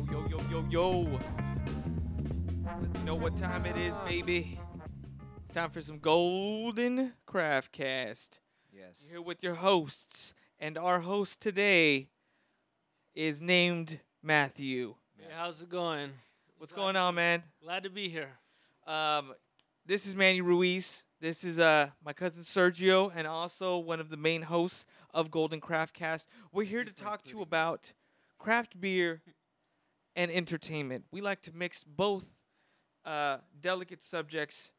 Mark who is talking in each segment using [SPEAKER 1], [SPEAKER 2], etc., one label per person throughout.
[SPEAKER 1] yo, yo. Let's know what time it is, baby. It's time for some Golden Craft Cast.
[SPEAKER 2] Yes.
[SPEAKER 1] Here with your hosts, and our host today is named Matthew.
[SPEAKER 3] Hey, how's it going?
[SPEAKER 1] What's going on, man?
[SPEAKER 3] Glad to be here.
[SPEAKER 1] Um, this is Manny Ruiz. This is uh my cousin Sergio, and also one of the main hosts of Golden Craft Cast. We're here to talk to you about craft beer and entertainment. We like to mix both uh, delicate subjects,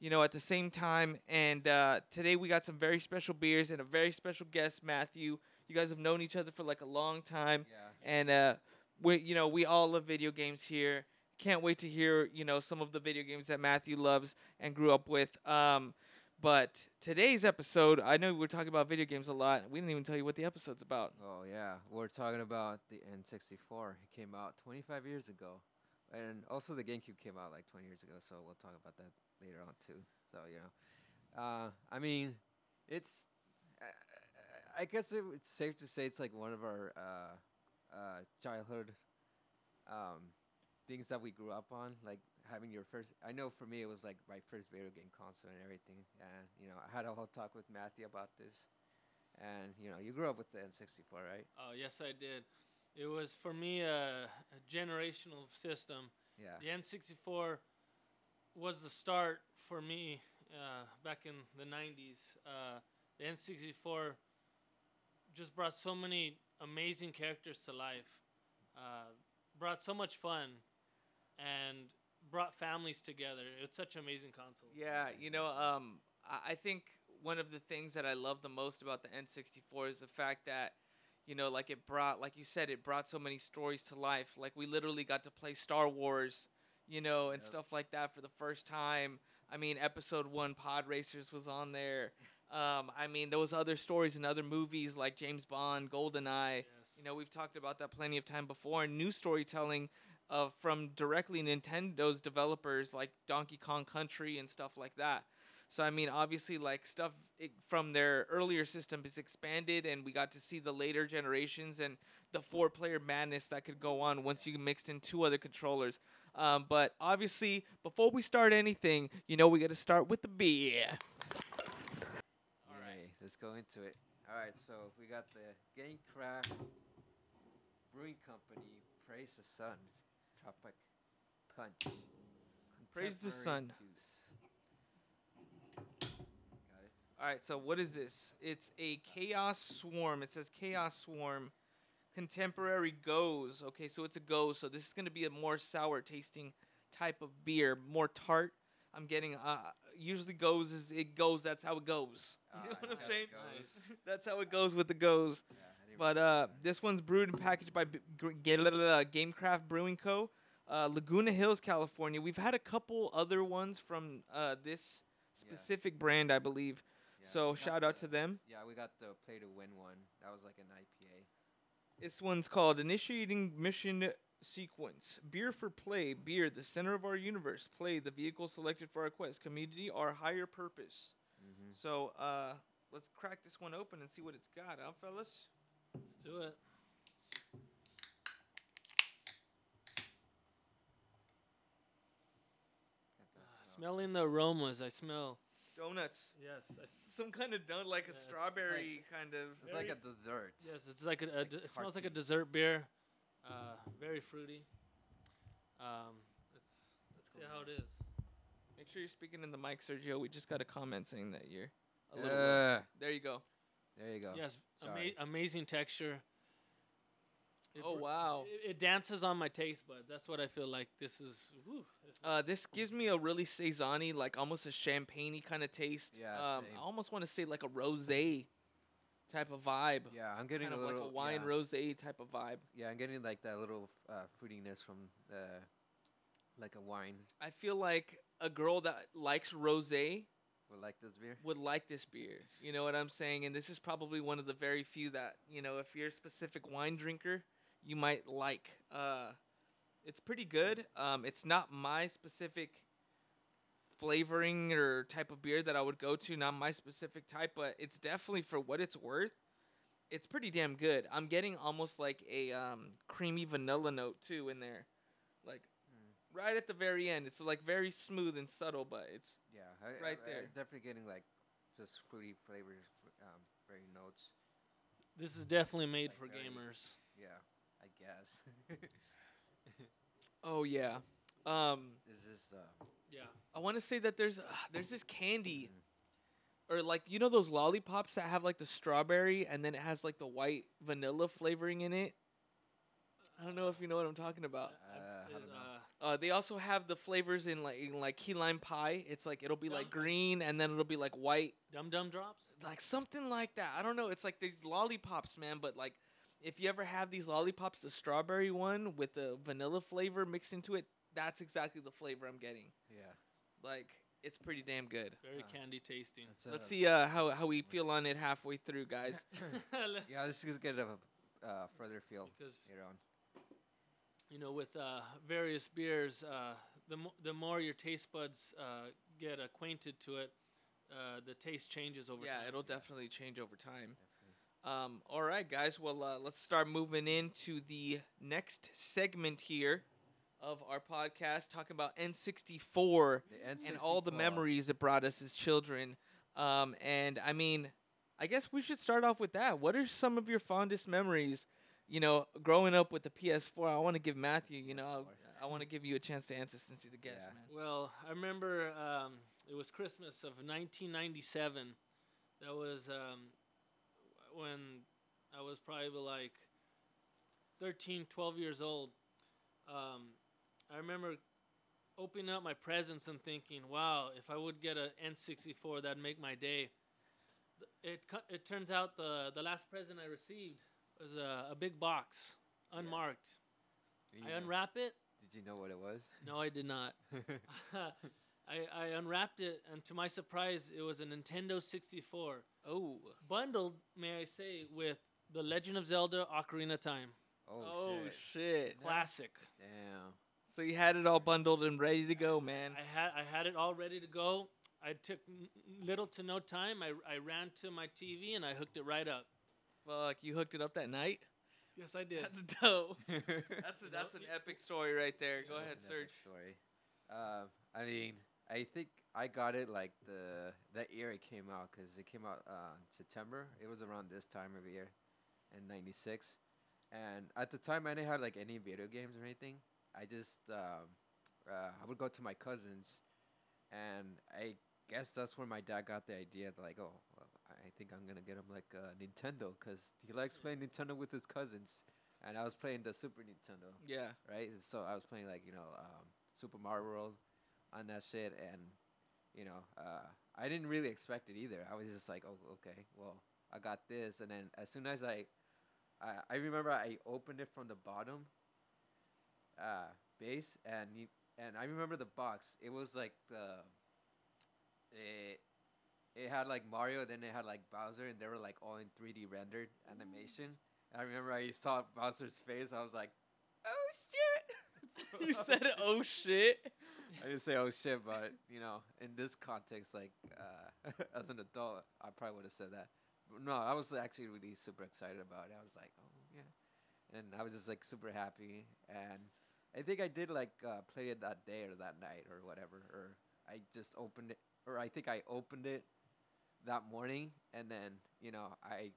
[SPEAKER 1] you know, at the same time. And uh, today we got some very special beers and a very special guest, Matthew. You guys have known each other for like a long time
[SPEAKER 2] Yeah.
[SPEAKER 1] and uh, we you know we all love video games here. Can't wait to hear you know some of the video games that Matthew loves and grew up with. Um, but today's episode, I know we're talking about video games a lot. We didn't even tell you what the episode's about.
[SPEAKER 2] Oh yeah, we're talking about the N64. It came out 25 years ago, and also the GameCube came out like 20 years ago. So we'll talk about that later on too. So you know, uh, I mean, it's. I- I guess it, it's safe to say it's like one of our uh, uh, childhood um, things that we grew up on, like having your first. I know for me, it was like my first video game console and everything. And you know, I had a whole talk with Matthew about this. And you know, you grew up with the N64, right?
[SPEAKER 3] Oh, yes, I did. It was for me a, a generational system.
[SPEAKER 2] Yeah.
[SPEAKER 3] The N64 was the start for me uh, back in the 90s. Uh, the N64 just brought so many amazing characters to life, uh, brought so much fun, and brought families together. It's such an amazing console.
[SPEAKER 1] Yeah, you know, um, I, I think one of the things that I love the most about the N64 is the fact that, you know, like it brought, like you said, it brought so many stories to life. Like we literally got to play Star Wars, you know, and
[SPEAKER 2] Yep.
[SPEAKER 1] stuff like that for the first time. I mean, Episode One Pod Racers was on there. Um, I mean, there was other stories and other movies like James Bond, GoldenEye.
[SPEAKER 3] Yes.
[SPEAKER 1] You know, we've talked about that plenty of time before. And new storytelling uh, from directly Nintendo's developers like Donkey Kong Country and stuff like that. So, I mean, obviously, like stuff i from their earlier system is expanded, and we got to see the later generations and the four player madness that could go on once you mixed in two other controllers. Um, but obviously, before we start anything, you know, we got to start with the beer.
[SPEAKER 2] All right. Let's go into it. All right. So we got the Gamecraft Brewing Company. Praise the Sun. Tropic Punch.
[SPEAKER 1] Praise the
[SPEAKER 2] Contemporary
[SPEAKER 1] Sun.
[SPEAKER 2] Goose. Got it?
[SPEAKER 1] All right, so what is this? It's a chaos swarm. It says chaos swarm, contemporary goes. Okay, so it's a go. So this is going to be a more sour tasting type of beer, more tart. I'm getting. Uh, usually goes is it goes. That's how it goes. You
[SPEAKER 2] Ah,
[SPEAKER 1] know what
[SPEAKER 2] I
[SPEAKER 1] I'm
[SPEAKER 2] got it,
[SPEAKER 1] saying?
[SPEAKER 2] goes.
[SPEAKER 1] That's how it goes with the goes.
[SPEAKER 2] Yeah, I didn't
[SPEAKER 1] But
[SPEAKER 2] remember
[SPEAKER 1] uh,
[SPEAKER 2] that.
[SPEAKER 1] this one's brewed and packaged by B- Gr- G- la- la- la- Gamecraft Brewing Co. Uh, Laguna Hills, California. We've had a couple other ones from uh, this
[SPEAKER 2] Yeah.
[SPEAKER 1] specific brand, I believe.
[SPEAKER 2] Yeah,
[SPEAKER 1] So
[SPEAKER 2] we got
[SPEAKER 1] shout out to
[SPEAKER 2] the-
[SPEAKER 1] them.
[SPEAKER 2] Yeah, we got the Play to Win one. That was like an IPA.
[SPEAKER 1] This one's called Initiating Mission Sequence. Beer for play, beer, the center of our universe. Play, the vehicle selected for our quest. Community, our higher purpose.
[SPEAKER 2] Mm-hmm.
[SPEAKER 1] So uh, let's crack this one open and see what it's got, huh, fellas?
[SPEAKER 3] Let's do it. Ah, Smelling the aromas, I smell.
[SPEAKER 1] Donuts.
[SPEAKER 3] Yes, I s-
[SPEAKER 1] Some kind of donut, like a
[SPEAKER 3] Yeah, it's- it's like-
[SPEAKER 1] strawberry kind of.
[SPEAKER 2] It's like a dessert.
[SPEAKER 3] yes, it's like a, a
[SPEAKER 2] like
[SPEAKER 3] d- it smells like a
[SPEAKER 2] tarty.
[SPEAKER 3] dessert beer. Uh, very fruity. Um, let's let's see how it is.
[SPEAKER 1] Make sure you're speaking in the mic, Sergio. We just got a comment saying that you're a little. low.
[SPEAKER 2] Yeah.
[SPEAKER 1] There you go.
[SPEAKER 2] There you go.
[SPEAKER 3] Yes, ama-
[SPEAKER 2] sorry.
[SPEAKER 3] amazing texture. It
[SPEAKER 1] Oh
[SPEAKER 3] br-
[SPEAKER 1] wow.
[SPEAKER 3] It, it dances on my taste buds. That's what I feel like. This is. Whew, this is-
[SPEAKER 1] Uh, this gives me a really saisony, like almost a champagne kind of taste.
[SPEAKER 2] Yeah,
[SPEAKER 1] Um,
[SPEAKER 2] same.
[SPEAKER 1] I almost want to say like a rosé type of vibe.
[SPEAKER 2] Yeah, I'm getting
[SPEAKER 1] Kind of
[SPEAKER 2] a little
[SPEAKER 1] like a wine
[SPEAKER 2] yeah,
[SPEAKER 1] rosé type of vibe.
[SPEAKER 2] Yeah, I'm getting like that little uh, fruitiness from the like a wine.
[SPEAKER 1] I feel like a girl that likes rosé
[SPEAKER 2] Would like this beer.
[SPEAKER 1] would like this beer. You know what I'm saying? And this is probably one of the very few that you know, if you're a specific wine drinker, you might like. Uh, it's pretty good. Um, it's not my specific flavoring or type of beer that I would go to. Not my specific type, but it's definitely for what it's worth. It's pretty damn good. I'm getting almost like a um, creamy vanilla note too in there. like right at the very end. It's like very smooth and subtle, but it's
[SPEAKER 2] Yeah, I,
[SPEAKER 1] Right
[SPEAKER 2] I- I
[SPEAKER 1] there.
[SPEAKER 2] definitely getting like just fruity flavors, fr- um, very notes.
[SPEAKER 3] This is definitely made
[SPEAKER 2] Like
[SPEAKER 3] for
[SPEAKER 2] very-
[SPEAKER 3] gamers.
[SPEAKER 2] Yeah, I guess.
[SPEAKER 1] oh yeah. Um,
[SPEAKER 2] this is uh,
[SPEAKER 3] Yeah.
[SPEAKER 1] I want to say that there's uh, there's this candy, or like you know those lollipops that have like the strawberry and then it has like the white vanilla flavoring in it. I don't know if you know what I'm talking about.
[SPEAKER 2] Uh, I
[SPEAKER 3] is,
[SPEAKER 2] don't know.
[SPEAKER 3] uh,
[SPEAKER 1] Uh, they also have the flavors in like in like key lime pie. It's like it'll be like
[SPEAKER 3] Yum.
[SPEAKER 1] green and then it'll be like white,
[SPEAKER 3] Dum Dum Drops?
[SPEAKER 1] like something like that. I don't know. It's like these lollipops, man. But like, if you ever have these lollipops, the strawberry one with the vanilla flavor mixed into it, that's exactly the flavor I'm getting.
[SPEAKER 2] mm, yeah.
[SPEAKER 1] Like, it's pretty damn good.
[SPEAKER 3] Very
[SPEAKER 2] Uh,
[SPEAKER 3] candy tasting.
[SPEAKER 2] That's,
[SPEAKER 1] Let's
[SPEAKER 2] uh,
[SPEAKER 1] see uh, how how we feel on it halfway through, guys.
[SPEAKER 3] because,
[SPEAKER 2] Yeah, this is get a uh, further field later on.
[SPEAKER 3] you know, with uh, various beers, uh, the, mo- the more your taste buds uh, get acquainted to it, uh, the taste changes over time.
[SPEAKER 1] yeah, it'll definitely change over time. Um, all right, guys. Well, uh, let's start moving into the next segment here of our podcast, talking about N64
[SPEAKER 2] The
[SPEAKER 1] and all the
[SPEAKER 2] N64.
[SPEAKER 1] memories it brought us as children. Um, and I mean, I guess we should start off with that. What are some of your fondest memories? You know, growing up with the PS4. I want to give Matthew. You know, I want to give you a chance to answer since you're the guest,
[SPEAKER 2] Yeah.
[SPEAKER 1] man.
[SPEAKER 3] Well, I remember um, it was Christmas of 1997. That was um, when I was probably like 13, 12 years old. Um, I remember opening up my presents and thinking, "Wow, if I would get an N64, that'd make my day." Th- It co- it turns out the the last present I received was a, a big box, unmarked.
[SPEAKER 2] Did you
[SPEAKER 3] I
[SPEAKER 2] know-
[SPEAKER 3] unwrap it.
[SPEAKER 2] Did you know what it was?
[SPEAKER 3] No, I did not. I, I unwrapped it, and to my surprise, it was a Nintendo 64,
[SPEAKER 1] Oh,
[SPEAKER 3] bundled, may I say, with The Legend of Zelda Ocarina of Time.
[SPEAKER 2] oh, shit.
[SPEAKER 1] shit!
[SPEAKER 3] Classic.
[SPEAKER 2] Damn.
[SPEAKER 1] So you had it all bundled and ready to go, man.
[SPEAKER 3] I had, I had it all ready to go. I took n- n- little to no time. I, I ran to my TV and I hooked it right up.
[SPEAKER 1] Fuck, you hooked it up that night.
[SPEAKER 3] Yes, I did.
[SPEAKER 1] That's dope. That's a,
[SPEAKER 2] That's
[SPEAKER 3] You know,
[SPEAKER 1] that's an
[SPEAKER 3] you-
[SPEAKER 1] epic story right there. Go ahead,
[SPEAKER 2] an epic
[SPEAKER 1] Serge.
[SPEAKER 2] Story. Um, I mean, I think I got it like the that year it came out because it came out uh, in September. It was around this time of year, in '96, and at the time I didn't have like any video games or anything. I just um, uh, I would go to my cousins, and I guess that's where my dad got the idea that like, oh, well, I think I'm gonna get him like a Nintendo because he likes playing Nintendo with his cousins, and I was playing the Super Nintendo
[SPEAKER 1] Yeah.
[SPEAKER 2] right? And so I was playing like you know um, Super Mario World on that shit, and you know uh, I didn't really expect it either. I was just like, oh okay, well I got this, and then as soon as I, I, I remember I opened it from the bottom uh, base, and you, and I remember the box. It was like the it. It had like Mario, then it had like Bowser, and they were like all in 3D rendered
[SPEAKER 1] Mm.
[SPEAKER 2] animation. And I remember I saw Bowser's face. I was like, oh shit.
[SPEAKER 1] you said, "Oh shit."
[SPEAKER 2] I didn't say oh shit, but you know, in this context, like uh, as an adult, I probably would have said that. But no, I was actually really super excited about it. I was like, oh yeah, and I was just like super happy, and I think I did like uh, play it that day or that night or whatever, or I just opened it, or I think I opened it that morning, and then you know I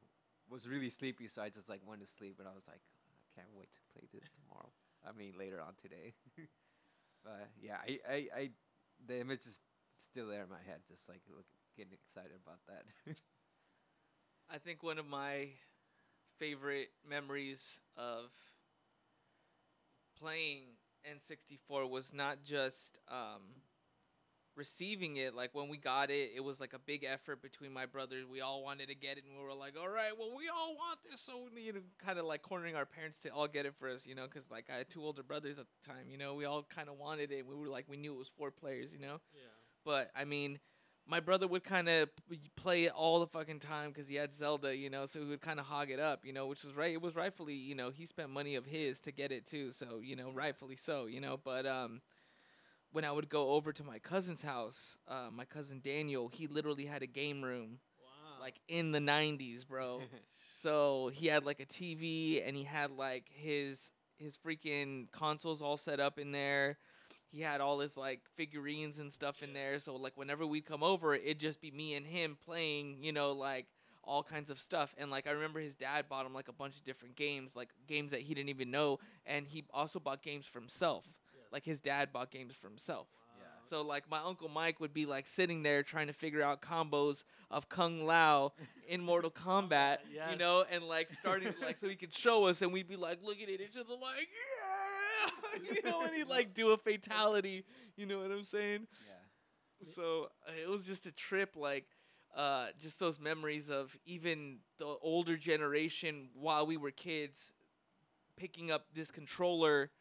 [SPEAKER 2] was really sleepy, so I just like went to sleep, and I was like, I can't wait to play this tomorrow. I mean, later on today. But yeah, I, I, I, the image is still there in my head, just like look, getting excited about that.
[SPEAKER 1] I think one of my favorite memories of playing N64 was not just um, receiving it. Like when we got it, it was like a big effort between my brothers. We all wanted to get it, and we were like, "All right, well, we all want this." So you know, kind of like cornering our parents to all get it for us, you know, because like I had two older brothers at the time. You know, we all kind of wanted it. and We were like, we knew it was four players, you know.
[SPEAKER 3] yeah.
[SPEAKER 1] But I mean, my brother would kind of play it all the fucking time because he had Zelda, you know, so he would kind of hog it up, you know, which was right. It was rightfully, you know, he spent money of his to get it too, so you know, rightfully so, you know. But um, when I would go over to my cousin's house, uh, my cousin Daniel, he literally had a game room
[SPEAKER 3] Wow.
[SPEAKER 1] like in the Oh. '90s, bro. So he had like a TV and he had like his his freaking consoles all set up in there. He had all his like figurines and stuff in
[SPEAKER 3] Yeah.
[SPEAKER 1] there. So like whenever we'd come over, it'd just be me and him playing, you know, like all kinds of stuff. And like I remember his dad bought him like a bunch of different games, like games that he didn't even know, and he also bought games for himself.
[SPEAKER 3] Yes.
[SPEAKER 1] Like his dad bought games for himself.
[SPEAKER 2] Yeah.
[SPEAKER 1] So like my uncle Mike would be like sitting there trying to figure out combos of Kung Lao in Mortal Kombat,
[SPEAKER 3] Kombat,
[SPEAKER 1] you
[SPEAKER 3] yes.
[SPEAKER 1] know, and like starting like so he could show us, and we'd be like looking at each other like, yeah, you know, and he'd like do a fatality, you know what I'm saying?
[SPEAKER 2] Yeah.
[SPEAKER 1] So uh, it was just a trip, like uh, just those memories of even the older generation while we were kids picking up this controller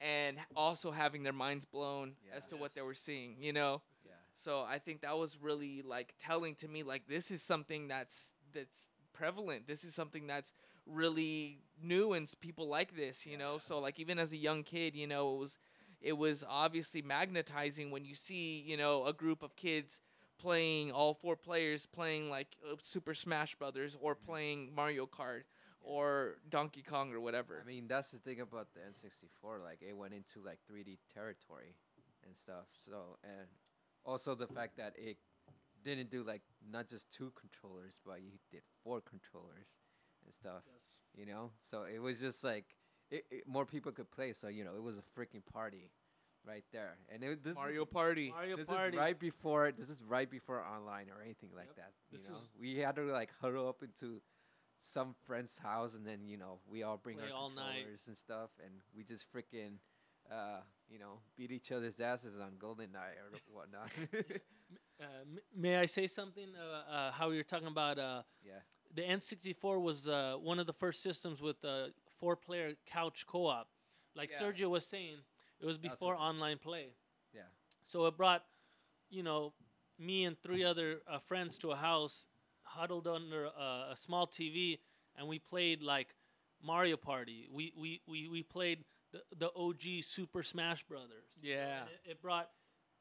[SPEAKER 1] and also having their minds blown as
[SPEAKER 2] Yeah.
[SPEAKER 1] to what they
[SPEAKER 3] Yes.
[SPEAKER 1] were seeing, you know.
[SPEAKER 2] Yeah.
[SPEAKER 1] So I think that was really like telling to me like this is something that's that's prevalent. This is something that's really new and s- people like this, you know.
[SPEAKER 2] Yeah.
[SPEAKER 1] So like even as a young kid, you know, it was it was obviously magnetizing when you see, you know, a group of kids playing all four players playing like uh, Super Smash Brothers or
[SPEAKER 2] Mm-hmm.
[SPEAKER 1] playing Mario Kart or Donkey Kong or whatever.
[SPEAKER 2] I mean, that's the thing about the N64. Like, it went into like 3D territory and stuff. So, and also the fact that it didn't do like not just two controllers, but you did four controllers and stuff.
[SPEAKER 3] Yes.
[SPEAKER 2] you know so it was just like it, it, more people could play so you know it was a freaking party right there and it, this
[SPEAKER 1] Mario
[SPEAKER 2] is,
[SPEAKER 1] Party.
[SPEAKER 3] Mario
[SPEAKER 2] this
[SPEAKER 3] Party.
[SPEAKER 2] is right before this is right before online or anything like
[SPEAKER 3] Yep.
[SPEAKER 2] that you
[SPEAKER 3] This
[SPEAKER 2] know
[SPEAKER 3] is-
[SPEAKER 2] we had to like huddle up into some friend's house and then you know we all bring
[SPEAKER 3] Play
[SPEAKER 2] our
[SPEAKER 3] all night.
[SPEAKER 2] controllers and stuff and we just freaking uh, you know beat each other's asses on golden night or whatnot
[SPEAKER 3] Uh, m- may I say something? Uh, uh, how you're talking about uh,
[SPEAKER 2] yeah
[SPEAKER 3] the N64 was uh, one of the first systems with a four-player couch co-op. Like
[SPEAKER 1] Yes.
[SPEAKER 3] Sergio was saying, it was
[SPEAKER 2] That's what
[SPEAKER 3] before
[SPEAKER 2] it is.
[SPEAKER 3] online play.
[SPEAKER 2] Yeah.
[SPEAKER 3] So it brought, you know, me and three other uh, friends to a house, huddled under uh, a small TV, and we played like Mario Party. We we we, we played the the OG Super Smash Brothers.
[SPEAKER 1] Yeah.
[SPEAKER 3] And It, it brought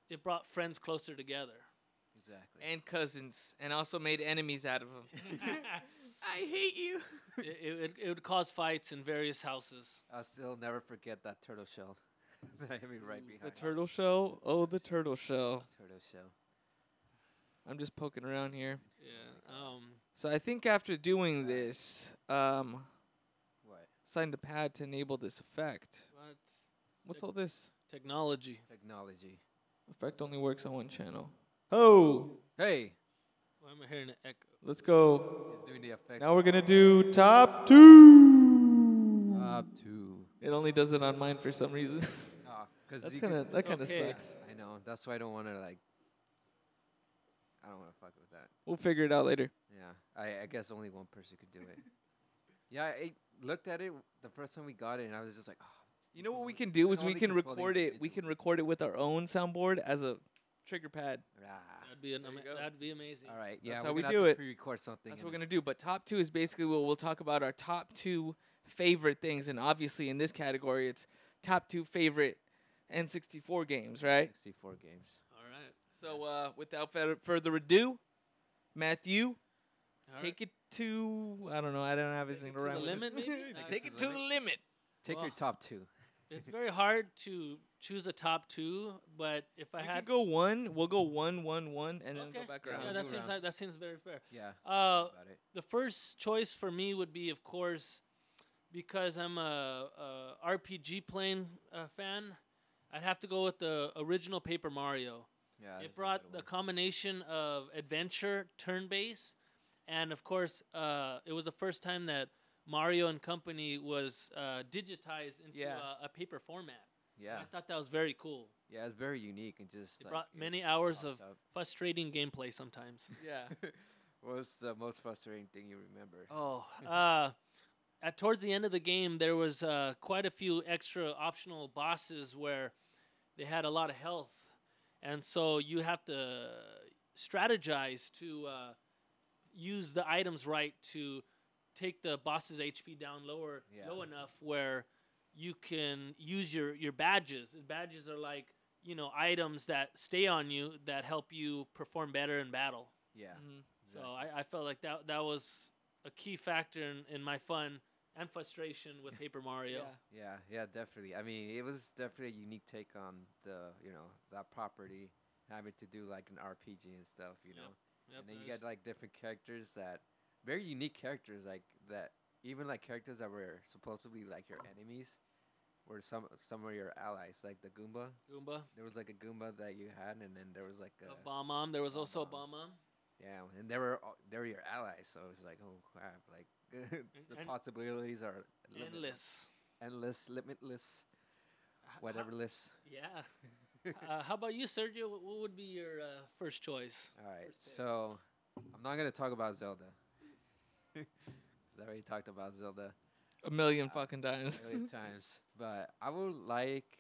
[SPEAKER 3] it brought friends closer together.
[SPEAKER 2] exactly
[SPEAKER 1] And cousins and also made enemies out of them. I hate you.
[SPEAKER 3] it, it, would- it would cause fights in variarious houses.
[SPEAKER 2] i'll still never forget that turtle shell that hit me right behind
[SPEAKER 1] The turtle shell? Oh, the turtle shell.
[SPEAKER 2] turtle shell
[SPEAKER 1] I'm just poking around here.
[SPEAKER 3] Yeah. Um,
[SPEAKER 1] So I think after doing this, um,
[SPEAKER 2] What?
[SPEAKER 1] sign the pad to enable this effect.
[SPEAKER 3] what?
[SPEAKER 1] What's all this?
[SPEAKER 3] Technology.
[SPEAKER 2] Technology.
[SPEAKER 1] Effect only works on one channel. Oh,
[SPEAKER 2] Hey!
[SPEAKER 3] Why am I hearing an echo?
[SPEAKER 1] let's go.
[SPEAKER 2] It's doing the effects.
[SPEAKER 1] Now we're gonna do top two.
[SPEAKER 2] Up to.
[SPEAKER 1] It only does it on mine for some reason.
[SPEAKER 2] Ah, cause
[SPEAKER 1] That's
[SPEAKER 2] you
[SPEAKER 1] kinda
[SPEAKER 2] could-
[SPEAKER 1] that kinda
[SPEAKER 3] okay.
[SPEAKER 1] sucks.
[SPEAKER 2] I know. That's why I don't want to, like. I don't want to fuck with that.
[SPEAKER 1] We'll figure it out later.
[SPEAKER 2] Yeah. I, I guess only one person could do it. yeah, I looked at it the first time we got it, and I was just like, oh,
[SPEAKER 1] You know what we can do is
[SPEAKER 2] Can
[SPEAKER 1] we
[SPEAKER 2] only
[SPEAKER 1] can
[SPEAKER 2] control the
[SPEAKER 1] record it. We
[SPEAKER 2] individual.
[SPEAKER 1] can record it with our own soundboard as a trigger pad.
[SPEAKER 2] rah.
[SPEAKER 3] That'd be an
[SPEAKER 1] There you
[SPEAKER 3] ama-
[SPEAKER 1] go.
[SPEAKER 3] that'd be amazing.
[SPEAKER 2] All right. Yeah,
[SPEAKER 1] how
[SPEAKER 2] we're
[SPEAKER 1] we
[SPEAKER 2] gonna
[SPEAKER 1] do
[SPEAKER 2] have to
[SPEAKER 1] it.
[SPEAKER 2] Pre-record something.
[SPEAKER 1] That's
[SPEAKER 2] and
[SPEAKER 1] what we're gonna do. But top two is basically we'll we'll talk about our top two favorite things, and obviously in this category it's top two favorite N64 games, right?
[SPEAKER 2] 64 games.
[SPEAKER 3] All right.
[SPEAKER 1] So uh, without fur- further ado, Matthew,
[SPEAKER 3] All right.
[SPEAKER 1] take it to I don't know. I don't have
[SPEAKER 3] Take
[SPEAKER 1] anything
[SPEAKER 3] it
[SPEAKER 1] to
[SPEAKER 3] to the
[SPEAKER 1] rhyme with.
[SPEAKER 3] limit,
[SPEAKER 1] it.
[SPEAKER 3] maybe? Uh,
[SPEAKER 1] Take
[SPEAKER 2] to
[SPEAKER 1] it
[SPEAKER 2] the
[SPEAKER 1] to the
[SPEAKER 2] limit.
[SPEAKER 1] limit.
[SPEAKER 2] Take your
[SPEAKER 3] Well,
[SPEAKER 2] top two.
[SPEAKER 3] It's very hard to choose a top two, but if I
[SPEAKER 1] you can
[SPEAKER 3] had
[SPEAKER 1] go one. We'll go one, one, one, and then
[SPEAKER 3] okay.
[SPEAKER 1] go back
[SPEAKER 2] Yeah,
[SPEAKER 1] around.
[SPEAKER 3] Yeah,
[SPEAKER 2] we'll
[SPEAKER 3] that
[SPEAKER 2] do
[SPEAKER 3] seems
[SPEAKER 2] rounds.
[SPEAKER 3] like, that seems very fair.
[SPEAKER 2] Yeah.
[SPEAKER 3] Uh,
[SPEAKER 2] about it.
[SPEAKER 3] the first choice for me would be, of course, because I'm a, a RPG playing uh, fan. I'd have to go with the original Paper Mario.
[SPEAKER 2] Yeah. that's a
[SPEAKER 3] it
[SPEAKER 2] good
[SPEAKER 3] brought the
[SPEAKER 2] one.
[SPEAKER 3] combination of adventure, turn base, and of course, uh, it was the first time that Mario and Company was uh, digitized into
[SPEAKER 1] Yeah.
[SPEAKER 3] a, a paper format.
[SPEAKER 2] Yeah.
[SPEAKER 3] I thought that was very cool.
[SPEAKER 2] Yeah, it's very unique and just.
[SPEAKER 3] It
[SPEAKER 2] like,
[SPEAKER 3] brought
[SPEAKER 2] it
[SPEAKER 3] many hours
[SPEAKER 2] pops
[SPEAKER 3] of
[SPEAKER 2] up.
[SPEAKER 3] frustrating gameplay sometimes.
[SPEAKER 1] Yeah.
[SPEAKER 2] What was the most frustrating thing you remember?
[SPEAKER 3] oh, uh, at towards the end of the game, there was uh, quite a few extra optional bosses where they had a lot of health, and so you have to strategize to uh, use the items right to take the boss's HP down lower,
[SPEAKER 2] Yeah.
[SPEAKER 3] low enough where you can use your your badges. Badges are like you know items that stay on you that help you perform better in battle.
[SPEAKER 2] Yeah.
[SPEAKER 1] Mhm.
[SPEAKER 3] So I, I felt like that that was a key factor in, in my fun and frustration with Paper Mario.
[SPEAKER 2] Yeah, yeah, definitely. I mean, it was definitely a unique take on the, you know, that property, having to do like an RPG and stuff, you
[SPEAKER 3] Yep,
[SPEAKER 2] know.
[SPEAKER 3] Yep,
[SPEAKER 2] and then you
[SPEAKER 3] there's-
[SPEAKER 2] got like different characters that very unique characters like that even like characters that were supposedly like your enemies were some some were your allies like the goomba
[SPEAKER 3] Goomba,
[SPEAKER 2] there was like uh, a goomba that you had and then there was like a
[SPEAKER 3] a bomb mom. There was
[SPEAKER 2] Bomb
[SPEAKER 3] also a
[SPEAKER 2] Mom.
[SPEAKER 3] bomb mom.
[SPEAKER 2] yeah and they were all, they were your allies so it's like oh crap like the
[SPEAKER 3] and-
[SPEAKER 2] possibilities are limitless,
[SPEAKER 3] Endless.
[SPEAKER 2] endless limitless
[SPEAKER 3] H- ho-
[SPEAKER 2] whateverless
[SPEAKER 3] yeah. uh, how about you, Sergio? Wh- What would be your uh, first choice?
[SPEAKER 2] all right
[SPEAKER 3] First pick.
[SPEAKER 2] so i'm not going to talk about zelda 'Cause i already talked about zelda
[SPEAKER 1] A million
[SPEAKER 2] Uh,
[SPEAKER 1] fucking times.
[SPEAKER 2] million times. But I would like,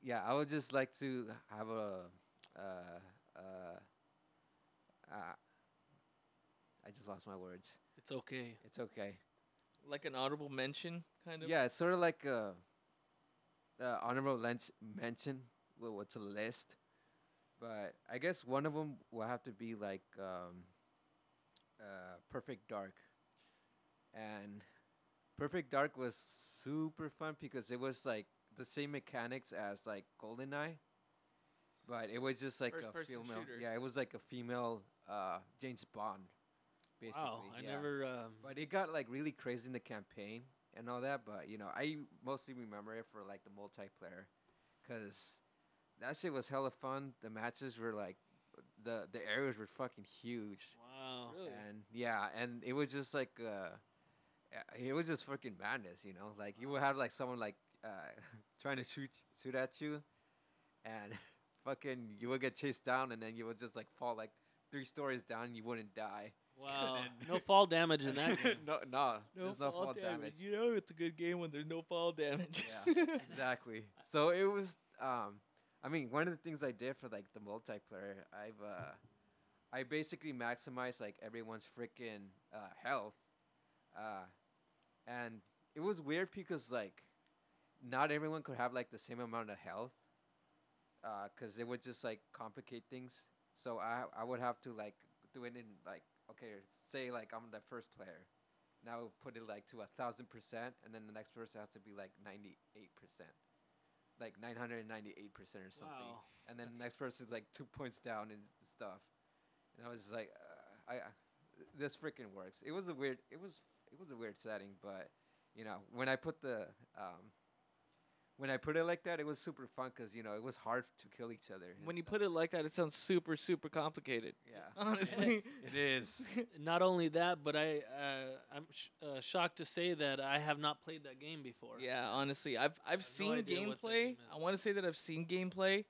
[SPEAKER 2] yeah, I would just like to have a, uh, uh, uh, I just lost my words.
[SPEAKER 3] It's okay.
[SPEAKER 2] It's okay.
[SPEAKER 1] like an audible mention, kind of.
[SPEAKER 2] Yeah, it's sort of like a, uh, honorable lens mention. Well, it's a list, but I guess one of them will have to be like um, uh, Perfect Dark, and Perfect Dark was super fun because it was like the same mechanics as like GoldenEye, but it was just like a
[SPEAKER 1] First-person
[SPEAKER 2] female.
[SPEAKER 1] shooter.
[SPEAKER 2] Yeah, it was like a female uh, James Bond. Basically,
[SPEAKER 3] wow, I
[SPEAKER 2] yeah.
[SPEAKER 3] never. Um,
[SPEAKER 2] But it got like really crazy in the campaign and all that. But you know, I mostly remember it for like the multiplayer, cause that shit was hella fun. The matches were like, the the areas were fucking huge.
[SPEAKER 3] wow.
[SPEAKER 1] Really?
[SPEAKER 2] And yeah, and it was just like, uh, uh, it was just fucking madness, you know. Like you would have like someone like uh, trying to shoot shoot at you, and fucking you would get chased down, and then you would just like fall like three stories down, and you wouldn't die.
[SPEAKER 3] Wow.
[SPEAKER 2] then-
[SPEAKER 3] no fall damage in that game.
[SPEAKER 2] no, no,
[SPEAKER 1] No
[SPEAKER 2] there's
[SPEAKER 1] fall,
[SPEAKER 2] no fall
[SPEAKER 1] damage.
[SPEAKER 2] damage.
[SPEAKER 1] You know it's a good game when there's no fall damage.
[SPEAKER 2] Yeah. exactly. So it was. Um, I mean, one of the things I did for like the multiplayer, I've, uh, I basically maximized like everyone's freaking uh, health, uh, and it was weird because like, not everyone could have like the same amount of health, because it would just like complicate things. So I I would have to like do it in like okay, say like I'm the first player now put it like to a thousand percent, and then the next person has to be like ninety eight percent, like nine hundred and ninety eight percent or something,
[SPEAKER 3] Wow.
[SPEAKER 2] and then the
[SPEAKER 3] that's-
[SPEAKER 2] next person's like two points down and stuff. And I was just like, uh, I, I- this freaking works. It was a weird, it was it was a weird setting, but you know when I put the um, when I put it like that, it was super fun because you know it was hard to kill each other. and
[SPEAKER 1] When you
[SPEAKER 2] stuff.
[SPEAKER 1] put it like that, it sounds super, super complicated.
[SPEAKER 2] yeah,
[SPEAKER 1] Honestly.
[SPEAKER 2] it is.
[SPEAKER 3] Not only that, but I uh, I'm sh- uh, shocked to say that I have not played that game before.
[SPEAKER 1] Yeah, honestly, I've I've
[SPEAKER 3] no
[SPEAKER 1] seen
[SPEAKER 3] idea what that
[SPEAKER 1] gameplay.
[SPEAKER 3] game
[SPEAKER 1] I
[SPEAKER 3] is.
[SPEAKER 1] want to say that I've seen gameplay.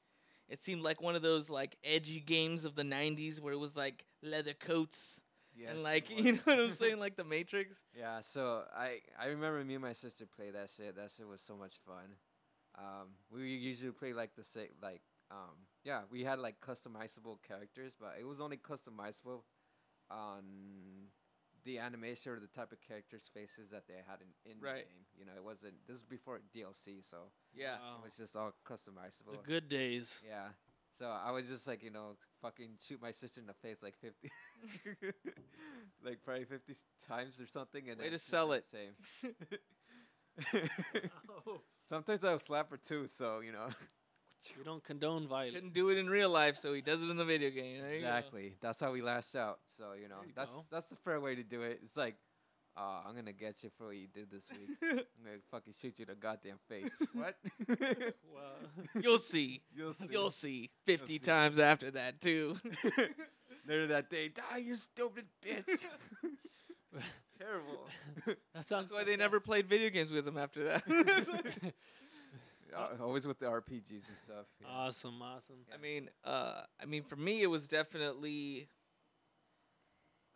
[SPEAKER 1] It seemed like one of those like edgy games of the '90s where it was like leather coats
[SPEAKER 2] Yes, it
[SPEAKER 1] and like you know
[SPEAKER 2] was.
[SPEAKER 1] what I'm saying, like the Matrix.
[SPEAKER 2] Yeah, so I I remember me and my sister play that shit. That shit was so much fun. Um, we usually play like the same like um yeah we had like customizable characters, but it was only customizable on the animation or the type of characters' faces that they had in, in
[SPEAKER 1] Right.
[SPEAKER 2] the game. You know, it wasn't this is before DLC, so
[SPEAKER 1] Yeah,
[SPEAKER 3] Wow.
[SPEAKER 2] it was just all customizable.
[SPEAKER 3] Oh. The good days.
[SPEAKER 2] Yeah. So I was just like, you know, fucking shoot my sister in the face like 50, like probably 50 s- times or something. And
[SPEAKER 1] Way
[SPEAKER 2] then
[SPEAKER 1] to
[SPEAKER 2] she's
[SPEAKER 1] sell
[SPEAKER 2] like,
[SPEAKER 1] it.
[SPEAKER 2] Same.
[SPEAKER 3] Oh,
[SPEAKER 2] Sometimes I'll slap her too, so, you know.
[SPEAKER 3] you don't condone violence.
[SPEAKER 1] couldn't do it in real life, so he does it in the video game. There you go.
[SPEAKER 2] exactly. That's how we lash out. So, you know,
[SPEAKER 3] you
[SPEAKER 2] that's
[SPEAKER 3] go.
[SPEAKER 2] that's the fair way to do it. It's like, oh, I'm going to get you for what you did this week. I'm going to fucking shoot you in the goddamn face. what?
[SPEAKER 3] Wow.
[SPEAKER 1] You'll see.
[SPEAKER 2] You'll see.
[SPEAKER 1] You'll see. 50
[SPEAKER 2] see.
[SPEAKER 1] times after that, too.
[SPEAKER 2] Later that day, die, you stupid bitch. Terrible.
[SPEAKER 3] that sounds
[SPEAKER 1] That's why they never played video games with him after that. Uh,
[SPEAKER 2] Al- Always with the RPGs and stuff. yeah.
[SPEAKER 3] Awesome, awesome.
[SPEAKER 1] I mean, uh, I mean, for me, it was definitely.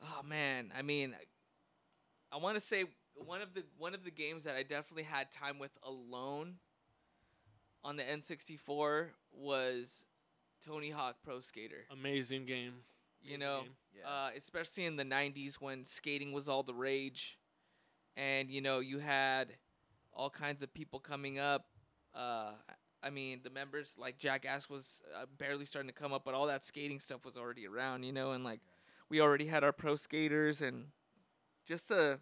[SPEAKER 1] Oh man, I mean, I, I want to say one of the one of the games that I definitely had time with alone. On the N64 was Tony Hawk Pro Skater.
[SPEAKER 3] Amazing game.
[SPEAKER 1] You
[SPEAKER 3] Amazing
[SPEAKER 1] know,
[SPEAKER 3] game.
[SPEAKER 2] Yeah.
[SPEAKER 1] uh, especially in the 90s when skating was all the rage. And, you know, you had all kinds of people coming up. Uh, I mean, the members, like Jackass was uh, barely starting to come up, but all that skating stuff was already around, you know, and like we already had our pro skaters and just a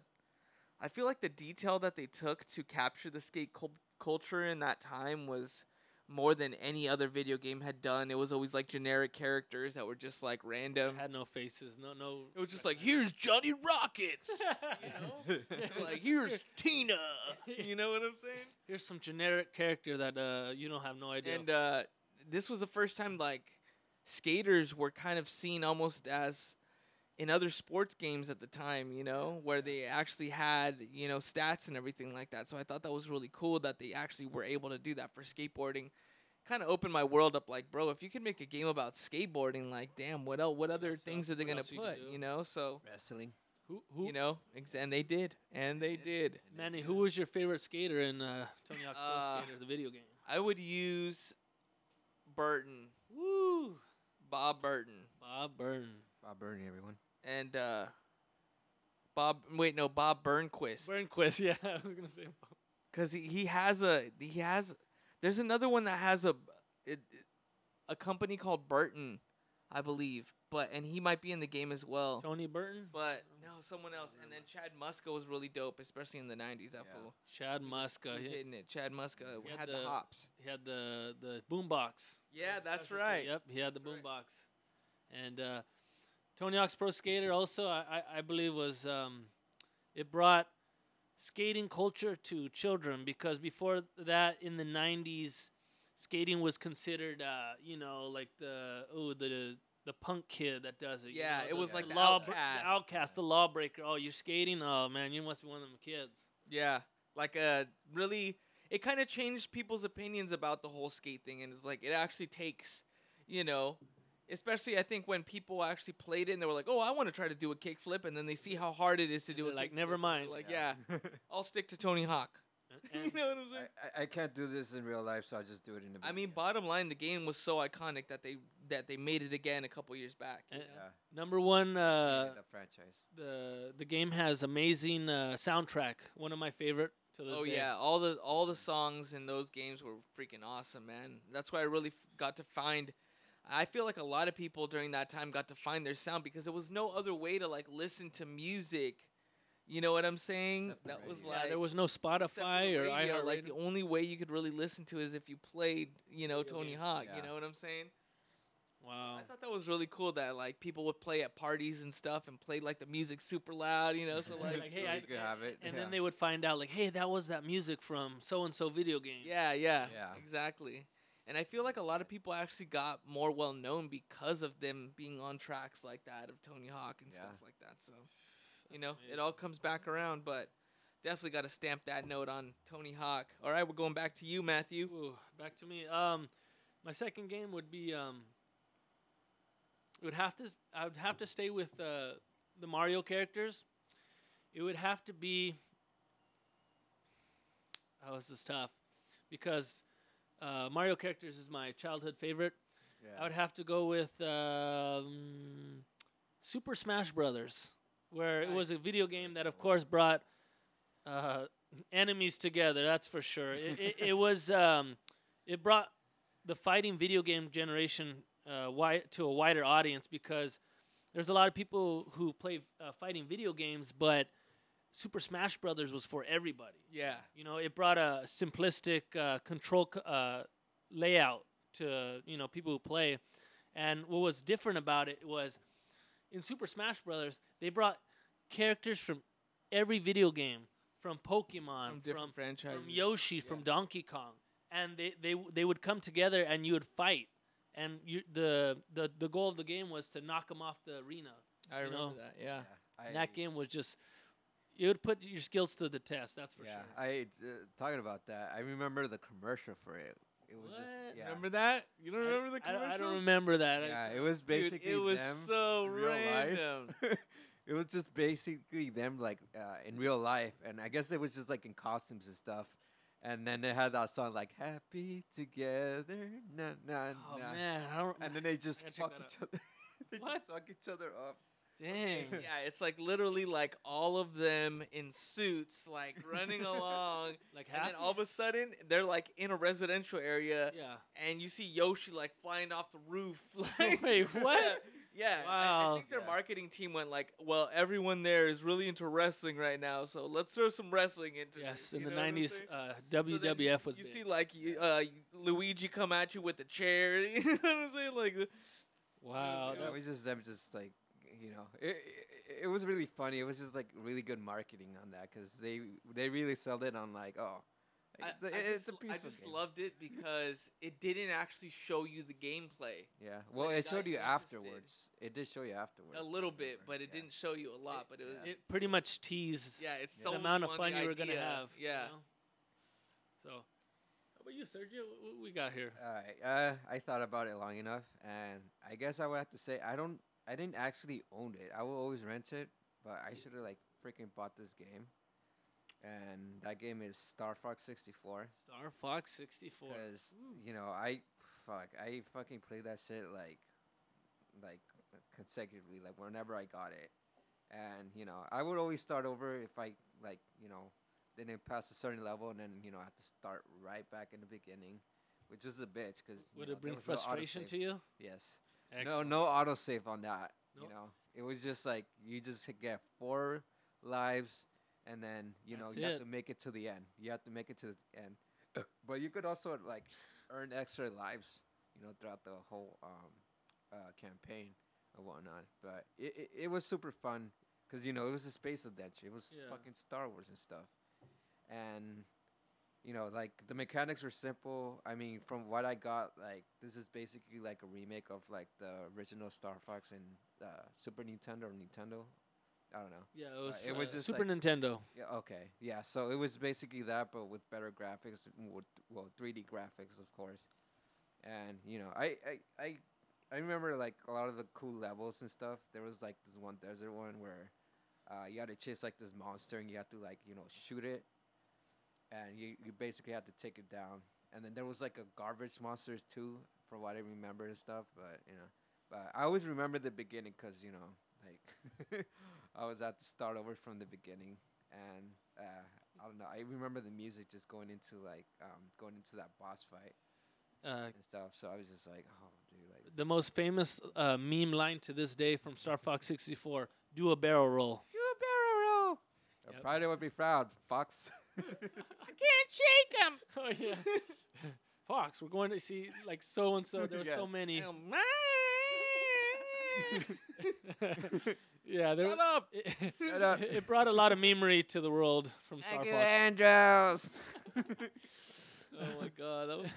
[SPEAKER 1] I feel like the detail that they took to capture the skate cul- culture in that time was more than any other video game had done. It was always like generic characters that were just like
[SPEAKER 3] It
[SPEAKER 1] random.
[SPEAKER 3] had no faces, no no.
[SPEAKER 1] It was just like, here's Johnny Rockets,
[SPEAKER 3] you know?
[SPEAKER 1] like here's Tina. You know what I'm saying?
[SPEAKER 3] Here's some generic character that uh, you don't have no idea.
[SPEAKER 1] And uh, this was the first time like skaters were kind of seen almost as in other sports games at the time, you know, where they actually had, you know, stats and everything like that. So I thought that was really cool that they actually were able to do that for skateboarding. Kind of opened my world up like, bro, if you can make a game about skateboarding, like, damn, what else, uh, what other
[SPEAKER 3] else-
[SPEAKER 1] things are they
[SPEAKER 3] what
[SPEAKER 1] going
[SPEAKER 3] else
[SPEAKER 1] to
[SPEAKER 3] you can
[SPEAKER 1] put,
[SPEAKER 3] do?
[SPEAKER 1] you know? So,
[SPEAKER 2] Wrestling.
[SPEAKER 3] who who
[SPEAKER 1] you know, ex- and they did. And they did.
[SPEAKER 3] Manny? Who was your favorite skater in uh, Tony Hawk's Pro
[SPEAKER 1] Uh,
[SPEAKER 3] Skater, the video game?
[SPEAKER 1] I would use Burton,
[SPEAKER 3] Woo!
[SPEAKER 1] Bob Burton.
[SPEAKER 3] Bob Byrne.
[SPEAKER 2] Bob Burney, everyone.
[SPEAKER 1] and uh, Bob. Wait, no, Bob Burnquist,
[SPEAKER 3] Burnquist, yeah, I was gonna say. Bob.
[SPEAKER 1] because he, he has a he has. There's another one that has a it, it- a company called Burton, I believe, but and he might be in the game as well.
[SPEAKER 3] Tony Burton.
[SPEAKER 1] But no, someone else. And then Chad Muska was really dope, especially in the '90s. That
[SPEAKER 2] Yeah.
[SPEAKER 1] fool,
[SPEAKER 3] Chad
[SPEAKER 1] He was-
[SPEAKER 3] Muska.
[SPEAKER 1] he was
[SPEAKER 3] He,
[SPEAKER 1] hitting it. Chad Muska
[SPEAKER 3] He had
[SPEAKER 1] had the,
[SPEAKER 3] the-
[SPEAKER 1] hops.
[SPEAKER 3] he had the the boombox.
[SPEAKER 1] Yeah, that's
[SPEAKER 3] Specialty,
[SPEAKER 1] right.
[SPEAKER 3] Yep, he had the
[SPEAKER 1] That's right.
[SPEAKER 3] boombox, and uh, Tony Hawk's Pro Skater also I, I, I believe was um, it brought skating culture to children because before that in the '90s, skating was considered uh, you know like the oh the the punk kid that does it. you
[SPEAKER 1] Yeah,
[SPEAKER 3] know,
[SPEAKER 1] it
[SPEAKER 3] the-
[SPEAKER 1] was
[SPEAKER 2] like the
[SPEAKER 3] lawbr-
[SPEAKER 1] outcast.
[SPEAKER 3] the outcast, the lawbreaker. Oh, you're skating. Oh man, you must be one of them kids.
[SPEAKER 1] Yeah, like uh, really, it kind of changed people's opinions about the whole skate thing, and it's like it actually takes, you know, especially I think when people actually played it and they were like, oh, I want to try to do a kickflip, and then they see how hard it is to
[SPEAKER 3] And
[SPEAKER 1] do
[SPEAKER 3] they're
[SPEAKER 1] a
[SPEAKER 3] like,
[SPEAKER 1] kickflip,
[SPEAKER 3] "Never
[SPEAKER 1] and they're
[SPEAKER 3] mind."
[SPEAKER 1] Like yeah. I'll stick to Tony Hawk.
[SPEAKER 3] And-
[SPEAKER 1] you know what I'm saying?
[SPEAKER 2] I, I, I can't do this in real life, so I just do it in a.
[SPEAKER 1] I mean,
[SPEAKER 2] video
[SPEAKER 1] bottom line, the game was so iconic that they that they made it again a couple years back. you
[SPEAKER 3] Uh,
[SPEAKER 1] know?
[SPEAKER 2] game. Yeah,
[SPEAKER 3] number one. Uh,
[SPEAKER 2] yeah, the franchise.
[SPEAKER 3] the the game has amazing uh, soundtrack. One of my favorite to this
[SPEAKER 1] Oh
[SPEAKER 3] day.
[SPEAKER 1] yeah, all the all the songs in those games were freaking awesome, man. That's why I really f- got to find. I feel like a lot of people during that time got to find their sound because there was no other way to like listen to music. You know what I'm saying?
[SPEAKER 2] Except the
[SPEAKER 1] that was
[SPEAKER 2] radio.
[SPEAKER 1] like
[SPEAKER 3] yeah, there was no
[SPEAKER 1] except for the
[SPEAKER 3] Spotify or
[SPEAKER 1] radio, Like the
[SPEAKER 3] iHeartRadio.
[SPEAKER 1] only way you could really listen to is if you played, you know,
[SPEAKER 3] Video
[SPEAKER 1] Tony
[SPEAKER 3] game.
[SPEAKER 1] Hawk. You
[SPEAKER 2] Yeah.
[SPEAKER 1] know what I'm saying?
[SPEAKER 3] Wow.
[SPEAKER 1] I thought that was really cool that like people would play at parties and stuff and play like the music super loud. You know, so like,
[SPEAKER 3] Like,
[SPEAKER 2] so
[SPEAKER 3] hey,
[SPEAKER 2] you
[SPEAKER 3] I-
[SPEAKER 2] could have it.
[SPEAKER 3] And
[SPEAKER 2] yeah.
[SPEAKER 3] then they would find out like, hey, that was that music from so and so video game.
[SPEAKER 1] Yeah, yeah,
[SPEAKER 2] Yeah.
[SPEAKER 1] exactly. And I feel like a lot of people actually got more well known because of them being on tracks like that of Tony Hawk and
[SPEAKER 2] Yeah.
[SPEAKER 1] stuff like that. So, you
[SPEAKER 3] That's
[SPEAKER 1] know, it all
[SPEAKER 3] amazing.
[SPEAKER 1] comes back around, but definitely got to stamp that note on Tony Hawk. All right, we're going back to you, Matthew.
[SPEAKER 3] Ooh, back to me. Um, my second game would be um. It would have to. s- I would have to stay with uh, the Mario characters. It would have to be. Oh, this is tough, because uh, Mario characters is my childhood favorite. I
[SPEAKER 2] Yeah.
[SPEAKER 3] would have to go with um, Super Smash Brothers, where it was a video game that, of course, brought uh, enemies together. That's for sure. It, it, it was um, it brought the fighting video game generation uh, wi- to a wider audience because there's a lot of people who play uh, fighting video games, but Super Smash Brothers was for everybody.
[SPEAKER 1] Yeah,
[SPEAKER 3] You know, it brought a simplistic uh, control c- uh, layout to you know people who play, and what was different about it was in Super Smash Brothers they brought characters from every video game, from
[SPEAKER 1] from
[SPEAKER 3] Pokemon, from
[SPEAKER 1] different
[SPEAKER 3] from,
[SPEAKER 1] franchises.
[SPEAKER 3] Yoshi, from Donkey Kong, and they they w- they would come together and you would fight, and you, the the the goal of the game was to knock them off the arena.
[SPEAKER 1] I
[SPEAKER 3] you
[SPEAKER 1] remember
[SPEAKER 3] know,
[SPEAKER 1] that. Yeah.
[SPEAKER 2] I,
[SPEAKER 3] and that game was just it would put your skills to the test. That's for
[SPEAKER 2] Yeah,
[SPEAKER 3] sure.
[SPEAKER 2] I uh, talking about that. I remember the commercial for it. It was
[SPEAKER 3] What?
[SPEAKER 2] just yeah.
[SPEAKER 1] Remember that? You don't
[SPEAKER 3] I-
[SPEAKER 1] remember the
[SPEAKER 3] I don't-
[SPEAKER 1] commercial?
[SPEAKER 3] I don't remember that. I
[SPEAKER 2] Yeah,
[SPEAKER 3] just-
[SPEAKER 2] it was
[SPEAKER 1] Dude,
[SPEAKER 2] basically
[SPEAKER 1] it was
[SPEAKER 2] them.
[SPEAKER 1] so
[SPEAKER 2] in real life.
[SPEAKER 1] random.
[SPEAKER 2] it was just basically them like uh, in real life, and I guess it was just like in costumes and stuff. And then they had that song like "Happy Together," na na
[SPEAKER 3] oh
[SPEAKER 2] na,
[SPEAKER 3] man, I don't.
[SPEAKER 2] and then they just
[SPEAKER 3] gotta check
[SPEAKER 2] fuck
[SPEAKER 3] that
[SPEAKER 2] each other. they
[SPEAKER 3] What?
[SPEAKER 2] just fuck each other up.
[SPEAKER 3] dang.
[SPEAKER 1] yeah, it's like literally like all of them in suits, like running along,
[SPEAKER 3] Like
[SPEAKER 1] and
[SPEAKER 3] half.
[SPEAKER 1] then all of a sudden they're like in a residential area,
[SPEAKER 3] yeah.
[SPEAKER 1] and you see Yoshi like flying off the roof. Like,
[SPEAKER 3] Wait, what?
[SPEAKER 1] Yeah, Yeah, I, I
[SPEAKER 3] Wow.
[SPEAKER 1] think their
[SPEAKER 2] Yeah.
[SPEAKER 1] marketing team went like, "Well, everyone there is really into wrestling right now, so let's throw some wrestling into
[SPEAKER 3] Yes,
[SPEAKER 1] it."
[SPEAKER 3] in
[SPEAKER 1] You
[SPEAKER 3] the
[SPEAKER 1] know what I'm
[SPEAKER 3] '90s,
[SPEAKER 1] saying?
[SPEAKER 3] uh,
[SPEAKER 1] So then
[SPEAKER 3] WWF
[SPEAKER 1] you,
[SPEAKER 3] was
[SPEAKER 1] You
[SPEAKER 3] big.
[SPEAKER 1] see, like you- uh, Luigi come at you with the chair. You know what I'm saying? Like,
[SPEAKER 3] wow,
[SPEAKER 1] it
[SPEAKER 2] Yeah,
[SPEAKER 3] that
[SPEAKER 2] we just them just like you know it, it, it was really funny. It was just like really good marketing on that because they they really sold it on like oh
[SPEAKER 1] I,
[SPEAKER 2] it's a-
[SPEAKER 1] I
[SPEAKER 2] it's
[SPEAKER 1] just,
[SPEAKER 2] a
[SPEAKER 1] l- I
[SPEAKER 2] peaceful
[SPEAKER 1] just
[SPEAKER 2] game.
[SPEAKER 1] loved it because it didn't actually show you the gameplay
[SPEAKER 2] yeah well
[SPEAKER 1] it
[SPEAKER 2] it
[SPEAKER 1] got
[SPEAKER 2] showed
[SPEAKER 1] you
[SPEAKER 2] you
[SPEAKER 1] interested.
[SPEAKER 2] afterwards it did show you afterwards
[SPEAKER 1] a
[SPEAKER 2] I
[SPEAKER 1] little bit,
[SPEAKER 2] remember,
[SPEAKER 1] but it
[SPEAKER 2] yeah.
[SPEAKER 1] didn't show you a lot. but it was,
[SPEAKER 2] yeah.
[SPEAKER 1] Oh, yeah,
[SPEAKER 3] it pretty much teased
[SPEAKER 1] it's
[SPEAKER 2] The
[SPEAKER 1] so
[SPEAKER 3] the amount of
[SPEAKER 1] on
[SPEAKER 3] fun
[SPEAKER 1] the
[SPEAKER 3] you were gonna
[SPEAKER 1] idea.
[SPEAKER 3] have. you
[SPEAKER 1] Yeah,
[SPEAKER 3] know? So, how about you, Sergio? What what we got here?
[SPEAKER 2] All right. Uh, I thought about it long enough, and I guess I would have to say I don't. I didn't actually own it. I will always rent it, but I should have like freaking bought this game. And that game is Star Fox
[SPEAKER 1] Uh,
[SPEAKER 2] 64.
[SPEAKER 3] Star Fox 64.
[SPEAKER 2] Because you know I fuck I fucking played that shit like like consecutively like whenever I got it, and you know I would always start over if I like you know didn't pass a certain level and then you know I have to start right back in the beginning, which was a bitch because
[SPEAKER 3] Would it bring frustration to you?
[SPEAKER 2] Yes.
[SPEAKER 3] Excellent.
[SPEAKER 2] No no autosave on that.
[SPEAKER 3] Nope.
[SPEAKER 2] You know it was just like you just hit- get four lives. And then you know
[SPEAKER 3] That's
[SPEAKER 2] you have
[SPEAKER 3] it.
[SPEAKER 2] to make it to the end. You have to make it to the end but you could also like earn extra lives, you know, throughout the whole um, uh, campaign and whatnot. But it, it, it was super fun because you know it was a space adventure. It was
[SPEAKER 3] Yeah.
[SPEAKER 2] fucking Star Wars and stuff, and you know like the mechanics were simple. I mean, from what I got, like this is basically like a remake of like the original Star Fox and uh, Super Nintendo or Nintendo. I don't know.
[SPEAKER 3] Yeah, it was,
[SPEAKER 2] it was
[SPEAKER 3] uh,
[SPEAKER 2] just
[SPEAKER 3] Super Nintendo.
[SPEAKER 2] Yeah, okay. Yeah, so it was basically that, but with better graphics, m- with well, 3D graphics, of course. And you know, I I I, I remember like a lot of the cool levels and stuff. There was like this one desert one where uh, you had to chase like this monster and you had to like you know shoot it, and you you basically had to take it down. And then there was like a garbage monsters too, from what I remember and stuff. But you know, but I always remember the beginning because you know like I was at to start over from the beginning and uh, I don't know. I remember the music just going into like um, going into that boss fight
[SPEAKER 3] Uh,
[SPEAKER 2] and stuff. So I was just like, oh, dude, like
[SPEAKER 3] the most famous uh, meme line to this day from Star Fox 64: "Do a barrel roll."
[SPEAKER 2] do a barrel roll. Uh,
[SPEAKER 3] Yep.
[SPEAKER 2] Friday would be proud, Fox.
[SPEAKER 3] oh yeah. Fox, we're going to see like so and so. There were so
[SPEAKER 2] Yes.
[SPEAKER 3] many.
[SPEAKER 1] Oh, man.
[SPEAKER 3] yeah, there.
[SPEAKER 1] Shut up.
[SPEAKER 3] It,
[SPEAKER 2] Shut up.
[SPEAKER 3] it brought a lot of memery to the world from Star
[SPEAKER 2] Thank you,
[SPEAKER 3] Fox.
[SPEAKER 2] Andrews.
[SPEAKER 1] Oh my god, that was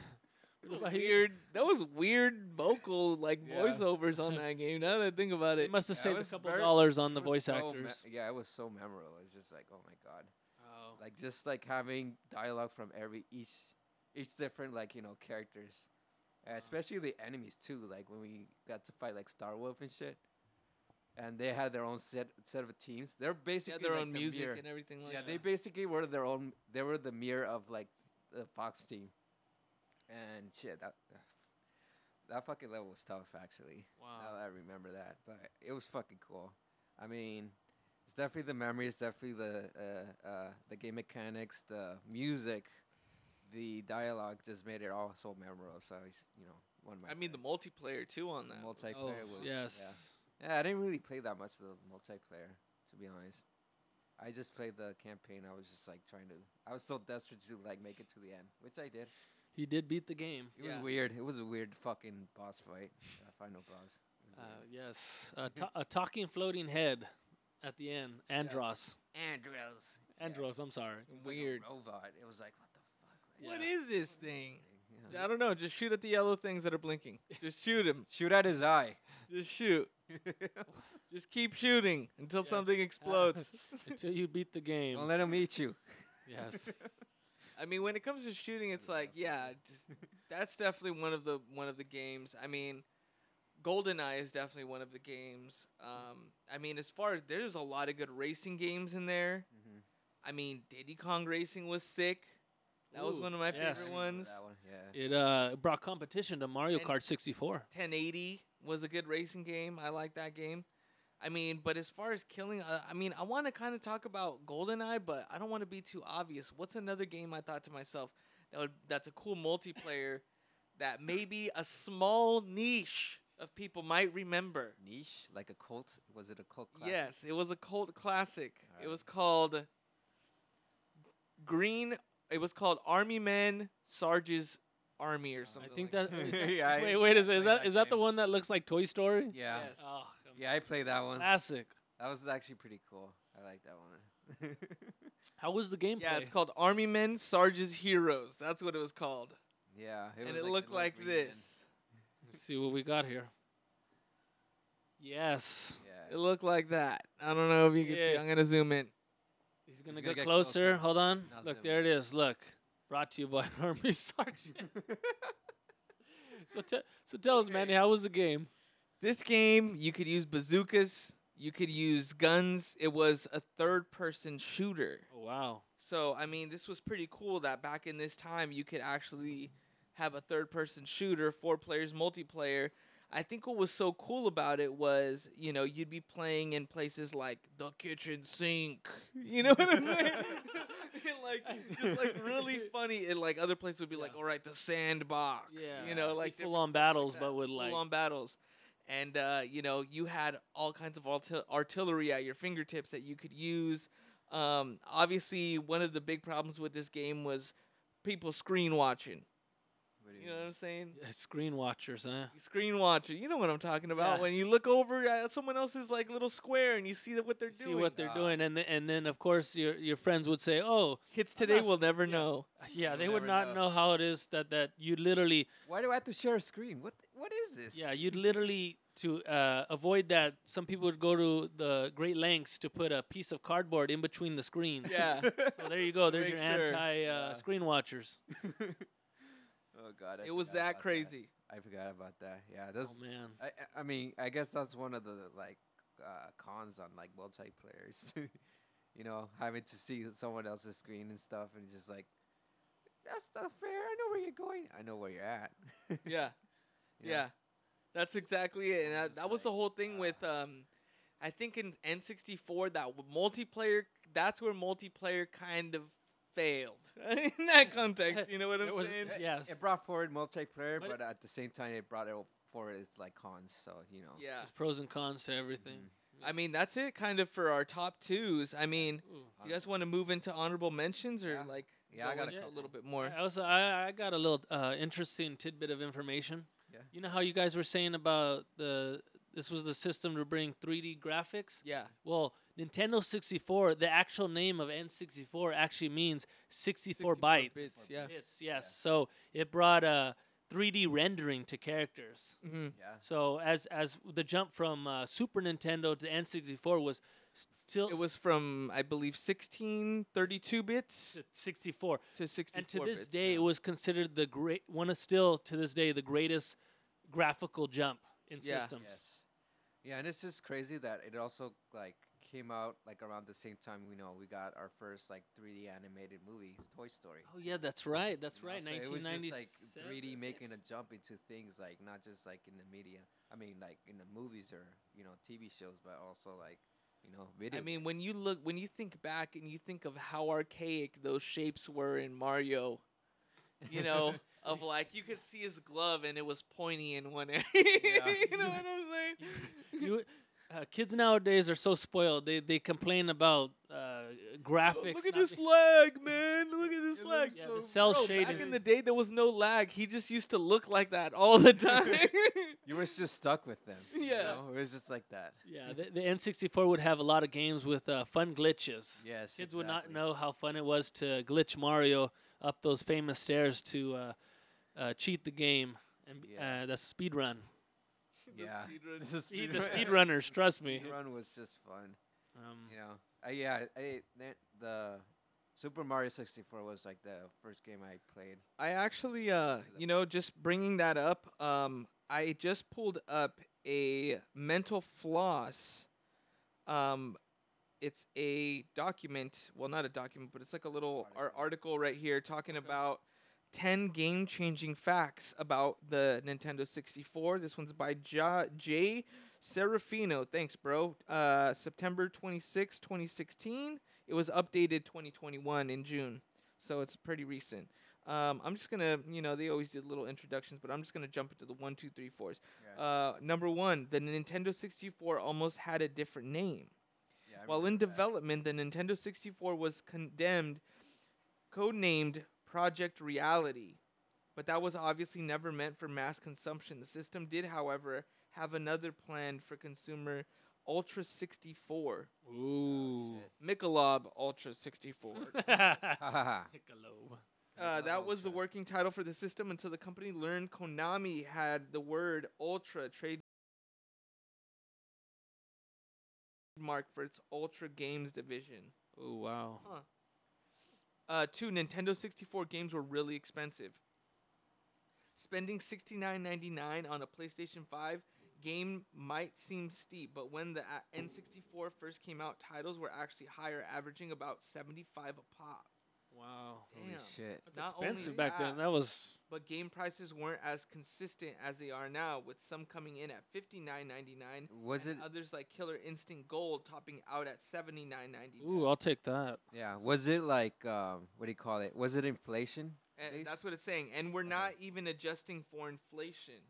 [SPEAKER 3] What about you?
[SPEAKER 1] weird. That was weird vocal like
[SPEAKER 2] Yeah.
[SPEAKER 1] voiceovers on that game. Now that I think about
[SPEAKER 3] They
[SPEAKER 1] it,
[SPEAKER 3] must have
[SPEAKER 2] Yeah, it
[SPEAKER 3] saved a
[SPEAKER 2] was
[SPEAKER 3] couple
[SPEAKER 2] very-
[SPEAKER 3] dollars on
[SPEAKER 2] It
[SPEAKER 3] the
[SPEAKER 2] was
[SPEAKER 3] voice
[SPEAKER 2] so me-
[SPEAKER 3] actors.
[SPEAKER 2] yeah, it was so memorable. It's just like, oh my god,
[SPEAKER 3] oh.
[SPEAKER 2] like just like having dialogue from every each each different like you know characters, Uh,
[SPEAKER 1] Uh-huh.
[SPEAKER 2] especially the enemies too. Like when we got to fight like Star Wolf and shit, and they had their own set set of teams. They're
[SPEAKER 1] they
[SPEAKER 2] basically
[SPEAKER 1] had their
[SPEAKER 2] like
[SPEAKER 1] own
[SPEAKER 2] the
[SPEAKER 1] music
[SPEAKER 2] mirror.
[SPEAKER 1] and everything like
[SPEAKER 2] yeah,
[SPEAKER 1] that.
[SPEAKER 2] they basically were their own. They were the mirror of like the Fox team, and shit that that fucking level was tough actually.
[SPEAKER 1] Um,
[SPEAKER 2] Now
[SPEAKER 3] wow.
[SPEAKER 2] that I remember that, but it was fucking cool. I mean, it's definitely the memories, definitely the uh, uh, the game mechanics, the music, the dialogue just made it all so memorable. So it's, you know, one of my.
[SPEAKER 1] I mean the
[SPEAKER 2] favorites.
[SPEAKER 1] multiplayer too on that. was-
[SPEAKER 3] Oh,
[SPEAKER 2] multiplayer was
[SPEAKER 3] yes.
[SPEAKER 2] Yeah. Yeah, I didn't really play that much of the multiplayer, to be honest. I just played the campaign. I was just like trying to. I was so desperate to like make it to the end, which I did.
[SPEAKER 3] He did beat the game.
[SPEAKER 2] It
[SPEAKER 1] Yeah.
[SPEAKER 2] was weird. It was a weird fucking boss fight, uh, final boss. It was
[SPEAKER 3] Uh,
[SPEAKER 2] weird.
[SPEAKER 3] yes, a, to- a talking floating head at the end. Andros.
[SPEAKER 2] Andrews. Yeah.
[SPEAKER 3] Andros, I'm sorry.
[SPEAKER 2] It was like a
[SPEAKER 1] Weird.
[SPEAKER 2] robot. It was like what the fuck. Like,
[SPEAKER 1] What
[SPEAKER 3] Yeah.
[SPEAKER 1] is this thing?
[SPEAKER 2] thing? Yeah.
[SPEAKER 1] I don't know. Just shoot at the yellow things that are blinking. Just shoot him.
[SPEAKER 2] Shoot at his eye.
[SPEAKER 1] Just shoot. Just keep shooting until
[SPEAKER 3] Yes.
[SPEAKER 1] something explodes.
[SPEAKER 3] Until you beat the game.
[SPEAKER 2] Don't let him eat you.
[SPEAKER 3] yes.
[SPEAKER 1] I mean, when it comes to shooting, it's like, yeah, just, that's definitely one of the one of the games. I mean, GoldenEye is definitely one of the games. Um, I mean, as far as there's a lot of good racing games in there.
[SPEAKER 2] Mm-hmm.
[SPEAKER 1] I mean, Diddy Kong Racing was sick. That was
[SPEAKER 3] Ooh,
[SPEAKER 1] one of my
[SPEAKER 3] yes.
[SPEAKER 1] favorite
[SPEAKER 2] Remember
[SPEAKER 1] ones.
[SPEAKER 2] That one. Yeah.
[SPEAKER 3] It uh, brought competition to Mario
[SPEAKER 1] And-
[SPEAKER 3] Kart 64.
[SPEAKER 1] 1080 was a good racing game. I like that game. I mean, but as far as killing, uh, I mean, I want to kind of talk about GoldenEye, but I don't want to be too obvious. What's another game I thought to myself that would that's a cool multiplayer that maybe a small niche of people might remember.
[SPEAKER 2] Niche, like a cult. Was it a cult? Classic?
[SPEAKER 1] Yes, it was a cult classic. It
[SPEAKER 2] Alright.
[SPEAKER 1] was called Green. It was called Army Men Sarge's Army or
[SPEAKER 3] I
[SPEAKER 1] something.
[SPEAKER 3] think
[SPEAKER 1] like
[SPEAKER 3] that, is that
[SPEAKER 2] Yeah, I
[SPEAKER 3] wait wait is,
[SPEAKER 2] like
[SPEAKER 3] is that
[SPEAKER 2] that
[SPEAKER 3] is that the
[SPEAKER 2] game.
[SPEAKER 3] one that looks like Toy Story?
[SPEAKER 2] Yeah.
[SPEAKER 1] Yes.
[SPEAKER 3] Oh,
[SPEAKER 2] Yeah, I played that one.
[SPEAKER 3] classic.
[SPEAKER 2] That was actually pretty cool. I like that one.
[SPEAKER 3] How was the gameplay?
[SPEAKER 1] Yeah, it's called Army Men Sarge's Heroes. That's what it was called,
[SPEAKER 2] yeah.
[SPEAKER 1] and
[SPEAKER 2] was
[SPEAKER 1] it
[SPEAKER 2] the
[SPEAKER 1] looked
[SPEAKER 2] little
[SPEAKER 1] like
[SPEAKER 2] green man.
[SPEAKER 1] this.
[SPEAKER 3] Let's see what we got here. Yes.
[SPEAKER 2] Yeah.
[SPEAKER 1] It looked like that. I don't know if you can see.
[SPEAKER 3] Yeah.
[SPEAKER 1] I'm gonna zoom in.
[SPEAKER 3] He's gonna,
[SPEAKER 2] gonna
[SPEAKER 3] get,
[SPEAKER 2] get
[SPEAKER 3] closer.
[SPEAKER 2] closer.
[SPEAKER 3] Hold on.
[SPEAKER 2] Now
[SPEAKER 3] Look,
[SPEAKER 2] zoom
[SPEAKER 3] there it is. Look. Brought to you by an Army Sergeant. so, te- so tell us, Manny, how was the game?
[SPEAKER 1] This game, you could use bazookas, you could use guns. It was a third-person shooter.
[SPEAKER 3] Oh, wow.
[SPEAKER 1] So I mean, this was pretty cool that back in this time you could actually have a third-person shooter, four players multiplayer. I think what was so cool about it was, you know, you'd be playing in places like the kitchen sink. You know what I'm saying? And, like just like really funny. And like other places would be like,
[SPEAKER 3] Yeah.
[SPEAKER 1] all right, the sandbox.
[SPEAKER 3] Yeah.
[SPEAKER 1] You know,
[SPEAKER 2] Yeah.
[SPEAKER 1] like
[SPEAKER 3] full
[SPEAKER 1] different
[SPEAKER 3] on battles,
[SPEAKER 1] that.
[SPEAKER 3] but with like.
[SPEAKER 1] full on battles. And uh, you know, you had all kinds of artil- artillery at your fingertips that you could use. Um, obviously, one of the big problems with this game was people screen watching.
[SPEAKER 2] What do
[SPEAKER 1] You know what I'm saying?
[SPEAKER 3] Yeah, Screen watchers, huh?
[SPEAKER 1] Screen watching. You know what I'm talking about.
[SPEAKER 3] Yeah.
[SPEAKER 1] When you look over at someone else's like little square and you see that what they're
[SPEAKER 3] See
[SPEAKER 1] doing.
[SPEAKER 3] what they're
[SPEAKER 2] Ah.
[SPEAKER 3] doing, and th- and then of course your your friends would say, "Oh,
[SPEAKER 1] Kids
[SPEAKER 3] I'm not
[SPEAKER 1] today
[SPEAKER 3] s-
[SPEAKER 1] will never
[SPEAKER 3] yeah.
[SPEAKER 1] know.
[SPEAKER 3] yeah,
[SPEAKER 2] You'll
[SPEAKER 3] they would
[SPEAKER 2] never
[SPEAKER 3] not
[SPEAKER 2] know."
[SPEAKER 3] know how it is that that you literally
[SPEAKER 2] Why do I have to share a screen? What What is this?
[SPEAKER 3] Yeah, you'd literally to uh, avoid that. Some people would go to the great lengths to put a piece of cardboard in between the screens.
[SPEAKER 1] Yeah.
[SPEAKER 3] So there you go. There's
[SPEAKER 1] Make
[SPEAKER 3] your
[SPEAKER 1] sure.
[SPEAKER 3] anti uh,
[SPEAKER 2] Yeah.
[SPEAKER 3] screen watchers.
[SPEAKER 2] oh God. I
[SPEAKER 1] it was
[SPEAKER 2] forgot about
[SPEAKER 1] that crazy.
[SPEAKER 2] I forgot about that. Yeah.
[SPEAKER 3] Oh
[SPEAKER 2] That's.
[SPEAKER 3] man.
[SPEAKER 2] I I- I mean, I guess that's one of the like uh, cons on like multiplayers. you know, having to see someone else's screen and stuff, and just like, that's not fair. I know where you're going. I know where you're at. You know?
[SPEAKER 1] Yeah. Yeah. That's exactly it. And
[SPEAKER 2] I was
[SPEAKER 1] that,
[SPEAKER 2] just
[SPEAKER 1] that was the
[SPEAKER 2] like,
[SPEAKER 1] whole thing
[SPEAKER 2] uh,
[SPEAKER 1] with um I think in N64 that w- multiplayer that's where multiplayer kind of failed. in that context, you know what
[SPEAKER 3] It
[SPEAKER 1] I'm
[SPEAKER 3] was-
[SPEAKER 1] saying?
[SPEAKER 2] It-
[SPEAKER 3] Yes.
[SPEAKER 2] It brought forward multiplayer,
[SPEAKER 3] But it-
[SPEAKER 2] but, at the same time, it brought it forward its like cons. So you know.
[SPEAKER 1] Yeah.
[SPEAKER 3] There's pros and cons to everything.
[SPEAKER 1] I mean, that's it kind of for our top 2s. I mean,
[SPEAKER 3] Ooh.
[SPEAKER 1] do you guys want to move into honorable mentions or
[SPEAKER 2] Yeah.
[SPEAKER 1] like
[SPEAKER 2] Yeah, I
[SPEAKER 1] go
[SPEAKER 2] got a
[SPEAKER 1] into
[SPEAKER 2] couple.
[SPEAKER 1] little bit more?
[SPEAKER 3] I also I, I got a little uh, interesting tidbit of information.
[SPEAKER 2] Yeah.
[SPEAKER 3] You know how you guys were saying about the this was the system to bring 3D graphics.
[SPEAKER 1] Yeah.
[SPEAKER 3] Well, Nintendo 64, the actual name of N64 actually means 64,
[SPEAKER 1] 64
[SPEAKER 3] bytes.
[SPEAKER 1] bits,
[SPEAKER 2] Or
[SPEAKER 1] yeah.
[SPEAKER 3] Hits, yes. So it brought uh, 3D rendering to characters.
[SPEAKER 1] hmm
[SPEAKER 2] Yeah.
[SPEAKER 3] So as as the jump from uh, Super Nintendo to N64 was still
[SPEAKER 1] It was from I believe 16 32 bits
[SPEAKER 3] s- 64,
[SPEAKER 1] to 64
[SPEAKER 3] and to this
[SPEAKER 1] bits,
[SPEAKER 3] day
[SPEAKER 1] yeah.
[SPEAKER 3] it was considered the great one is still to this day the greatest graphical jump in
[SPEAKER 1] Yeah.
[SPEAKER 3] systems.
[SPEAKER 2] Yes. Yeah, and it's just crazy that it also like came out like around the same time we know we got our first like 3D animated movie, it's Toy Story.
[SPEAKER 3] Oh yeah, that's right. That's
[SPEAKER 2] you know?
[SPEAKER 3] right.
[SPEAKER 2] So
[SPEAKER 3] 1990s.
[SPEAKER 2] It was just like 3D making a jump into things like not just like in the media. I mean, like in the movies or you know TV shows, but also like you know video.
[SPEAKER 1] I mean, when you look, when you think back and you think of how archaic those shapes were in Mario, you know, of like you could see his glove and it was pointy in one area. you know what I'm saying?
[SPEAKER 3] you, uh, kids nowadays are so spoiled. They they complain about uh,
[SPEAKER 1] Oh,
[SPEAKER 3] graphics.
[SPEAKER 1] Look at
[SPEAKER 3] not
[SPEAKER 1] this
[SPEAKER 3] being-
[SPEAKER 1] lag, man! Look at this
[SPEAKER 2] It
[SPEAKER 1] lag.
[SPEAKER 2] looks
[SPEAKER 3] Yeah, the
[SPEAKER 1] So-
[SPEAKER 3] cell
[SPEAKER 1] Bro,
[SPEAKER 3] shading.
[SPEAKER 1] back in the day, there was no lag. He just used to look like that all the time.
[SPEAKER 2] you were just stuck with them.
[SPEAKER 1] Yeah.
[SPEAKER 2] you know? it was just like that.
[SPEAKER 3] yeah, the, the N64 would have a lot of games with uh, fun glitches.
[SPEAKER 2] Yes,
[SPEAKER 3] Kids would not
[SPEAKER 2] exactly.
[SPEAKER 3] know how fun it was to glitch Mario up those famous stairs to uh, uh, cheat the game, and
[SPEAKER 2] Yeah.
[SPEAKER 3] uh, that's speed run.
[SPEAKER 1] The
[SPEAKER 2] Yeah,
[SPEAKER 1] speedrun.
[SPEAKER 2] the
[SPEAKER 3] Speed, the
[SPEAKER 2] speedrun-
[SPEAKER 3] speedrunners, trust me.
[SPEAKER 2] Speedrun was just fun.
[SPEAKER 3] Um,
[SPEAKER 2] you know, uh, yeah, I, that- the Super Mario 64 was like the first game I played.
[SPEAKER 1] I actually, uh, you know, just bringing that up, um, I just pulled up a mental floss. Um, it's a document, well, not a document, but it's like a little ar-
[SPEAKER 2] Article.
[SPEAKER 1] article right here talking about 10 game changing facts about the Nintendo 64. This one's by ja- Jay Serafino. Thanks, bro. Uh, September 26, 2016. It was updated 2021 in June, so it's pretty recent. Um, I'm just gonna, you know, they always did little introductions, but I'm just gonna jump into the one, two, three, fours.
[SPEAKER 2] Yeah.
[SPEAKER 1] Uh, number one, the Nintendo 64 almost had a different name.
[SPEAKER 2] yeah, I
[SPEAKER 1] While in
[SPEAKER 2] remember that.
[SPEAKER 1] development, the Nintendo 64 was condemned, codenamed Project Reality, but that was obviously never meant for mass consumption. The system did, however, have another plan for consumer Ultra 64,
[SPEAKER 3] Ooh.
[SPEAKER 2] Oh, shit.
[SPEAKER 1] Michelob Ultra 64.
[SPEAKER 2] Ha, ha, ha.
[SPEAKER 3] Michelob.
[SPEAKER 1] uh, that
[SPEAKER 2] Michelob
[SPEAKER 1] was the
[SPEAKER 2] Ultra.
[SPEAKER 1] working title for the system until the company learned Konami had the word Ultra trademark for its Ultra Games division.
[SPEAKER 3] Oh wow.
[SPEAKER 1] Uh, two Nintendo 64 games were really expensive. Spending $69.99 on a PlayStation 5 game might seem steep, but when the a- N64 first came out, titles were actually higher, averaging about 75 a pop.
[SPEAKER 3] Wow.
[SPEAKER 2] Holy
[SPEAKER 1] Damn.
[SPEAKER 2] shit.
[SPEAKER 3] That's
[SPEAKER 1] Not only
[SPEAKER 3] expensive back then.
[SPEAKER 1] that-
[SPEAKER 3] That was
[SPEAKER 1] But game prices weren't as consistent as they are now, with some coming in at $59.99
[SPEAKER 2] Was it?
[SPEAKER 1] and others like Killer Instinct Gold topping out at $79.99.
[SPEAKER 3] Ooh, I'll take that.
[SPEAKER 2] Yeah. Was it like um, what do you call it? Was it inflation?
[SPEAKER 1] And
[SPEAKER 2] Base?
[SPEAKER 1] that's what it's saying. And we're
[SPEAKER 2] Okay.
[SPEAKER 1] not even adjusting for inflation.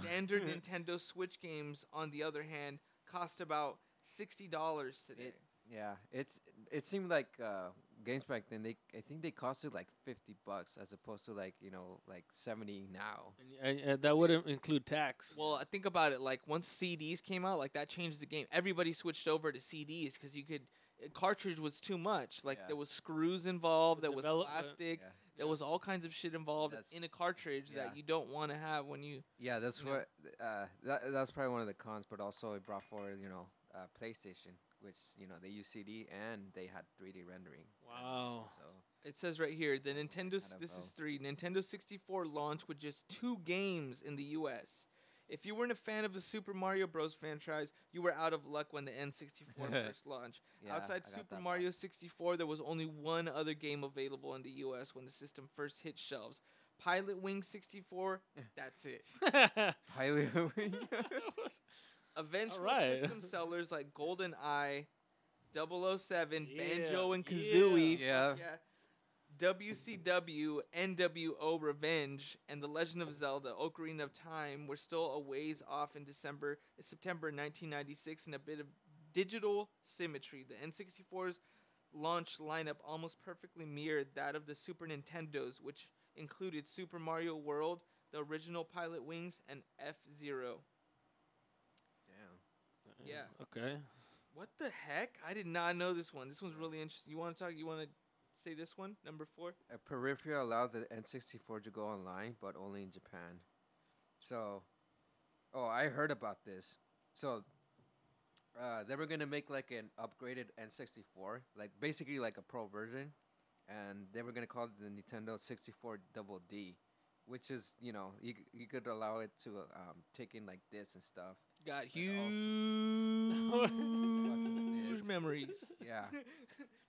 [SPEAKER 1] Standard Nintendo Switch games, on the other hand, cost about sixty dollars today.
[SPEAKER 2] Yeah. It's. It seemed like uh, games back then. They. I think they costed like fifty bucks as opposed to like you know like seventy now.
[SPEAKER 3] And, y- and, and that wouldn't include tax.
[SPEAKER 1] well, I think about it. Like once CDs came out, like that changed the game. Everybody switched over to CDs because you could. a Cartridge was too much. Like
[SPEAKER 2] Yeah.
[SPEAKER 1] there was screws involved.
[SPEAKER 3] The
[SPEAKER 1] There was
[SPEAKER 3] development-
[SPEAKER 1] plastic.
[SPEAKER 2] Yeah.
[SPEAKER 1] There was all kinds of shit involved in a
[SPEAKER 2] That's-
[SPEAKER 1] cartridge
[SPEAKER 2] yeah.
[SPEAKER 1] that you don't want to have when you.
[SPEAKER 2] Yeah, that's
[SPEAKER 1] you know.
[SPEAKER 2] what uh, that that's probably one of the cons, but also it brought forward, you know, uh, PlayStation, which you know they use CD and they had 3D rendering. animation,
[SPEAKER 3] Wow.
[SPEAKER 2] So
[SPEAKER 1] It says right here the Nintendo. s-
[SPEAKER 2] Kind of
[SPEAKER 1] This is
[SPEAKER 2] both.
[SPEAKER 1] three. Nintendo 64 launched with just two games in the U.S. If you weren't a fan of the Super Mario Bros. franchise, you were out of luck when the N64 first launched.
[SPEAKER 2] yeah,
[SPEAKER 1] Outside
[SPEAKER 2] I got that
[SPEAKER 1] Super
[SPEAKER 2] part.
[SPEAKER 1] Mario 64, there was only one other game available in the U.S. when the system first hit shelves. Pilot Wing 64. That's it.
[SPEAKER 3] That
[SPEAKER 2] highly.
[SPEAKER 3] was-
[SPEAKER 1] Eventual
[SPEAKER 3] right.
[SPEAKER 1] system sellers like Golden Eye, 007,
[SPEAKER 3] Yeah,
[SPEAKER 1] Banjo and
[SPEAKER 3] yeah.
[SPEAKER 1] Kazooie.
[SPEAKER 2] yeah,
[SPEAKER 1] Yeah. WCW, NWO Revenge, and The Legend of Zelda: Ocarina of Time were still a ways off in December, September 1996, and a bit of digital symmetry. The N64's launch lineup almost perfectly mirrored that of the Super Nintendo's, which included Super Mario World, the original Pilot Wings, and F Zero.
[SPEAKER 2] damn.
[SPEAKER 3] Uh-uh.
[SPEAKER 1] Yeah.
[SPEAKER 3] Okay.
[SPEAKER 1] What the heck? I did not know this one. This one's really interesting. You want to talk? You want to say this one? Number four.
[SPEAKER 2] A Uh, peripheral allowed the N64 to go online, but only in Japan. So, oh, I heard about this. So, uh, they were gonna make like an upgraded N64, like basically like a pro version, and they were gonna call it the Nintendo 64 Double D, which is you know you, c- you could allow it to um, take in like this and stuff.
[SPEAKER 1] Got
[SPEAKER 3] Fucking
[SPEAKER 1] huge
[SPEAKER 2] discs.
[SPEAKER 1] memories.
[SPEAKER 2] Yeah.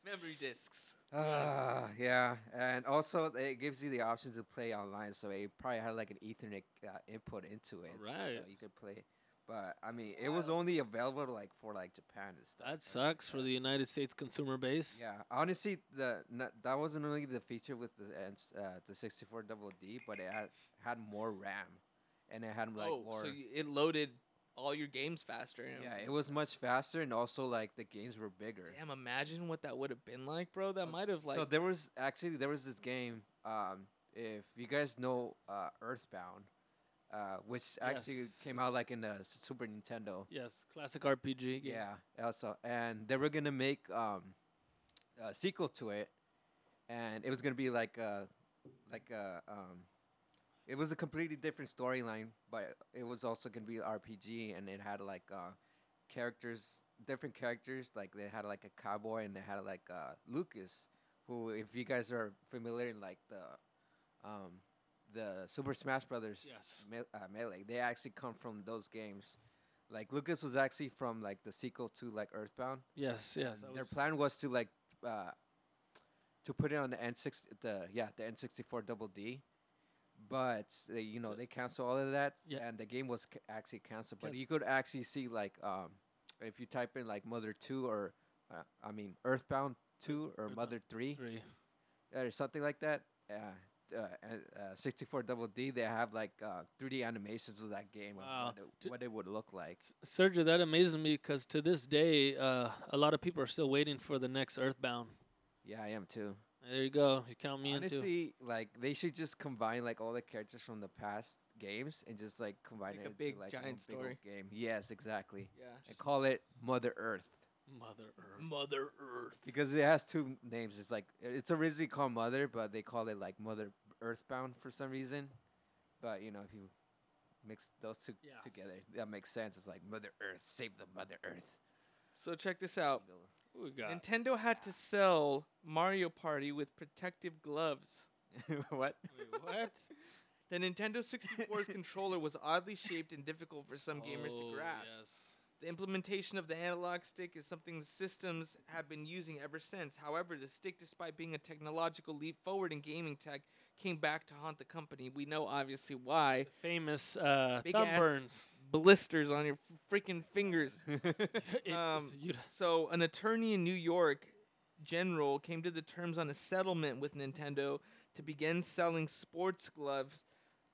[SPEAKER 1] Memory discs.
[SPEAKER 2] Ah, yeah, and also it gives you the option to play online, so it probably had like an Ethernet uh, input into it,
[SPEAKER 3] Right.
[SPEAKER 2] So you could play, but I mean, it was only available like for like Japan and stuff.
[SPEAKER 3] That
[SPEAKER 2] and-
[SPEAKER 3] sucks for the United States consumer base.
[SPEAKER 2] Yeah, honestly, the n that wasn't really the feature with the N- uh, the 64 Double D, but it had had more RAM, and it had like
[SPEAKER 1] oh,
[SPEAKER 2] more.
[SPEAKER 1] so y- it loaded all your games faster. and
[SPEAKER 2] yeah,
[SPEAKER 1] everything.
[SPEAKER 2] it was much faster, and also like the games were bigger.
[SPEAKER 1] Damn, imagine what that would have been like, bro. That
[SPEAKER 2] So-
[SPEAKER 1] might have like.
[SPEAKER 2] so there was actually there was this game. Um, if you guys know uh, Earthbound, uh, which actually
[SPEAKER 3] Yes,
[SPEAKER 2] came out like in the S- Super Nintendo.
[SPEAKER 3] Yes. Classic RPG game.
[SPEAKER 2] Yeah. Also, and they were gonna make um, a sequel to it, and it was gonna be like a like a um, it was a completely different storyline, but it was also gonna be RPG, and it had like uh, characters, different characters. Like they had like a cowboy, and they had like uh, Lucas, who, if you guys are familiar in like the um, the Super Smash Brothers
[SPEAKER 3] Yes.
[SPEAKER 2] me- uh, Melee. They actually come from those games. Like Lucas was actually from like the sequel to like Earthbound.
[SPEAKER 3] Yes. Yes.
[SPEAKER 2] And
[SPEAKER 3] that
[SPEAKER 2] Their
[SPEAKER 3] was-
[SPEAKER 2] plan was to like uh, to put it on the N six the yeah the N sixty four double D, but they, you know
[SPEAKER 3] So-
[SPEAKER 2] they canceled all of that
[SPEAKER 3] Yeah.
[SPEAKER 2] and the game was ca- actually canceled. But you could actually see like um if you type in like Mother two or uh, I mean Earthbound two or
[SPEAKER 3] Earthbound
[SPEAKER 2] Mother three
[SPEAKER 3] three.
[SPEAKER 2] or something like that. Yeah, uh, an- uh, 64 Double D, they have like uh, 3D animations of that game
[SPEAKER 3] Wow.
[SPEAKER 2] of what
[SPEAKER 3] T-
[SPEAKER 2] it, what it would look like.
[SPEAKER 3] Sergio, that amazes me because to this day, uh, a lot of people are still waiting for the next Earthbound.
[SPEAKER 2] Yeah, I am too.
[SPEAKER 3] There you go. You count me into.
[SPEAKER 2] Honestly, like they should just combine like all the characters from the past games and just like combine
[SPEAKER 1] Make
[SPEAKER 2] it
[SPEAKER 1] a
[SPEAKER 2] into
[SPEAKER 1] big
[SPEAKER 2] like
[SPEAKER 1] giant
[SPEAKER 2] one big old
[SPEAKER 1] story.
[SPEAKER 2] game. Yes, exactly.
[SPEAKER 1] Yeah.
[SPEAKER 2] And call it Mother Earth
[SPEAKER 3] Mother Earth.
[SPEAKER 1] Mother Earth.
[SPEAKER 2] because it has two names. It's like it's originally called Mother, but they call it like Mother Earthbound for some reason. But you know, if you mix those two
[SPEAKER 3] Yeah.
[SPEAKER 2] together, that makes sense. It's like Mother Earth, save the Mother Earth.
[SPEAKER 1] So check this out.
[SPEAKER 3] Who we got?
[SPEAKER 1] Nintendo had to sell Mario Party with protective gloves.
[SPEAKER 2] what?
[SPEAKER 3] Wait, what?
[SPEAKER 1] The Nintendo 64's controller was oddly shaped and difficult for some gamers to
[SPEAKER 3] Oh,
[SPEAKER 1] grasp.
[SPEAKER 3] Yes.
[SPEAKER 1] The implementation of the analog stick is something the systems have been using ever since. However, the stick, despite being a technological leap forward in gaming tech, came back to haunt the company. We know obviously why.
[SPEAKER 3] The famous uh,
[SPEAKER 1] Big
[SPEAKER 3] thumb
[SPEAKER 1] ass-
[SPEAKER 3] burns.
[SPEAKER 1] Blisters on your freaking fingers.
[SPEAKER 3] It-
[SPEAKER 1] Um,
[SPEAKER 3] you'd-
[SPEAKER 1] So, an attorney in New York general came to the terms on a settlement with Nintendo to begin selling sports gloves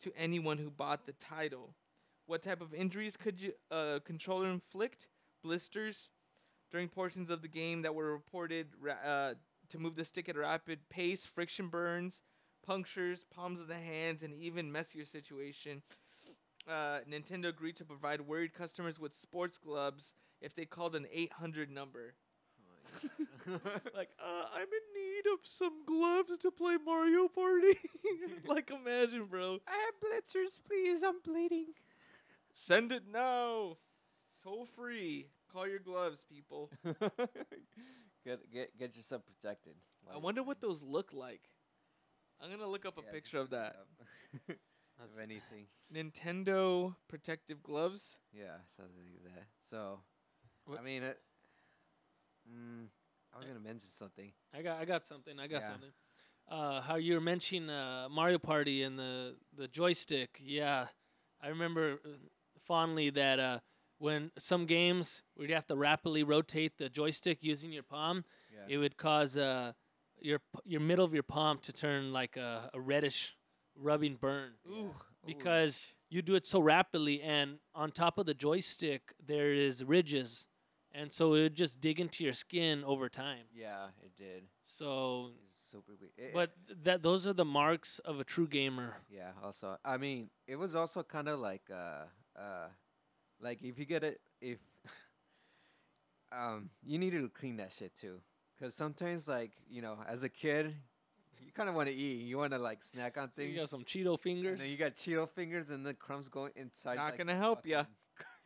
[SPEAKER 1] to anyone who bought the title. What type of injuries could you, uh, controller inflict? Blisters during portions of the game that were reported ra- uh, to move the stick at a rapid pace, friction burns, punctures, palms of the hands, and even messier situation. Uh, Nintendo agreed to provide worried customers with sports gloves if they called an 800 number. Like, uh, I'm in need of some gloves to play Mario Party. like, imagine, bro.
[SPEAKER 2] I have blitzers, please. I'm bleeding.
[SPEAKER 1] Send it now. Toll free. Call your gloves, people.
[SPEAKER 2] get get get yourself protected.
[SPEAKER 1] I wonder what those look like. I'm gonna look up a picture of that.
[SPEAKER 2] if
[SPEAKER 3] that's-
[SPEAKER 2] anything,
[SPEAKER 1] Nintendo protective gloves.
[SPEAKER 2] yeah, something like that. So,
[SPEAKER 3] What-
[SPEAKER 2] I mean, it, mm, I was gonna mention something.
[SPEAKER 3] I got I got something. I got
[SPEAKER 2] Yeah.
[SPEAKER 3] something. Uh, how you were mentioning uh, Mario Party and the the joystick? Yeah, I remember uh, fondly that uh, when some games where you have to rapidly rotate the joystick using your palm,
[SPEAKER 2] Yeah.
[SPEAKER 3] it would cause uh, your p- your middle of your palm to turn like a, a reddish, rubbing burn.
[SPEAKER 1] Ooh.
[SPEAKER 3] because you do it so rapidly and on top of the joystick there is ridges and so it would just dig into your skin over time
[SPEAKER 2] yeah, it did.
[SPEAKER 3] so
[SPEAKER 2] It was super weird. It-
[SPEAKER 3] but that those are the marks of a true gamer
[SPEAKER 2] yeah, also, I mean, it was also kind of like uh uh, like if you get it, if um, you needed to clean that shit too, because sometimes like you know, as a kid, you kind of want to eat, you want to like snack on
[SPEAKER 3] so you
[SPEAKER 2] things.
[SPEAKER 3] got some cheeto fingers
[SPEAKER 2] And then you got Cheeto fingers and the crumbs going inside.
[SPEAKER 1] Not
[SPEAKER 2] like,
[SPEAKER 1] gonna
[SPEAKER 2] the
[SPEAKER 1] help ya.
[SPEAKER 2] fucking-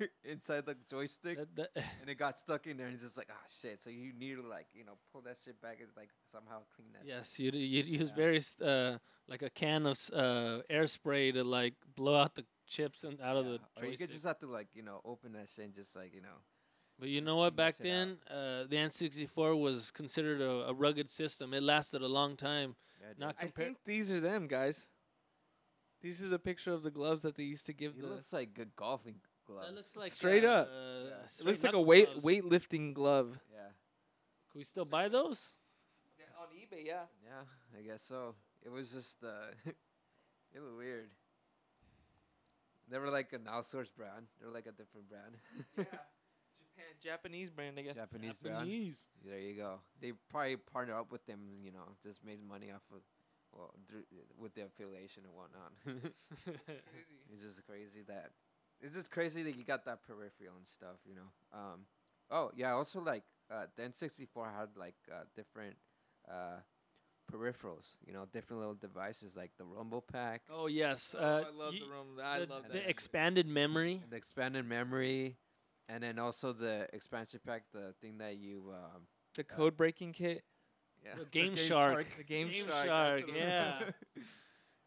[SPEAKER 2] inside the joystick,
[SPEAKER 3] That- that-
[SPEAKER 2] and it got stuck in there, and it's just like, ah, shit. So you need to like, you know, pull that shit back and like somehow clean that.
[SPEAKER 3] yes you you use
[SPEAKER 2] Yeah.
[SPEAKER 3] various uh, like a can of s- uh, air spray to like blow out the chips and out
[SPEAKER 2] shit.
[SPEAKER 3] of the
[SPEAKER 2] Or you
[SPEAKER 3] joystick.
[SPEAKER 2] could just have to like, you know, open that shit and just like, you know,
[SPEAKER 3] But you
[SPEAKER 2] Just
[SPEAKER 3] know what?
[SPEAKER 2] clean that
[SPEAKER 3] Back
[SPEAKER 2] shit
[SPEAKER 3] then, uh, the N64 was considered a, a rugged system. It lasted a long time.
[SPEAKER 2] yeah,
[SPEAKER 3] Not
[SPEAKER 1] I
[SPEAKER 3] compare-
[SPEAKER 1] think these are them, guys. These are the picture of the gloves that they used to give
[SPEAKER 2] dude. It
[SPEAKER 1] the.
[SPEAKER 2] looks like good golfing gloves.
[SPEAKER 3] That looks like
[SPEAKER 1] Straight up.
[SPEAKER 3] uh,
[SPEAKER 2] Yeah. It
[SPEAKER 1] it
[SPEAKER 3] straight
[SPEAKER 1] looks like a
[SPEAKER 3] knuckle
[SPEAKER 1] weight
[SPEAKER 3] gloves.
[SPEAKER 1] weightlifting glove.
[SPEAKER 2] Yeah,
[SPEAKER 3] Can we still buy those?
[SPEAKER 1] on eBay, yeah.
[SPEAKER 2] yeah, I guess so. It was just, uh, it was weird. They were like an outsourced brand. They were like a different brand.
[SPEAKER 1] yeah. Japan, Japanese brand, I guess.
[SPEAKER 2] Japanese brand. There you go. They probably partnered up with them, you know, just made money off of, well, through, with the affiliation and whatnot.
[SPEAKER 1] Crazy.
[SPEAKER 2] it's just crazy that, it's just crazy that you got that peripheral and stuff, you know. Um, oh yeah, also like uh, the N64 had like uh, different uh, peripherals, you know, different little devices like the Rumble Pack,
[SPEAKER 3] oh yes.
[SPEAKER 1] Oh,
[SPEAKER 3] Uh,
[SPEAKER 1] I love
[SPEAKER 3] y-
[SPEAKER 1] the room. I
[SPEAKER 3] the,
[SPEAKER 1] love
[SPEAKER 2] that
[SPEAKER 1] that.
[SPEAKER 3] the
[SPEAKER 2] shit. ex-
[SPEAKER 3] expanded memory.
[SPEAKER 2] the expanded memory, and then also the expansion pack, the thing that you, um,
[SPEAKER 1] the code breaking kit.
[SPEAKER 2] yeah,
[SPEAKER 3] The Game Shark.
[SPEAKER 1] The Game,
[SPEAKER 3] Game
[SPEAKER 1] Shark.
[SPEAKER 3] Shark,
[SPEAKER 1] that's what it was.
[SPEAKER 3] yeah.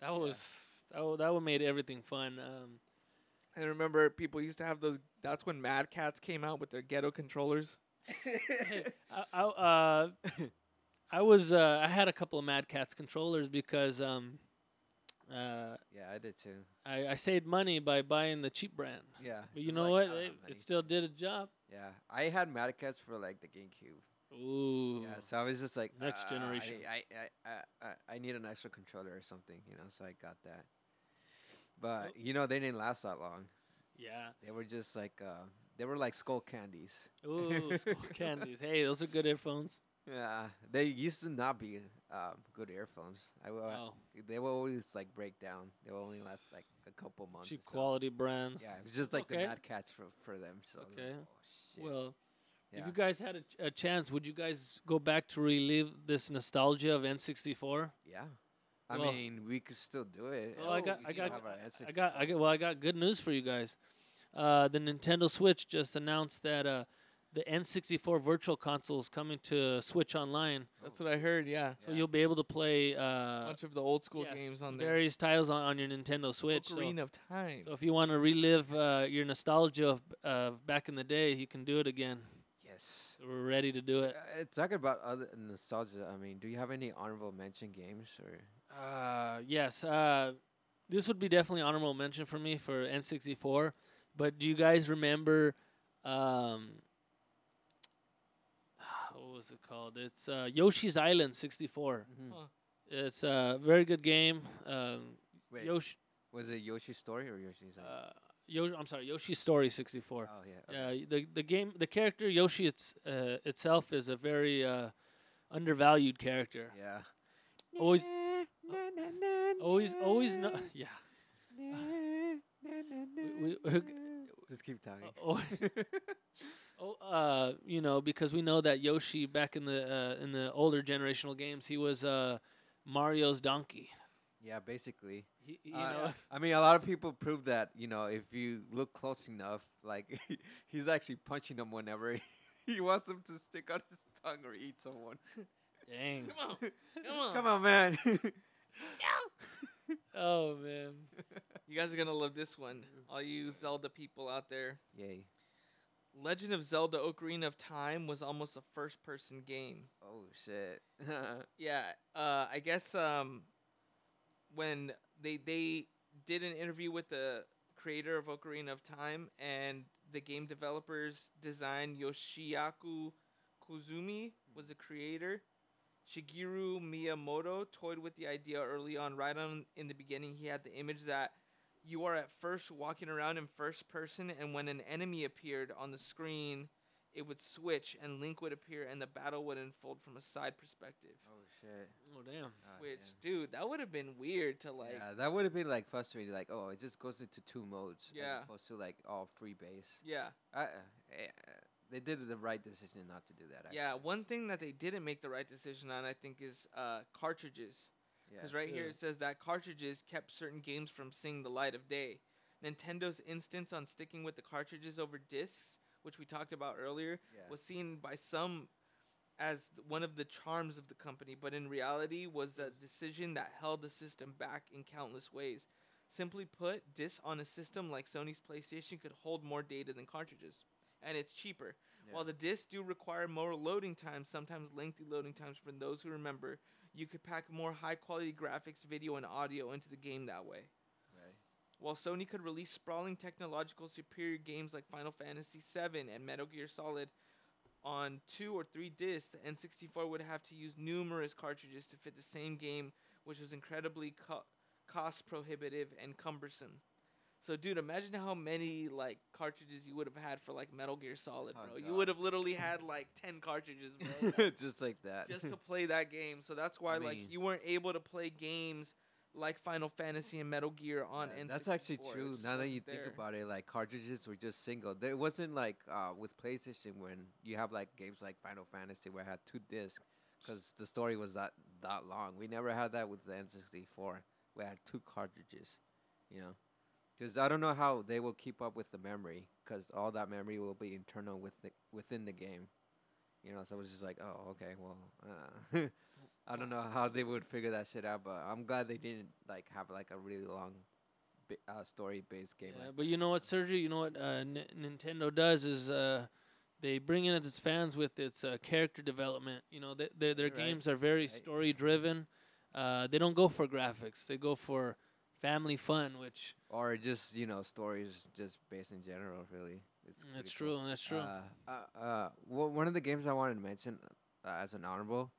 [SPEAKER 3] That
[SPEAKER 2] Yeah.
[SPEAKER 3] was that, wa- that one made everything fun. Um,
[SPEAKER 1] I remember people used to have those. That's when Mad Cats came out with their ghetto controllers.
[SPEAKER 3] I, I, uh, I was uh, I had a couple of Mad Cats controllers because um, uh,
[SPEAKER 2] yeah, I did too.
[SPEAKER 3] I, I saved money by buying the cheap brand.
[SPEAKER 2] Yeah.
[SPEAKER 3] But
[SPEAKER 2] it's
[SPEAKER 3] you know
[SPEAKER 2] like, I
[SPEAKER 3] what?
[SPEAKER 2] don't
[SPEAKER 3] It,
[SPEAKER 2] have
[SPEAKER 3] it
[SPEAKER 2] any.
[SPEAKER 3] still did a job.
[SPEAKER 2] yeah, I had Madcats for like the GameCube.
[SPEAKER 3] Ooh.
[SPEAKER 2] Yeah, so I was just like
[SPEAKER 3] Next
[SPEAKER 2] "Ah,
[SPEAKER 3] generation."
[SPEAKER 2] I, I, I, I, I need an extra controller or something, you know. So I got that. But you know, they didn't last that long.
[SPEAKER 3] Yeah.
[SPEAKER 2] They were just like uh, they were like skull candies.
[SPEAKER 3] Ooh, school candies. Hey, those are good earphones.
[SPEAKER 2] Yeah, they used to not be um, good earphones. I will.
[SPEAKER 3] Wow.
[SPEAKER 2] They will always like break down. They will only last like a couple months. and
[SPEAKER 3] Cheap
[SPEAKER 2] stuff.
[SPEAKER 3] quality brands.
[SPEAKER 2] Yeah, it was just like
[SPEAKER 3] Okay.
[SPEAKER 2] the Mad Cats for for them. So I was like,
[SPEAKER 3] Okay.
[SPEAKER 2] "Oh, shit."
[SPEAKER 3] Well,
[SPEAKER 2] Yeah.
[SPEAKER 3] if you guys had a, ch- a chance, would you guys go back to relive this nostalgia of N64?
[SPEAKER 2] Yeah. I
[SPEAKER 3] Well-
[SPEAKER 2] mean, we could still do it. Oh,
[SPEAKER 3] Well, I got,
[SPEAKER 2] we
[SPEAKER 3] I
[SPEAKER 2] still
[SPEAKER 3] got,
[SPEAKER 2] have our
[SPEAKER 3] I
[SPEAKER 2] N64.
[SPEAKER 3] got, I got, well, I got good news for you guys. Uh, the Nintendo Switch just announced that uh, the N64 Virtual Console is coming to Switch Online,
[SPEAKER 1] That's what I heard. Yeah,
[SPEAKER 3] so
[SPEAKER 2] Yeah.
[SPEAKER 3] you'll be able to play
[SPEAKER 1] a
[SPEAKER 3] uh,
[SPEAKER 1] bunch of the old school
[SPEAKER 3] yes,
[SPEAKER 1] games on there.
[SPEAKER 3] various titles on, on your Nintendo Switch. So,
[SPEAKER 1] Ocarina of Time.
[SPEAKER 3] so if you want to relive uh, your nostalgia of uh, back in the day, you can do it again.
[SPEAKER 2] Yes.
[SPEAKER 3] We're ready to do it.
[SPEAKER 2] Uh, talking about other nostalgia, I mean, do you have any honorable mention games or?
[SPEAKER 3] Uh, yes. Uh, this would be definitely honorable mention for me for N64. But do you guys remember? Um, what was it called? It's uh, Yoshi's Island 64.
[SPEAKER 2] Mhm.
[SPEAKER 3] It's a very good game. Um,
[SPEAKER 2] Wait,
[SPEAKER 3] Yoshi,
[SPEAKER 2] was it Yoshi's Story or Yoshi's? Island?
[SPEAKER 3] uh, Yo- I'm sorry, Yoshi's Story 64.
[SPEAKER 2] oh yeah. okay.
[SPEAKER 3] Yeah, the the game, the character Yoshi it's, uh, itself is a very uh, undervalued character.
[SPEAKER 2] Yeah.
[SPEAKER 3] Always, uh, always, always, no, yeah. we, we,
[SPEAKER 2] Just keep talking.
[SPEAKER 3] Oh, oh, uh, you know, because we know that Yoshi back in the uh, in the older generational games, he was uh, Mario's donkey.
[SPEAKER 2] Yeah, basically.
[SPEAKER 3] He, you
[SPEAKER 2] Uh,
[SPEAKER 3] know,
[SPEAKER 2] I mean, a lot of people prove that you know if you look close enough, like he's actually punching them whenever he wants them to stick out his tongue or eat someone.
[SPEAKER 3] dang.
[SPEAKER 1] come on, come on,
[SPEAKER 2] Come on, man.
[SPEAKER 3] Oh man.
[SPEAKER 1] You guys are gonna love this one. All you Zelda people out there.
[SPEAKER 2] Yay!
[SPEAKER 1] Legend of Zelda: Ocarina of Time was almost a first-person game.
[SPEAKER 2] Oh shit. Oh,
[SPEAKER 1] Yeah, uh, I guess um, when they they did an interview with the creator of Ocarina of Time and the game developers design Yoshiaku Kozumi was the creator. Shigeru Miyamoto toyed with the idea early on. Right on in the beginning, he had the image that you are at first walking around in first person, and when an enemy appeared on the screen, it would switch and Link would appear, and the battle would unfold from a side perspective.
[SPEAKER 2] oh shit.
[SPEAKER 3] Oh damn.
[SPEAKER 2] Ah,
[SPEAKER 1] Which,
[SPEAKER 2] damn.
[SPEAKER 1] dude, that would have been weird to like.
[SPEAKER 2] yeah, that would have been like frustrating. Like, oh, it just goes into two modes.
[SPEAKER 1] Yeah.
[SPEAKER 2] As opposed to like all free base.
[SPEAKER 1] Yeah,
[SPEAKER 2] I, uh, eh, uh, they did the right decision not to do that.
[SPEAKER 1] yeah.
[SPEAKER 2] actually.
[SPEAKER 1] One thing that they didn't make the right decision on, I think, is uh, cartridges.
[SPEAKER 2] Yeah.
[SPEAKER 1] Because right here
[SPEAKER 3] Sure.
[SPEAKER 1] it says that cartridges kept certain games from seeing the light of day. Nintendo's instance on sticking with the cartridges over discs, which we talked about earlier,
[SPEAKER 2] yeah.
[SPEAKER 1] was seen by some as th- one of the charms of the company, but in reality was the decision that held the system back in countless ways. Simply put, discs on a system like Sony's PlayStation could hold more data than cartridges, and it's cheaper. While
[SPEAKER 2] Yeah.
[SPEAKER 1] the discs do require more loading times, sometimes lengthy loading times for those who remember, you could pack more high quality graphics, video, and audio into the game that way.
[SPEAKER 2] Right.
[SPEAKER 1] While Sony could release sprawling technological superior games like Final Fantasy VII and Metal Gear Solid on two or three discs, the N64 would have to use numerous cartridges to fit the same game, which was incredibly co- cost prohibitive and cumbersome. So, dude, imagine how many like cartridges you would have had for like Metal Gear Solid,
[SPEAKER 2] Oh,
[SPEAKER 1] bro. you
[SPEAKER 2] God.
[SPEAKER 1] would have literally had like ten cartridges, bro,
[SPEAKER 2] just like that.
[SPEAKER 1] just to play that game. So that's why
[SPEAKER 2] I
[SPEAKER 1] like
[SPEAKER 2] mean-
[SPEAKER 1] you weren't able to play games like Final Fantasy and Metal Gear on
[SPEAKER 2] Yeah,
[SPEAKER 1] N64.
[SPEAKER 2] That's actually
[SPEAKER 1] It
[SPEAKER 2] true.
[SPEAKER 1] just
[SPEAKER 2] Now that
[SPEAKER 1] wasn't
[SPEAKER 2] you
[SPEAKER 1] there.
[SPEAKER 2] think about it, like cartridges were just single. There wasn't like uh, with PlayStation when you have like games like Final Fantasy where I had two discs because the story was that that long. We never had that with the N64. We had two cartridges, you know. Because I don't know how they will keep up with the memory because all that memory will be internal with the, within the game, you know. So it was just like, oh, okay, well. Uh, I don't know how they would figure that shit out, but I'm glad they didn't like have like a really long bi- uh, story-based game.
[SPEAKER 3] Yeah,
[SPEAKER 2] like
[SPEAKER 3] but you know what, Sergio? You know what uh, N- Nintendo does is uh, they bring in its fans with its uh, character development. You know, th- their their
[SPEAKER 2] Right.
[SPEAKER 3] games are very
[SPEAKER 2] Right.
[SPEAKER 3] story driven. Uh, they don't go for graphics. They go for family fun, which
[SPEAKER 2] that. or just you know stories just based in general. Really, it's
[SPEAKER 3] mm,
[SPEAKER 2] pretty
[SPEAKER 3] that's
[SPEAKER 2] cool.
[SPEAKER 3] true. That's true.
[SPEAKER 2] Uh, uh, uh, wha- one of the games I wanted to mention uh, as an honorable.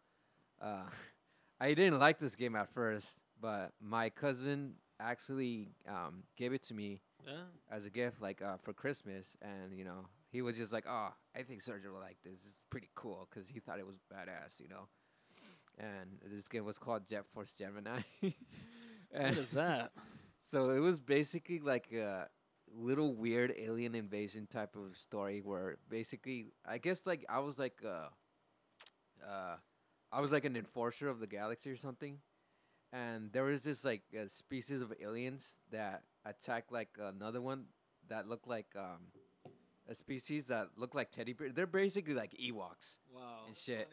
[SPEAKER 2] Uh, I didn't like this game at first, but my cousin actually um, gave it to me
[SPEAKER 3] Yeah.
[SPEAKER 2] as a gift, like uh, for Christmas, and you know he was just like, "Oh, I think Sergio will like this. It's pretty cool," because he thought it was badass, you know. And this game was called Jet Force Gemini.
[SPEAKER 3] What
[SPEAKER 2] And-
[SPEAKER 3] is that?
[SPEAKER 2] so it was basically like a little weird alien invasion type of story where basically I guess like I was like uh uh I was like an enforcer of the galaxy or something. And there was this like a species of aliens that attacked like another one that looked like um a species that looked like teddy bear. They're basically like Ewoks
[SPEAKER 3] Wow.
[SPEAKER 2] and shit.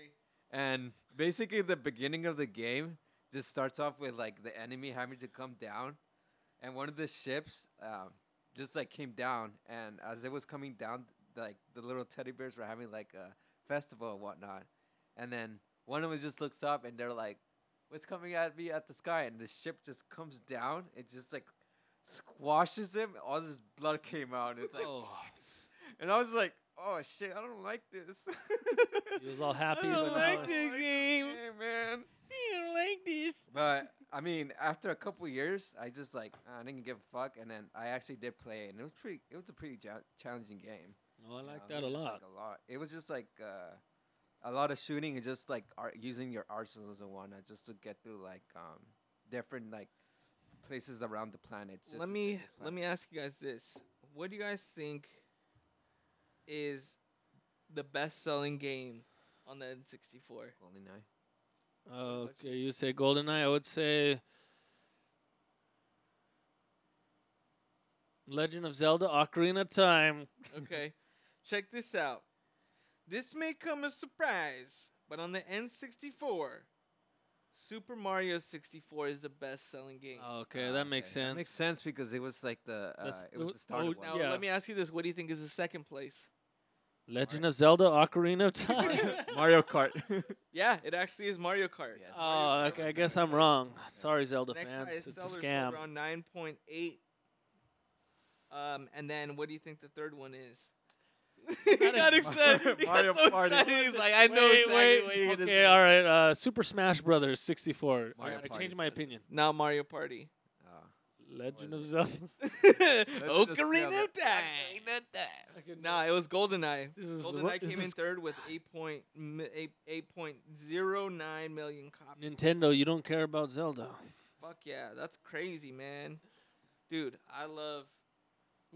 [SPEAKER 2] And basically, the beginning of the game just starts off with like the enemy having to come down, and one of the ships um, just like came down, and as it was coming down, like the little teddy bears were having like a festival and whatnot, and then one of them just looks up and they're like, "What's coming at me at the sky?" And the ship just comes down. It just like squashes him. All this blood came out. And it's like,
[SPEAKER 3] Oh,
[SPEAKER 2] and I was like, "Oh shit, I don't like this."
[SPEAKER 3] he was all happy.
[SPEAKER 1] I
[SPEAKER 3] but
[SPEAKER 1] don't like
[SPEAKER 3] now-
[SPEAKER 2] uh,
[SPEAKER 1] this game.
[SPEAKER 2] Hey, man.
[SPEAKER 1] I don't like this.
[SPEAKER 2] But I mean, after a couple years, I just like uh, I didn't give a fuck, and then I actually did play, it, and it was pretty. It was a pretty ja- challenging game.
[SPEAKER 3] No, I
[SPEAKER 2] you
[SPEAKER 3] like
[SPEAKER 2] know, it
[SPEAKER 3] that a
[SPEAKER 2] was just,
[SPEAKER 3] lot.
[SPEAKER 2] like, a lot. It was just like uh, a lot of shooting and just like ar- using your arsenals and whatnot just to get through like um, different like places around the planet. just
[SPEAKER 1] let
[SPEAKER 2] to save
[SPEAKER 1] me
[SPEAKER 2] this
[SPEAKER 1] let
[SPEAKER 2] planet.
[SPEAKER 1] me ask you guys this: What do you guys think is the best-selling game on the N64?
[SPEAKER 2] Golden Eye.
[SPEAKER 1] What's-
[SPEAKER 3] Uh, Okay, you say GoldenEye. I would say Legend of Zelda: Ocarina of Time.
[SPEAKER 1] Okay, check this out. This may come as surprise, but on the N64, Super Mario 64 is the best-selling game.
[SPEAKER 3] Okay,
[SPEAKER 2] Ah,
[SPEAKER 3] that makes
[SPEAKER 2] okay.
[SPEAKER 3] sense.
[SPEAKER 2] That makes sense because it was like the uh,
[SPEAKER 3] That's
[SPEAKER 2] it was
[SPEAKER 3] the-
[SPEAKER 2] the starter
[SPEAKER 3] oh,
[SPEAKER 2] one.
[SPEAKER 1] now
[SPEAKER 3] yeah.
[SPEAKER 1] let me ask you this: What do you think is the second place?
[SPEAKER 3] Legend of Zelda: Ocarina of Time.
[SPEAKER 1] Mario-
[SPEAKER 2] Mario Kart.
[SPEAKER 1] Yeah, it actually is Mario Kart.
[SPEAKER 2] Yes.
[SPEAKER 3] oh,
[SPEAKER 2] Mario Kart
[SPEAKER 3] okay. I
[SPEAKER 2] was
[SPEAKER 3] guess
[SPEAKER 2] second
[SPEAKER 3] I'm wrong.
[SPEAKER 2] place.
[SPEAKER 3] Sorry, Zelda
[SPEAKER 1] Next
[SPEAKER 3] fans.
[SPEAKER 1] highest
[SPEAKER 3] It's a
[SPEAKER 1] sellers
[SPEAKER 3] scam.
[SPEAKER 1] around 9.8. Um, and then what do you think the third one is? he
[SPEAKER 3] Not
[SPEAKER 1] got
[SPEAKER 3] a-
[SPEAKER 1] excited. He
[SPEAKER 2] Mario
[SPEAKER 1] got so
[SPEAKER 2] Party.
[SPEAKER 1] excited. He's like, I know
[SPEAKER 3] wait,
[SPEAKER 1] exactly
[SPEAKER 3] wait,
[SPEAKER 1] what
[SPEAKER 3] wait.
[SPEAKER 1] you're gonna
[SPEAKER 3] Okay,
[SPEAKER 1] say.
[SPEAKER 3] all right. Uh, Super Smash Brothers 64.
[SPEAKER 2] Mario
[SPEAKER 3] I- I
[SPEAKER 2] Party
[SPEAKER 3] changed
[SPEAKER 2] is
[SPEAKER 3] my
[SPEAKER 2] best.
[SPEAKER 3] opinion.
[SPEAKER 1] Now Mario Party.
[SPEAKER 2] Oh.
[SPEAKER 3] Legend of
[SPEAKER 2] is
[SPEAKER 3] Zelda.
[SPEAKER 1] Ocarina of Time. Nah, it was GoldenEye.
[SPEAKER 3] This is
[SPEAKER 1] GoldenEye
[SPEAKER 3] what, this
[SPEAKER 1] came in
[SPEAKER 3] is
[SPEAKER 1] third with 8.09 million copies.
[SPEAKER 3] Nintendo. You don't care about Zelda.
[SPEAKER 1] Fuck yeah, that's crazy, man. Dude, I love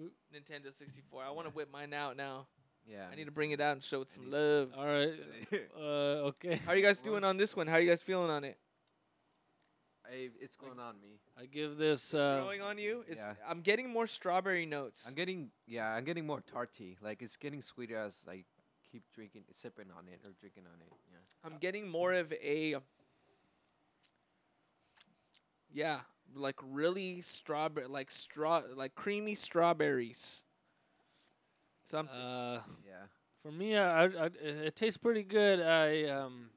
[SPEAKER 3] Oop.
[SPEAKER 1] Nintendo 64. I want to whip mine out now.
[SPEAKER 2] Yeah.
[SPEAKER 1] I
[SPEAKER 2] me
[SPEAKER 1] need to
[SPEAKER 2] too.
[SPEAKER 1] bring it out and show it some
[SPEAKER 2] need-
[SPEAKER 1] love.
[SPEAKER 3] All right. Uh, okay.
[SPEAKER 1] How are you guys
[SPEAKER 2] What
[SPEAKER 1] doing
[SPEAKER 2] was-
[SPEAKER 1] on this one? How are you guys feeling on it?
[SPEAKER 2] I, it's going on me.
[SPEAKER 3] I give this.
[SPEAKER 1] It's
[SPEAKER 3] Uh,
[SPEAKER 1] growing on you? It's,
[SPEAKER 2] yeah.
[SPEAKER 1] I'm getting more strawberry notes.
[SPEAKER 2] I'm getting yeah, I'm getting more tarty. Like it's getting sweeter as I keep drinking, sipping on it or drinking on it. Yeah.
[SPEAKER 1] I'm getting more of a yeah, like really strawberry, like straw, like creamy strawberries. Something.
[SPEAKER 3] uh,
[SPEAKER 2] Yeah.
[SPEAKER 3] for me, I, I, I, it tastes pretty good. I um,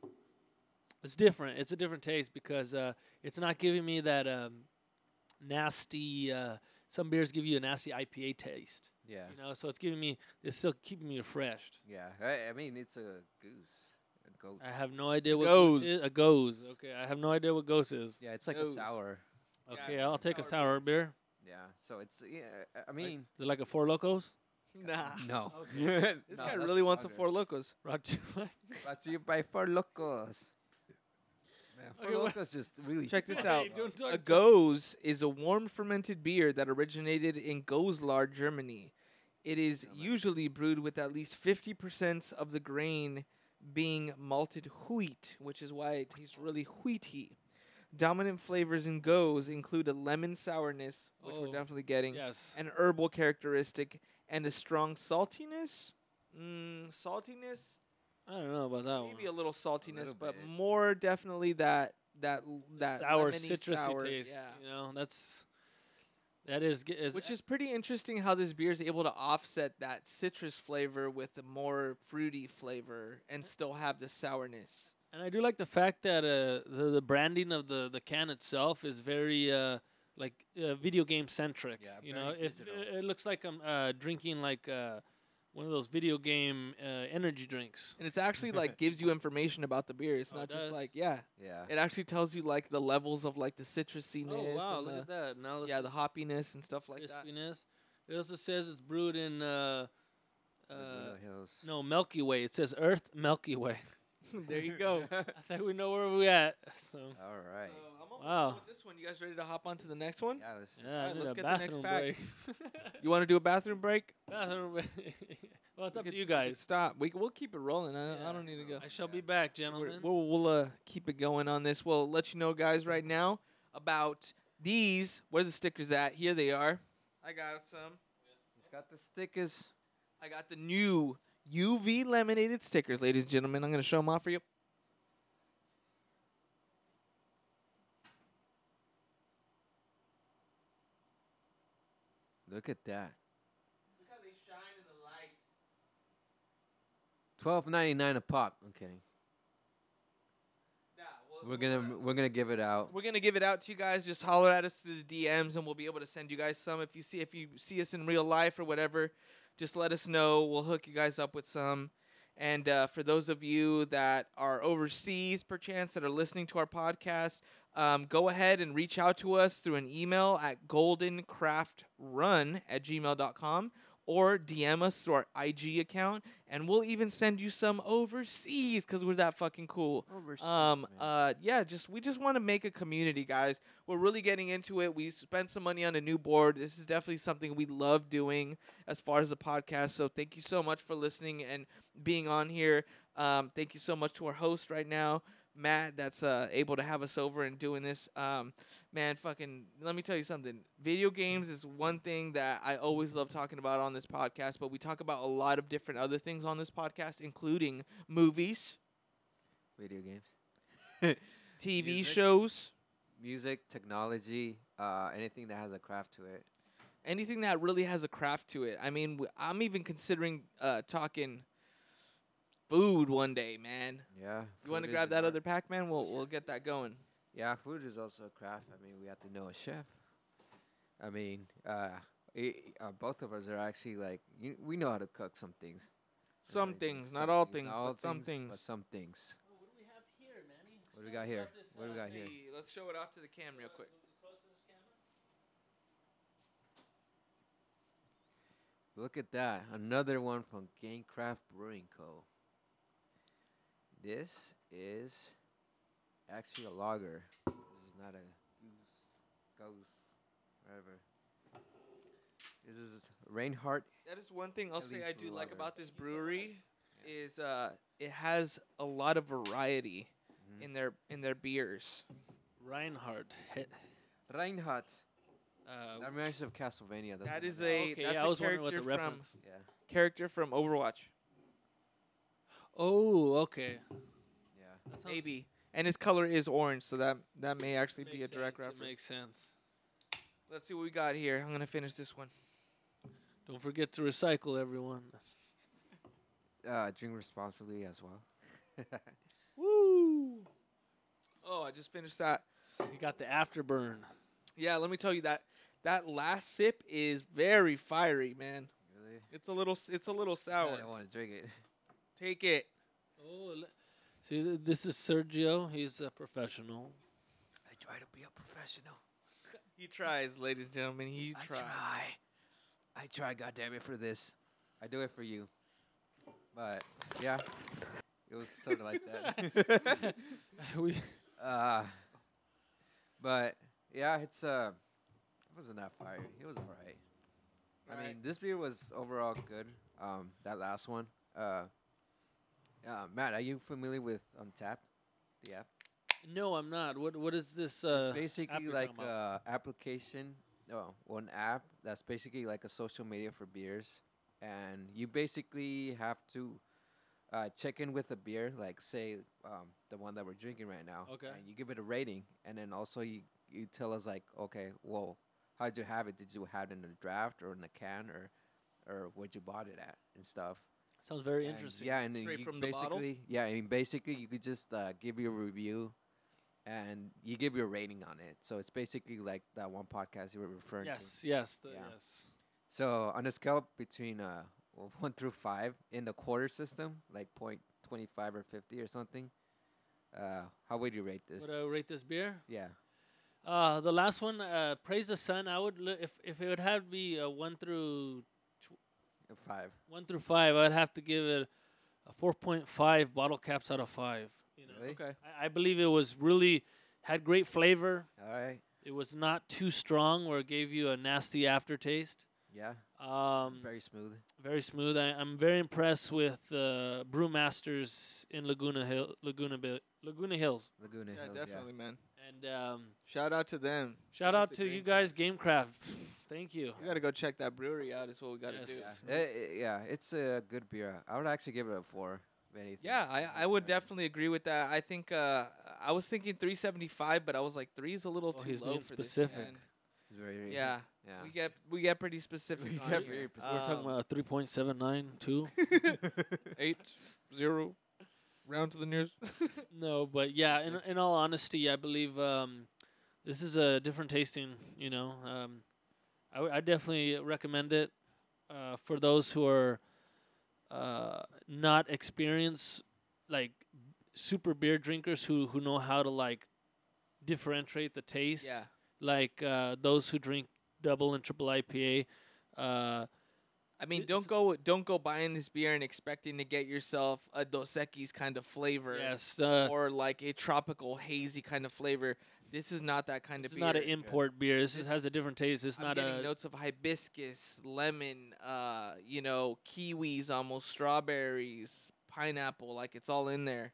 [SPEAKER 3] it's different. It's a different taste because uh, it's not giving me that um, nasty. Uh, some beers give you a nasty IPA taste,
[SPEAKER 2] Yeah.
[SPEAKER 3] you know. So it's giving me. It's still keeping me refreshed.
[SPEAKER 2] Yeah. I, I mean, it's a goose. A goat.
[SPEAKER 3] I have no idea what
[SPEAKER 1] Goes.
[SPEAKER 3] Goose is. A goes. Okay, I have no idea what Goose is.
[SPEAKER 2] yeah, it's like
[SPEAKER 1] Goes.
[SPEAKER 2] a sour.
[SPEAKER 1] Yeah,
[SPEAKER 3] Okay,
[SPEAKER 1] it's like
[SPEAKER 3] I'll
[SPEAKER 1] a
[SPEAKER 3] take a
[SPEAKER 1] sour
[SPEAKER 3] sour beer.
[SPEAKER 2] Yeah. So it's yeah, I- I mean,
[SPEAKER 3] Is it like a Four Locos?
[SPEAKER 1] nah.
[SPEAKER 2] ah, no.
[SPEAKER 1] This
[SPEAKER 2] No,
[SPEAKER 1] guy
[SPEAKER 2] that's
[SPEAKER 1] really wants a
[SPEAKER 2] lager.
[SPEAKER 1] four locos.
[SPEAKER 3] Brought to you by-
[SPEAKER 2] Brought to you by Four Locos. Man, Four
[SPEAKER 3] Okay, what-
[SPEAKER 2] Locos just really
[SPEAKER 1] Check this
[SPEAKER 2] hit
[SPEAKER 1] out.
[SPEAKER 2] me,
[SPEAKER 3] Hey,
[SPEAKER 2] bro.
[SPEAKER 3] don't talk
[SPEAKER 1] A
[SPEAKER 3] to-
[SPEAKER 1] goes is a warm fermented beer that originated in Goslar, Germany. It is
[SPEAKER 2] Yeah, like-
[SPEAKER 1] usually brewed with at least 50% of the grain being malted wheat, which is why it tastes really wheaty. Dominant flavors in goes include a lemon sourness, which we're
[SPEAKER 3] Oh,
[SPEAKER 1] definitely getting,
[SPEAKER 3] Yes.
[SPEAKER 1] an herbal characteristic, and a strong saltiness. Mm, saltiness,
[SPEAKER 3] I don't know about that
[SPEAKER 1] maybe
[SPEAKER 3] one.
[SPEAKER 1] a little saltiness,
[SPEAKER 2] little
[SPEAKER 1] but
[SPEAKER 2] bit.
[SPEAKER 1] more definitely that that l- that
[SPEAKER 3] sour,
[SPEAKER 1] lemony
[SPEAKER 3] citrusy
[SPEAKER 1] sour,
[SPEAKER 3] taste.
[SPEAKER 1] yeah.
[SPEAKER 3] You know, that's that is g- is
[SPEAKER 1] Which is pretty interesting how this beer is able to offset that citrus flavor with the more fruity flavor and still have the sourness.
[SPEAKER 3] and I do like the fact that uh, the the branding of the the can itself is very uh like uh, video game centric.
[SPEAKER 2] Yeah,
[SPEAKER 3] you
[SPEAKER 2] very
[SPEAKER 3] know, it,
[SPEAKER 2] digital.
[SPEAKER 3] it looks like I'm uh, drinking like uh, one of those video game uh, energy drinks.
[SPEAKER 1] and it's actually like gives you information about the beer. It's
[SPEAKER 3] Oh, it
[SPEAKER 1] not just
[SPEAKER 3] does?
[SPEAKER 1] like yeah.
[SPEAKER 2] Yeah.
[SPEAKER 1] It actually tells you like the levels of like the citrusiness.
[SPEAKER 3] Oh wow!
[SPEAKER 1] and
[SPEAKER 3] Look
[SPEAKER 1] the-
[SPEAKER 3] at that. Now this
[SPEAKER 1] Yeah, the
[SPEAKER 3] is
[SPEAKER 1] hoppiness and stuff like that.
[SPEAKER 3] crispiness. It also says it's brewed in uh, uh,
[SPEAKER 2] Laguna Hills.
[SPEAKER 3] no Milky Way. It says Earth Milky Way.
[SPEAKER 1] there you go.
[SPEAKER 3] I say we know where we at. So
[SPEAKER 2] All right.
[SPEAKER 1] So I'm almost
[SPEAKER 3] Wow.
[SPEAKER 1] done with this one. You guys ready to hop on to the next one?
[SPEAKER 2] Yeah, this is
[SPEAKER 3] yeah,
[SPEAKER 1] right,
[SPEAKER 3] I did
[SPEAKER 1] let's
[SPEAKER 3] a
[SPEAKER 1] get the next
[SPEAKER 3] bathroom
[SPEAKER 1] pack.
[SPEAKER 3] break.
[SPEAKER 1] You want to do a bathroom break?
[SPEAKER 3] Bathroom break. well, it's
[SPEAKER 1] We
[SPEAKER 3] up
[SPEAKER 1] could-
[SPEAKER 3] to you
[SPEAKER 1] we could
[SPEAKER 3] guys.
[SPEAKER 1] Stop. We c- we'll keep it rolling. I, I
[SPEAKER 3] Yeah.
[SPEAKER 1] don't need to go.
[SPEAKER 3] I shall
[SPEAKER 2] Yeah.
[SPEAKER 3] be back,
[SPEAKER 1] We're-
[SPEAKER 3] gentlemen.
[SPEAKER 1] We'll we'll uh, keep it going on this. We'll let you know, guys, right now about these. Where the stickers at? Here they are. I got some.
[SPEAKER 2] It's got the stickers.
[SPEAKER 1] I got the new UV laminated stickers, ladies and gentlemen. I'm gonna show them off for you.
[SPEAKER 2] Look at that.
[SPEAKER 1] Look how they shine in the light.
[SPEAKER 2] Twelve ninety nine a pop. I'm kidding. We're gonna we're gonna give it out.
[SPEAKER 1] We're gonna give it out to you guys. Just holler at us through the DMs, and we'll be able to send you guys some. If you see if you see us in real life or whatever, just let us know. We'll hook you guys up with some. And uh, for those of you that are overseas, perchance that are listening to our podcast, um, go ahead and reach out to us through an email at goldencraftrun at gmail.com or DM us through our IG account, and we'll even send you some overseas because we're that fucking cool. Um. Uh. Yeah. Just we just want to make a community, guys. We're really getting into it. We spent some money on a new board. This is definitely something we love doing as far as the podcast. So thank you so much for listening and being on here. Um. Thank you so much to our host right now, Matt. That's uh able to have us over and doing this. Um. Man, fucking. Let me tell you something. Video games is one thing that I always love talking about on this podcast. But we talk about a lot of different other things on this podcast, including movies,
[SPEAKER 2] video games,
[SPEAKER 1] TV
[SPEAKER 2] Music.
[SPEAKER 1] shows.
[SPEAKER 2] music, technology, uh, anything that has a craft to it.
[SPEAKER 1] anything that really has a craft to it. I mean, w- I'm even considering uh, talking food one day, man.
[SPEAKER 2] Yeah.
[SPEAKER 1] You want to
[SPEAKER 2] food is
[SPEAKER 1] grab
[SPEAKER 2] an
[SPEAKER 1] that
[SPEAKER 2] art.
[SPEAKER 1] other pack, man? We'll we'll get that going.
[SPEAKER 2] Yeah, food is also a craft. I mean, we have to know a chef. I mean, uh, i uh, both of us are actually like you, we know how to cook some things. You know,
[SPEAKER 1] Some
[SPEAKER 2] like,
[SPEAKER 1] things,
[SPEAKER 2] some
[SPEAKER 1] not all things,
[SPEAKER 2] not all
[SPEAKER 1] but some
[SPEAKER 2] But
[SPEAKER 1] things.
[SPEAKER 2] some things.
[SPEAKER 3] what do we have here, Manny?
[SPEAKER 2] What do we got here? What do we got here?
[SPEAKER 1] See, let's show it off to the cam real quick.
[SPEAKER 2] Look at that. Another one from Gamecraft Brewing Co. This is actually a lager. This is not a goose, goose, whatever. This is Reinhardt.
[SPEAKER 1] That is one thing I'll
[SPEAKER 2] At
[SPEAKER 1] say
[SPEAKER 2] least
[SPEAKER 1] I
[SPEAKER 2] for
[SPEAKER 1] do
[SPEAKER 2] the
[SPEAKER 1] like
[SPEAKER 2] lager.
[SPEAKER 1] about this
[SPEAKER 3] Thank you so
[SPEAKER 1] brewery
[SPEAKER 2] much.
[SPEAKER 1] is uh, it has a lot of variety
[SPEAKER 2] Mhm.
[SPEAKER 1] in their in their beers.
[SPEAKER 3] Reinhardt. He-
[SPEAKER 2] Reinhardt.
[SPEAKER 3] Uh,
[SPEAKER 2] That reminds me of Castlevania. doesn't
[SPEAKER 1] Oh. That
[SPEAKER 2] it?
[SPEAKER 1] is a
[SPEAKER 3] okay,
[SPEAKER 1] that's
[SPEAKER 3] yeah,
[SPEAKER 1] a
[SPEAKER 3] I was wondering
[SPEAKER 1] character
[SPEAKER 3] what the
[SPEAKER 1] from
[SPEAKER 3] reference.
[SPEAKER 2] Yeah.
[SPEAKER 1] character from Overwatch,
[SPEAKER 3] Oh, okay.
[SPEAKER 2] Yeah.
[SPEAKER 3] That sounds-
[SPEAKER 1] maybe, and his color is orange, so that that may actually
[SPEAKER 3] makes
[SPEAKER 1] be a direct
[SPEAKER 3] sense, it
[SPEAKER 1] reference.
[SPEAKER 3] makes sense.
[SPEAKER 1] Let's see what we got here. I'm gonna finish this one.
[SPEAKER 3] Don't forget to recycle, everyone.
[SPEAKER 2] Uh, drink responsibly as well.
[SPEAKER 1] Woo! Oh, I just finished that.
[SPEAKER 3] You got the afterburn.
[SPEAKER 1] Yeah, let me tell you that that last sip is very fiery, man.
[SPEAKER 2] really?
[SPEAKER 1] It's a little s- it's a little
[SPEAKER 2] I
[SPEAKER 1] sour.
[SPEAKER 2] don't want to drink it.
[SPEAKER 1] Take it.
[SPEAKER 3] Oh, le- see, th- this is Sergio. He's a professional.
[SPEAKER 2] I try to be a professional.
[SPEAKER 1] He tries, ladies and gentlemen. He
[SPEAKER 2] I
[SPEAKER 1] tries.
[SPEAKER 2] try. I try, goddamn it, for this. I do it for you. But yeah, it was sort of like that.
[SPEAKER 3] we
[SPEAKER 2] uh, but yeah, it's uh, it wasn't that fire. It was alright. I mean,
[SPEAKER 1] Alright.
[SPEAKER 2] this beer was overall good. Um, that last one. Uh, uh, Matt, are you familiar with Untapped? The app.
[SPEAKER 3] no, I'm not. What what is this? Uh,
[SPEAKER 2] It's basically
[SPEAKER 3] app you're
[SPEAKER 2] like
[SPEAKER 3] talking about?
[SPEAKER 2] a application, no, one app that's basically like a social media for beers, and you basically have to uh, check in with a beer, like say um, the one that we're drinking right now.
[SPEAKER 3] Okay.
[SPEAKER 2] And you give it a rating, and then also you you tell us like, okay, well, how'd you have it? Did you have it in a draft or in a can or or what you bought it at and stuff.
[SPEAKER 3] sounds very
[SPEAKER 2] And
[SPEAKER 3] interesting.
[SPEAKER 2] Yeah, and then
[SPEAKER 1] Straight
[SPEAKER 2] you
[SPEAKER 1] from the bottle?
[SPEAKER 2] basically, yeah, I mean, basically, you could just uh, give your review, and you give your rating on it. So it's basically like that one podcast you were referring to.
[SPEAKER 3] Yes, yes, the,
[SPEAKER 2] Yeah.
[SPEAKER 3] yes.
[SPEAKER 2] So on a scale between uh, well, one through five in the quarter system, like point twenty five or fifty or something. Uh, how would you rate this?
[SPEAKER 3] Would I rate this beer?
[SPEAKER 2] yeah,
[SPEAKER 3] Uh, the last one, uh, Praise the Sun. I would li- if if it would have to be uh, one through
[SPEAKER 2] a five.
[SPEAKER 3] one through five, I'd have to give it a four point five bottle caps out of five. You know,
[SPEAKER 2] Really?
[SPEAKER 1] Okay.
[SPEAKER 3] I, I believe it was really had great flavor.
[SPEAKER 2] All right.
[SPEAKER 3] It was not too strong where it gave you a nasty aftertaste.
[SPEAKER 2] Yeah. it's
[SPEAKER 3] Um,
[SPEAKER 2] very smooth.
[SPEAKER 3] very smooth. I, I'm very impressed with uh, brewmasters in Laguna Hill, Laguna Bi- Laguna Hills,
[SPEAKER 2] Laguna
[SPEAKER 1] Yeah,
[SPEAKER 2] Hills.
[SPEAKER 1] definitely, man.
[SPEAKER 3] and um,
[SPEAKER 1] Shout out to them.
[SPEAKER 3] shout out to
[SPEAKER 1] Green
[SPEAKER 3] you
[SPEAKER 1] Craft.
[SPEAKER 3] guys, GameCraft. Thank you.
[SPEAKER 1] We gotta go check that brewery out. Is what we gotta
[SPEAKER 3] Yes.
[SPEAKER 1] do.
[SPEAKER 2] Yeah.
[SPEAKER 3] Yeah.
[SPEAKER 2] Yeah. Eh, eh, yeah, It's a good beer. I would actually give it a four. if anything.
[SPEAKER 1] Yeah, I, I would
[SPEAKER 2] Alright.
[SPEAKER 1] definitely agree with that. I think uh, I was thinking 375, but I was like three is a little
[SPEAKER 3] Oh,
[SPEAKER 1] too
[SPEAKER 3] he's
[SPEAKER 1] low
[SPEAKER 3] being
[SPEAKER 1] for
[SPEAKER 3] specific.
[SPEAKER 1] this. man.
[SPEAKER 2] It's very-
[SPEAKER 1] Yeah,
[SPEAKER 2] Yeah.
[SPEAKER 1] we get we get pretty specific.
[SPEAKER 2] We
[SPEAKER 1] on
[SPEAKER 2] get
[SPEAKER 1] here.
[SPEAKER 2] very specific.
[SPEAKER 3] We're talking
[SPEAKER 1] Um,
[SPEAKER 3] about three point seven nine two.
[SPEAKER 1] eight zero, round to the nearest.
[SPEAKER 3] no, but yeah, in
[SPEAKER 2] Six.
[SPEAKER 3] in all honesty, I believe um, this is a different tasting. You know, um, I w- I definitely recommend it uh, for those who are uh, not experienced, like super beer drinkers who who know how to like differentiate the taste
[SPEAKER 1] yeah,
[SPEAKER 3] like uh, those who drink double and triple ipa uh,
[SPEAKER 1] I mean,
[SPEAKER 3] It's-
[SPEAKER 1] don't go don't go buying this beer and expecting to get yourself a Dos Equis kind of flavor,
[SPEAKER 3] yes uh,
[SPEAKER 1] or like a tropical hazy kind of flavor. This is not that kind
[SPEAKER 3] This
[SPEAKER 1] of
[SPEAKER 3] is
[SPEAKER 1] beer.
[SPEAKER 3] not an import beer. This, is-
[SPEAKER 1] This-
[SPEAKER 3] has a different taste. It's
[SPEAKER 1] I'm
[SPEAKER 3] not
[SPEAKER 1] getting
[SPEAKER 3] a
[SPEAKER 1] notes of hibiscus, lemon, uh, you know, kiwis, almost strawberries, pineapple. Like it's all in there.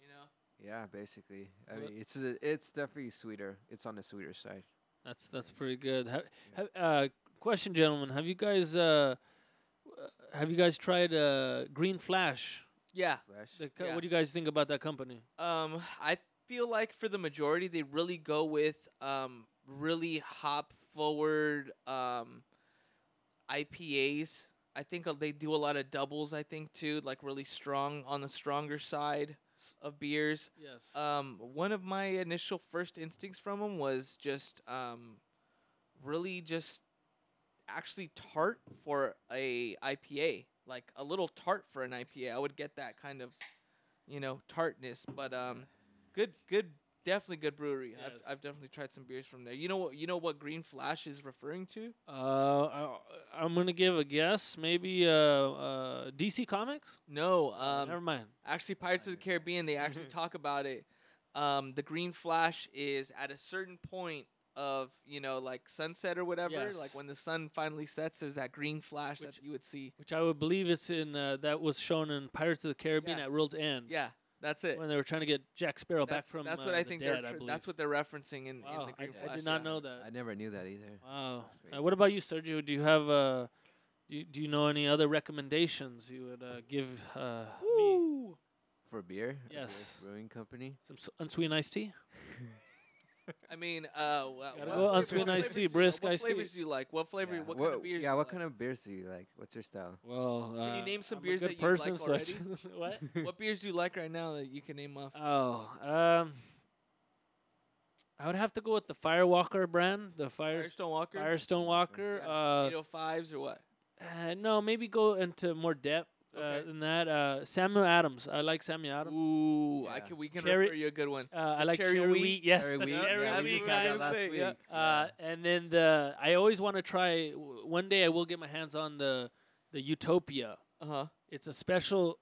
[SPEAKER 1] You know,
[SPEAKER 2] Yeah, basically. I
[SPEAKER 3] Well,
[SPEAKER 2] mean, it's a, it's definitely sweeter. It's on the sweeter side.
[SPEAKER 3] That's that's
[SPEAKER 2] Nice.
[SPEAKER 3] pretty good. Have,
[SPEAKER 2] Yeah.
[SPEAKER 3] have, uh, question, gentlemen, have you guys uh, w- have you guys tried uh, Green Flash?
[SPEAKER 1] yeah.
[SPEAKER 2] Flash.
[SPEAKER 3] The co-
[SPEAKER 1] Yeah.
[SPEAKER 3] What do you guys think about that company?
[SPEAKER 1] Um, I feel like for the majority, they really go with um really hop forward um IPAs. I think uh, they do a lot of doubles. I think too, like really strong on the stronger side of beers.
[SPEAKER 3] Yes.
[SPEAKER 1] Um, one of my initial first instincts from them was just um, really just actually tart for a IPA, like a little tart for an IPA. I would get that kind of, you know, tartness. But um, good, good, definitely good brewery.
[SPEAKER 3] Yes.
[SPEAKER 1] I've, I've definitely tried some beers from there. You know what? You know what Green Flash is referring to?
[SPEAKER 3] uh, I, I'm gonna give a guess. Maybe uh, uh, DC Comics.
[SPEAKER 1] No,
[SPEAKER 3] Uh,
[SPEAKER 1] um,
[SPEAKER 3] Never mind.
[SPEAKER 1] Actually, Pirates of the Caribbean, they actually
[SPEAKER 3] Mm-hmm.
[SPEAKER 1] talk about it. Um, the Green Flash is at a certain point of you know like sunset or whatever,
[SPEAKER 3] Yes.
[SPEAKER 1] like when the sun finally sets. There's that green flash
[SPEAKER 3] Which-
[SPEAKER 1] that you would see.
[SPEAKER 3] Which I would believe it's in uh, that was shown in Pirates of the Caribbean
[SPEAKER 1] Yeah.
[SPEAKER 3] at World's End.
[SPEAKER 1] Yeah, that's it.
[SPEAKER 3] When they were trying to get Jack Sparrow Hmm. back
[SPEAKER 1] that's
[SPEAKER 3] from
[SPEAKER 1] that's
[SPEAKER 3] uh,
[SPEAKER 1] what I
[SPEAKER 3] the
[SPEAKER 1] think
[SPEAKER 3] dead,
[SPEAKER 1] they're.
[SPEAKER 3] I
[SPEAKER 1] tr-
[SPEAKER 3] believe.
[SPEAKER 1] that's what they're referencing in, in
[SPEAKER 3] wow,
[SPEAKER 1] the Green
[SPEAKER 3] I,
[SPEAKER 1] Flash.
[SPEAKER 3] I did not
[SPEAKER 1] yeah.
[SPEAKER 3] know that.
[SPEAKER 2] I never knew that either.
[SPEAKER 3] Wow.
[SPEAKER 2] That's
[SPEAKER 3] Uh, what about you, Sergio? Do you have uh, do you, do you know any other recommendations you would uh, give uh, me?
[SPEAKER 1] Woo!
[SPEAKER 2] For beer? a beer
[SPEAKER 3] Yes.
[SPEAKER 2] brewing company.
[SPEAKER 3] Some s- unsweetened iced tea.
[SPEAKER 1] I mean, uh, what,
[SPEAKER 3] Gotta
[SPEAKER 1] what
[SPEAKER 3] go
[SPEAKER 1] flavor-
[SPEAKER 3] unsweetened
[SPEAKER 1] what
[SPEAKER 3] iced
[SPEAKER 1] flavors
[SPEAKER 3] tea,
[SPEAKER 1] do you-
[SPEAKER 3] brisk
[SPEAKER 1] What
[SPEAKER 3] iced tea.
[SPEAKER 1] flavors do you like? What flavor?
[SPEAKER 2] Yeah.
[SPEAKER 1] What kind of beers?
[SPEAKER 2] Yeah,
[SPEAKER 1] do you
[SPEAKER 2] what
[SPEAKER 1] like?
[SPEAKER 2] kind of beers do you like? What's your style?
[SPEAKER 3] Well,
[SPEAKER 1] Can you
[SPEAKER 3] uh,
[SPEAKER 1] name some
[SPEAKER 3] I'm a
[SPEAKER 1] beers
[SPEAKER 3] good
[SPEAKER 1] that you like
[SPEAKER 3] person, so I
[SPEAKER 1] already?
[SPEAKER 3] should- what?
[SPEAKER 1] What beers do you like right now that you can name off?
[SPEAKER 3] Oh, um, I would have to go with the Firewalker brand, the Fire
[SPEAKER 1] Firestone Walker,
[SPEAKER 3] Firestone Walker.
[SPEAKER 1] Yeah,
[SPEAKER 3] Uh,
[SPEAKER 1] 805s or what?
[SPEAKER 3] uh, no, maybe go into more depth uh,
[SPEAKER 1] Okay.
[SPEAKER 3] than that. Uh, Samuel Adams. I like Samuel Adams.
[SPEAKER 1] Ooh, I
[SPEAKER 2] Yeah.
[SPEAKER 1] can we can
[SPEAKER 3] Cherry-
[SPEAKER 1] refer you a good one.
[SPEAKER 3] Uh, I like cherry,
[SPEAKER 1] cherry
[SPEAKER 3] wheat.
[SPEAKER 1] wheat?
[SPEAKER 3] Yes,
[SPEAKER 2] Cherry
[SPEAKER 3] the
[SPEAKER 2] wheat?
[SPEAKER 3] cherry
[SPEAKER 1] Yeah,
[SPEAKER 2] I
[SPEAKER 1] we
[SPEAKER 3] wheat,
[SPEAKER 2] just had
[SPEAKER 1] got
[SPEAKER 3] guys.
[SPEAKER 2] that last
[SPEAKER 1] say,
[SPEAKER 2] week.
[SPEAKER 1] yeah.
[SPEAKER 3] Uh,
[SPEAKER 2] Yeah.
[SPEAKER 3] and then the I always want to try. w- One day I will get my hands on the the Utopia.
[SPEAKER 1] Uh huh.
[SPEAKER 3] It's a special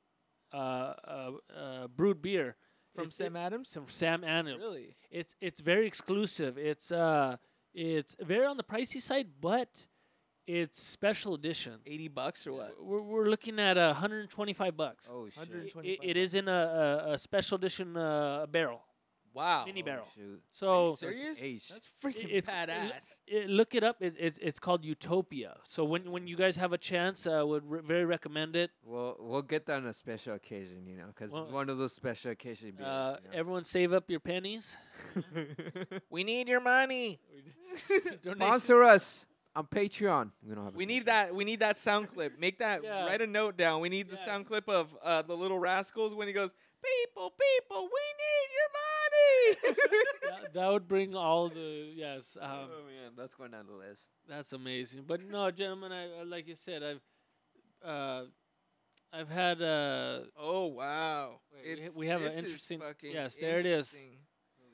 [SPEAKER 3] uh, uh, uh, brewed beer
[SPEAKER 1] From
[SPEAKER 3] It's-
[SPEAKER 1] Sam Adams.
[SPEAKER 3] It's from Sam Adams.
[SPEAKER 1] Really?
[SPEAKER 3] It's it's very exclusive. It's uh it's very on the pricey side, but it's special edition.
[SPEAKER 1] Eighty bucks or what?
[SPEAKER 3] We're, we're looking at uh, 125 bucks.
[SPEAKER 2] Oh
[SPEAKER 3] It-
[SPEAKER 2] shit.
[SPEAKER 1] 125
[SPEAKER 3] it, it is in a, a, a special edition uh, barrel.
[SPEAKER 1] Wow.
[SPEAKER 3] Mini
[SPEAKER 2] Oh,
[SPEAKER 3] barrel.
[SPEAKER 2] shoot.
[SPEAKER 3] So
[SPEAKER 1] Are you
[SPEAKER 2] That's ace.
[SPEAKER 1] serious? That's freaking
[SPEAKER 3] it's- it-
[SPEAKER 1] badass.
[SPEAKER 3] it, look it up. It, it's it's called Utopia. So when when you guys have a chance, I would re- very recommend it.
[SPEAKER 2] We'll we'll get that on a special occasion, you know, because
[SPEAKER 3] Well,
[SPEAKER 2] it's one of those special occasion beers.
[SPEAKER 3] Uh,
[SPEAKER 2] you know.
[SPEAKER 3] everyone, save up your pennies.
[SPEAKER 1] we need your money.
[SPEAKER 2] Sponsor us on Patreon. We don't have. a
[SPEAKER 1] We need
[SPEAKER 2] Patreon.
[SPEAKER 1] that. We need that sound clip. Make that.
[SPEAKER 3] Yeah.
[SPEAKER 1] Write a note down. We need the
[SPEAKER 3] Yes.
[SPEAKER 1] sound clip of uh, the Little Rascals when he goes, "People, people, we need your money."
[SPEAKER 3] that, that would bring all the yes. Um,
[SPEAKER 2] oh man, that's going down the list.
[SPEAKER 3] that's amazing. But no, gentlemen, I, I- like you said, I've uh, I've had uh,
[SPEAKER 1] Oh wow.
[SPEAKER 3] Wait, we ha- we have an
[SPEAKER 1] this is
[SPEAKER 3] interesting-
[SPEAKER 1] fucking
[SPEAKER 3] yes, there it is.
[SPEAKER 1] interesting.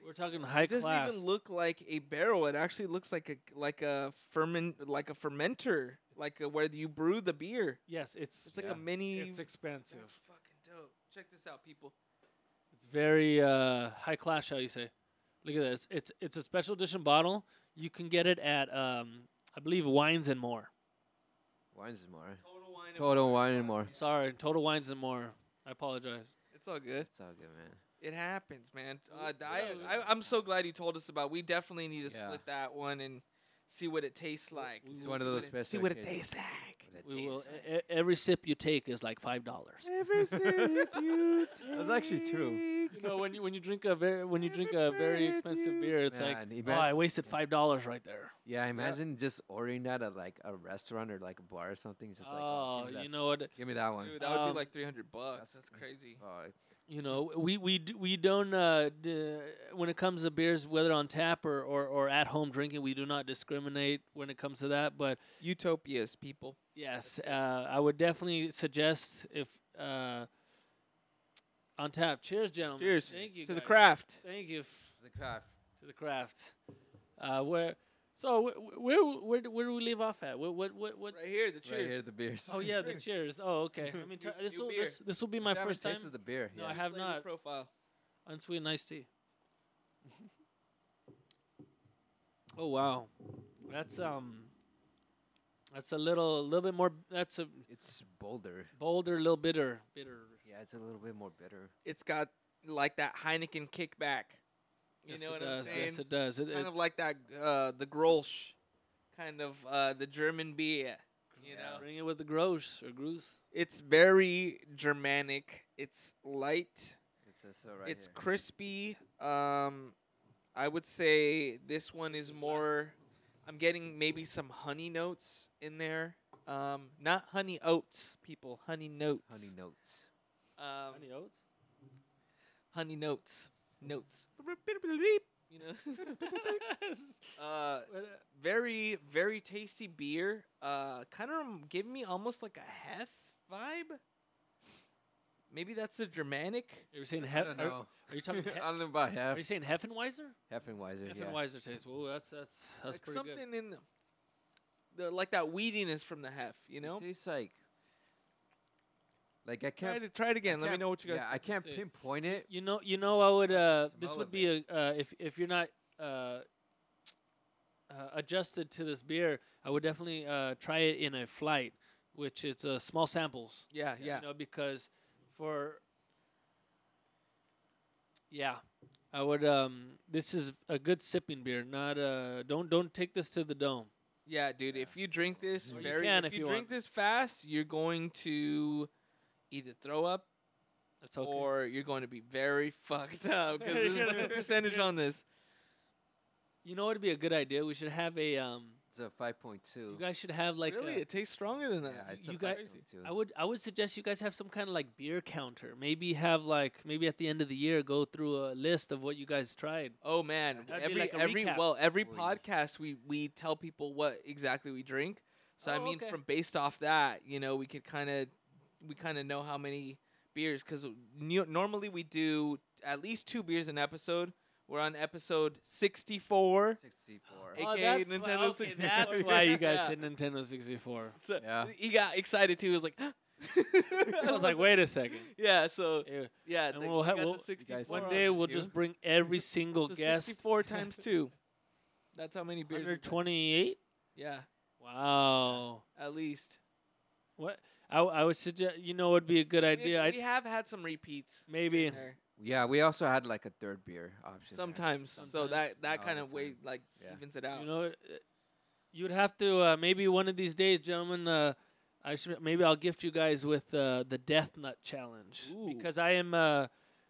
[SPEAKER 3] we're talking high
[SPEAKER 1] It doesn't
[SPEAKER 3] class.
[SPEAKER 1] even look like a barrel. It actually looks like a like a ferment like a fermenter, like a, where you brew the beer.
[SPEAKER 3] yes, it's
[SPEAKER 1] It's like
[SPEAKER 2] Yeah.
[SPEAKER 1] a mini.
[SPEAKER 3] it's expensive.
[SPEAKER 1] That's fucking dope. Check this out, people.
[SPEAKER 3] It's very uh, high class, shall you say? Look at this. It's it's a special edition bottle. You can get it at um, I believe Wines and More.
[SPEAKER 2] Wines and more.
[SPEAKER 1] Total wine. and
[SPEAKER 2] Total
[SPEAKER 1] More.
[SPEAKER 2] wine and more.
[SPEAKER 3] I'm sorry, Total Wines and More. I apologize.
[SPEAKER 1] It's all good.
[SPEAKER 2] It's all good, man.
[SPEAKER 1] It happens, man.
[SPEAKER 3] Well,
[SPEAKER 1] Uh, I,
[SPEAKER 3] yeah.
[SPEAKER 1] I I'm so glad you told us about. We definitely need to
[SPEAKER 2] Yeah.
[SPEAKER 1] split that one and see what it tastes like.
[SPEAKER 3] we
[SPEAKER 2] It's
[SPEAKER 1] See
[SPEAKER 2] one of
[SPEAKER 1] what
[SPEAKER 2] those
[SPEAKER 1] it-
[SPEAKER 2] special
[SPEAKER 1] See what it
[SPEAKER 2] occasions.
[SPEAKER 1] tastes like.
[SPEAKER 2] What it
[SPEAKER 3] We will.
[SPEAKER 2] tastes like.
[SPEAKER 3] E- e- every sip you take is like five dollars.
[SPEAKER 1] Every sip you take.
[SPEAKER 2] That's actually true.
[SPEAKER 3] You know, when you when you drink a very when you drink a very expensive beer, it's
[SPEAKER 2] Man,
[SPEAKER 3] like, oh,
[SPEAKER 2] imagine-
[SPEAKER 3] I wasted five dollars right there.
[SPEAKER 2] Yeah, imagine just ordering that at like a restaurant or like a bar or something. It's just like, oh,
[SPEAKER 3] oh,
[SPEAKER 2] give
[SPEAKER 3] you
[SPEAKER 2] me that-
[SPEAKER 3] know what?
[SPEAKER 2] give me that one.
[SPEAKER 1] Dude, that would
[SPEAKER 3] Um,
[SPEAKER 1] be like 300 bucks.
[SPEAKER 2] that's-
[SPEAKER 1] That's crazy.
[SPEAKER 2] Oh, it's
[SPEAKER 3] You know, we we d- we don't uh, d- when it comes to beers, whether on tap or, or, or at home drinking, we do not discriminate when it comes to that. But
[SPEAKER 1] Utopias, people.
[SPEAKER 3] yes, uh, I would definitely suggest if uh, on tap. Cheers, gentlemen.
[SPEAKER 1] Cheers
[SPEAKER 3] Um, Thank you
[SPEAKER 1] to the
[SPEAKER 3] guys.
[SPEAKER 1] craft.
[SPEAKER 3] Thank you f-
[SPEAKER 2] the craft.
[SPEAKER 3] to the craft. Uh, where so wh- wh- where where do- where do we leave off at? What what what, what
[SPEAKER 1] Right here, the cheers.
[SPEAKER 2] Right here, the beers.
[SPEAKER 3] Oh yeah, the
[SPEAKER 2] Drink.
[SPEAKER 3] cheers. Oh okay. I mean, t-
[SPEAKER 1] New-
[SPEAKER 3] this
[SPEAKER 1] new
[SPEAKER 3] will
[SPEAKER 1] beer.
[SPEAKER 3] this, this will be
[SPEAKER 2] You
[SPEAKER 3] my
[SPEAKER 2] haven't
[SPEAKER 3] first time
[SPEAKER 2] tasted the beer.
[SPEAKER 3] No,
[SPEAKER 2] yet.
[SPEAKER 3] I have
[SPEAKER 1] Flavor
[SPEAKER 3] not.
[SPEAKER 1] Profile.
[SPEAKER 3] unsweetened iced tea. Oh wow, that's um, that's a little a little bit more. That's a
[SPEAKER 2] It's bolder.
[SPEAKER 3] bolder, little bitter, bitter.
[SPEAKER 2] Yeah, it's a little bit more bitter.
[SPEAKER 1] It's got like that Heineken kickback. You
[SPEAKER 3] yes,
[SPEAKER 1] know
[SPEAKER 3] it
[SPEAKER 1] what
[SPEAKER 3] does.
[SPEAKER 1] I'm saying?
[SPEAKER 3] Yes, it does. It,
[SPEAKER 1] kind
[SPEAKER 3] it-
[SPEAKER 1] of like that, uh, the Grolsch, kind of uh, the German beer. You
[SPEAKER 2] Yeah.
[SPEAKER 1] know,
[SPEAKER 3] bring it with the gross or goose.
[SPEAKER 1] it's very Germanic. It's light.
[SPEAKER 2] It's just so right
[SPEAKER 1] it's
[SPEAKER 2] here.
[SPEAKER 1] crispy. Um, I would say this one is more. I'm getting maybe some honey notes in there. Um, not honey oats, people. Honey notes.
[SPEAKER 2] honey notes.
[SPEAKER 1] Um,
[SPEAKER 3] Any oats?
[SPEAKER 1] honey notes. Notes. You know. uh,
[SPEAKER 3] But, uh,
[SPEAKER 1] very very tasty beer. Uh, kind of give me almost like a hef vibe. Maybe that's the Germanic.
[SPEAKER 3] Are you saying
[SPEAKER 2] I
[SPEAKER 3] hef-
[SPEAKER 2] don't
[SPEAKER 3] are,
[SPEAKER 2] know.
[SPEAKER 3] are you talking?
[SPEAKER 2] I
[SPEAKER 3] Hef-
[SPEAKER 2] don't know about
[SPEAKER 3] are
[SPEAKER 2] half.
[SPEAKER 3] you saying Heffenweiser?
[SPEAKER 2] Heffenweiser. Yeah.
[SPEAKER 3] Heffenweiser taste. Well, that's that's that's
[SPEAKER 1] like
[SPEAKER 3] pretty good.
[SPEAKER 1] something in the, the like that weediness from the hef. You know.
[SPEAKER 2] It tastes like. Like I
[SPEAKER 1] Try
[SPEAKER 2] can't.
[SPEAKER 1] it, try it again. Let me
[SPEAKER 2] can't-
[SPEAKER 1] know what you guys.
[SPEAKER 2] Yeah, I
[SPEAKER 1] think.
[SPEAKER 2] can't
[SPEAKER 3] Say it.
[SPEAKER 2] pinpoint it.
[SPEAKER 3] You know, you know, I would.
[SPEAKER 2] Like the
[SPEAKER 3] Uh, this
[SPEAKER 2] smell
[SPEAKER 3] would
[SPEAKER 2] of
[SPEAKER 3] be a uh, if if you're not uh, uh, adjusted to this beer, I would definitely uh, try it in a flight, which is uh, small samples.
[SPEAKER 1] yeah, yeah.
[SPEAKER 3] You know, because for yeah, I would. Um, this is a good sipping beer. Not uh, don't don't take this to the dome.
[SPEAKER 1] Yeah, dude.
[SPEAKER 2] Yeah.
[SPEAKER 1] If you drink this
[SPEAKER 3] Or you
[SPEAKER 1] very,
[SPEAKER 3] can
[SPEAKER 1] if,
[SPEAKER 3] if
[SPEAKER 1] you
[SPEAKER 3] you
[SPEAKER 1] drink
[SPEAKER 3] want.
[SPEAKER 1] this fast, you're going to either throw up
[SPEAKER 3] That's okay.
[SPEAKER 1] or you're going to be very fucked up because
[SPEAKER 3] You're
[SPEAKER 1] there's a
[SPEAKER 3] gonna-
[SPEAKER 1] percentage
[SPEAKER 3] you're-
[SPEAKER 1] on this.
[SPEAKER 3] you know, it'd be a good idea. We should have a. Um,
[SPEAKER 2] It's a five point two.
[SPEAKER 3] you guys should have like. uh,
[SPEAKER 1] really,
[SPEAKER 3] a-
[SPEAKER 1] it tastes stronger than that.
[SPEAKER 2] Yeah, it's
[SPEAKER 3] you
[SPEAKER 2] a
[SPEAKER 3] guys-
[SPEAKER 2] five point two.
[SPEAKER 3] I would I would suggest you guys have some kind of like beer counter. Maybe have like maybe at the end of the year go through a list of what you guys tried.
[SPEAKER 1] Oh man,
[SPEAKER 3] That'd be
[SPEAKER 1] every
[SPEAKER 3] like a
[SPEAKER 1] every
[SPEAKER 3] recap.
[SPEAKER 1] well every
[SPEAKER 2] Oy.
[SPEAKER 1] podcast we we tell people what exactly we drink. So I
[SPEAKER 3] Oh,
[SPEAKER 1] mean,
[SPEAKER 3] okay.
[SPEAKER 1] from based off that, you know, we could kind of we kind of know how many beers because normally we do at least two beers an episode. We're on episode sixty four.
[SPEAKER 2] Sixty four.
[SPEAKER 1] It-
[SPEAKER 3] Oh,
[SPEAKER 1] AKA
[SPEAKER 3] that's why-
[SPEAKER 1] Nintendo
[SPEAKER 3] okay,
[SPEAKER 1] 64.
[SPEAKER 3] That's why you guys
[SPEAKER 1] Yeah.
[SPEAKER 3] said Nintendo 64.
[SPEAKER 1] So
[SPEAKER 2] Yeah.
[SPEAKER 1] he got excited too. He was like,
[SPEAKER 3] I was like, wait a second.
[SPEAKER 1] yeah. So
[SPEAKER 3] Eh,
[SPEAKER 1] yeah,
[SPEAKER 3] And
[SPEAKER 1] the-
[SPEAKER 3] we'll ha-
[SPEAKER 1] we got the
[SPEAKER 3] we'll- You guys
[SPEAKER 1] 64
[SPEAKER 3] One
[SPEAKER 1] on
[SPEAKER 3] day
[SPEAKER 1] it.
[SPEAKER 3] we'll
[SPEAKER 2] you.
[SPEAKER 3] just bring every single
[SPEAKER 1] So
[SPEAKER 3] guest.
[SPEAKER 1] sixty-four times two. That's how many beers. we've done.
[SPEAKER 3] 128.
[SPEAKER 1] Yeah,
[SPEAKER 3] Wow.
[SPEAKER 1] at least.
[SPEAKER 3] What I w- I would suggest you know would be a good
[SPEAKER 1] We-
[SPEAKER 3] idea.
[SPEAKER 1] we
[SPEAKER 3] I
[SPEAKER 1] have had some repeats. in
[SPEAKER 3] maybe
[SPEAKER 1] there.
[SPEAKER 2] Yeah, we also had like a third beer option. there.
[SPEAKER 1] Sometimes, so
[SPEAKER 3] Sometimes.
[SPEAKER 1] that that
[SPEAKER 2] Not all
[SPEAKER 1] kind
[SPEAKER 2] the
[SPEAKER 1] of way
[SPEAKER 2] time.
[SPEAKER 1] like
[SPEAKER 2] Yeah.
[SPEAKER 1] evens it out.
[SPEAKER 3] You know, uh, you'd have to uh, maybe one of these days, gentlemen. Uh, I should maybe I'll gift you guys with uh, the Death Nut Challenge
[SPEAKER 1] Ooh.
[SPEAKER 3] because I am uh,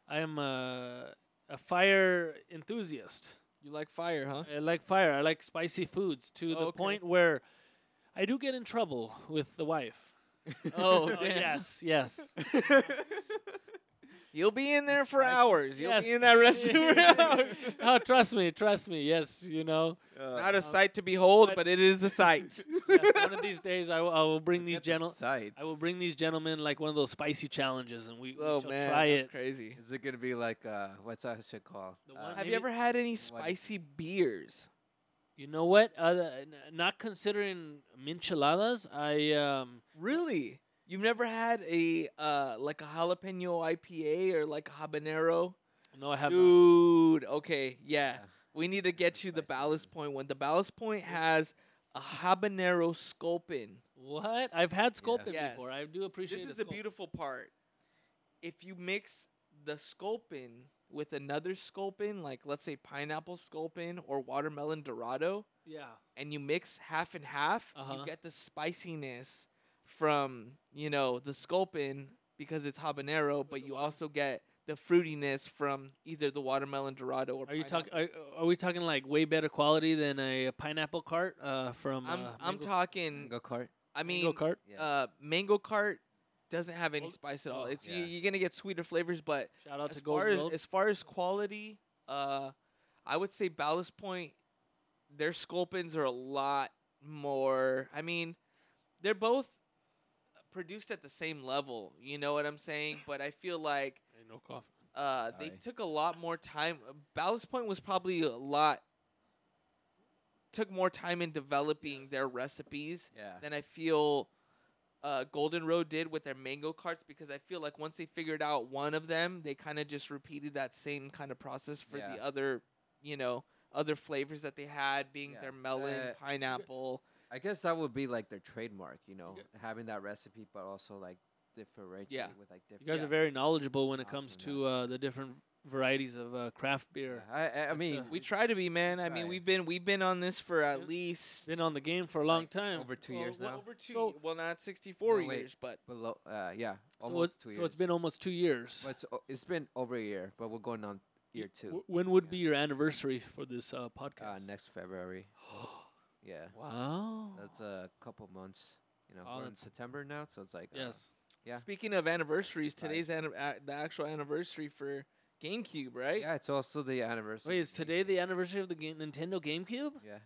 [SPEAKER 3] I am uh, a fire enthusiast.
[SPEAKER 1] you like fire, huh?
[SPEAKER 3] I like fire. I like spicy foods to
[SPEAKER 1] Oh,
[SPEAKER 3] the
[SPEAKER 1] okay.
[SPEAKER 3] point where I do get in trouble with the wife.
[SPEAKER 1] Oh,
[SPEAKER 3] Oh,
[SPEAKER 1] damn.
[SPEAKER 3] yes, yes.
[SPEAKER 1] You'll be in there for
[SPEAKER 2] Priceless.
[SPEAKER 1] hours. You'll
[SPEAKER 3] Yes.
[SPEAKER 1] be in that restroom for hours.
[SPEAKER 3] oh, trust me, trust me. Yes, you know.
[SPEAKER 2] Uh,
[SPEAKER 1] Not a sight to behold,
[SPEAKER 3] uh, but-
[SPEAKER 1] but it is a sight.
[SPEAKER 3] Yes, one of these days, I will- I will bring these gentle.
[SPEAKER 2] Sight.
[SPEAKER 3] I will bring these gentlemen like one of those spicy challenges, and we, we
[SPEAKER 1] oh
[SPEAKER 3] shall
[SPEAKER 1] man,
[SPEAKER 3] try
[SPEAKER 1] that's
[SPEAKER 3] it.
[SPEAKER 1] crazy.
[SPEAKER 2] Is it gonna be like uh, what's that shit called?
[SPEAKER 3] The
[SPEAKER 2] Uh,
[SPEAKER 3] one-
[SPEAKER 1] Have
[SPEAKER 3] Maybe-
[SPEAKER 1] you ever had any
[SPEAKER 2] What?
[SPEAKER 1] spicy beers?
[SPEAKER 3] You know what? Other, n- not considering mincheladas, I um,
[SPEAKER 1] Really? You've never had a uh, like a jalapeno IPA or like a habanero?
[SPEAKER 3] no, I have not.
[SPEAKER 1] Dude, okay, yeah.
[SPEAKER 2] Yeah.
[SPEAKER 1] We need to get you the
[SPEAKER 2] Spicy
[SPEAKER 1] ballast
[SPEAKER 2] beers.
[SPEAKER 1] point one. The ballast point has a habanero sculpin.
[SPEAKER 3] What? I've had sculpin
[SPEAKER 1] Yes.
[SPEAKER 3] before. I do appreciate
[SPEAKER 1] This is
[SPEAKER 3] the
[SPEAKER 1] the
[SPEAKER 3] sculpin.
[SPEAKER 1] beautiful part. If you mix the sculpin with another sculpin, like let's say pineapple sculpin or watermelon dorado,
[SPEAKER 3] Yeah.
[SPEAKER 1] and you mix half and half,
[SPEAKER 3] Uh-huh.
[SPEAKER 1] you get the spiciness from, you know, the sculpin because it's habanero, but
[SPEAKER 3] the
[SPEAKER 1] you
[SPEAKER 3] water-
[SPEAKER 1] also get the fruitiness from either the watermelon dorado or
[SPEAKER 3] Are you
[SPEAKER 1] pineapple.
[SPEAKER 3] talking? Are, are we talking like way better quality than a pineapple cart uh, from?
[SPEAKER 1] I'm
[SPEAKER 3] uh,
[SPEAKER 1] I'm
[SPEAKER 3] Mango-
[SPEAKER 1] talking
[SPEAKER 2] Go cart.
[SPEAKER 1] I mean
[SPEAKER 3] Mango cart.
[SPEAKER 2] Yeah.
[SPEAKER 1] uh mango cart doesn't have any
[SPEAKER 3] Gold-
[SPEAKER 1] spice at all.
[SPEAKER 3] oh,
[SPEAKER 1] It's you,
[SPEAKER 2] yeah.
[SPEAKER 1] you're going to get sweeter flavors, but
[SPEAKER 3] Shout out
[SPEAKER 1] as
[SPEAKER 3] to Gold
[SPEAKER 1] far as,
[SPEAKER 3] Road.
[SPEAKER 1] as far as quality, uh, I would say Ballast Point, their sculpins are a lot more. I mean, they're both produced at the same level. You know what I'm saying? But I feel like
[SPEAKER 3] Ain't no coffee.
[SPEAKER 1] uh, they
[SPEAKER 2] Aye.
[SPEAKER 1] took a lot more time. Ballast Point was probably a lot took more time in developing their recipes
[SPEAKER 2] Yeah.
[SPEAKER 1] than I feel uh, Golden Road did with their mango carts because I feel like once they figured out one of them, they kind of just repeated that same kind of process for
[SPEAKER 2] Yeah.
[SPEAKER 1] the other, you know, other flavors that they had, being
[SPEAKER 2] Yeah.
[SPEAKER 1] their melon,
[SPEAKER 2] Uh,
[SPEAKER 1] pineapple.
[SPEAKER 2] I guess that would be like their trademark, you know,
[SPEAKER 3] g-
[SPEAKER 2] having that recipe, but also like differentiate with like
[SPEAKER 3] You
[SPEAKER 2] different.
[SPEAKER 3] guys are very knowledgeable when it comes
[SPEAKER 2] Awesome, Uh-huh.
[SPEAKER 3] to uh, the different varieties of uh, craft beer.
[SPEAKER 2] I, I, I
[SPEAKER 3] It's,
[SPEAKER 2] mean,
[SPEAKER 3] uh,
[SPEAKER 1] We try to be, man. I mean,
[SPEAKER 2] Right.
[SPEAKER 1] we've been we've been on this for at
[SPEAKER 3] Yeah.
[SPEAKER 1] least
[SPEAKER 3] Been on the game for a long time.
[SPEAKER 2] over two
[SPEAKER 1] well,
[SPEAKER 2] years
[SPEAKER 1] well,
[SPEAKER 2] now.
[SPEAKER 1] Over two,
[SPEAKER 3] So-
[SPEAKER 1] ye- well, not sixty-four
[SPEAKER 2] No, wait.
[SPEAKER 1] years, but
[SPEAKER 2] Below, uh, yeah,
[SPEAKER 3] so,
[SPEAKER 2] almost
[SPEAKER 3] it's,
[SPEAKER 2] two years.
[SPEAKER 3] so it's been almost two years.
[SPEAKER 2] But it's, o- it's been over a year, but we're going on year two.
[SPEAKER 3] W- when would
[SPEAKER 2] Yeah.
[SPEAKER 3] be your anniversary for this uh,
[SPEAKER 2] Uh,
[SPEAKER 3] podcast?
[SPEAKER 2] next February. Yeah,
[SPEAKER 3] wow.
[SPEAKER 2] that's a uh, couple months. You know,
[SPEAKER 3] Oh,
[SPEAKER 2] we're in
[SPEAKER 3] that's-
[SPEAKER 2] September now, so it's like uh,
[SPEAKER 3] yes.
[SPEAKER 2] Yeah.
[SPEAKER 1] speaking of anniversaries,
[SPEAKER 2] Right.
[SPEAKER 1] today's anni- uh, the actual anniversary for GameCube, right?
[SPEAKER 2] Yeah, it's also the anniversary.
[SPEAKER 3] Wait,
[SPEAKER 2] of
[SPEAKER 3] is
[SPEAKER 2] GameCube.
[SPEAKER 3] today the anniversary of the game, Nintendo GameCube?
[SPEAKER 2] Yeah,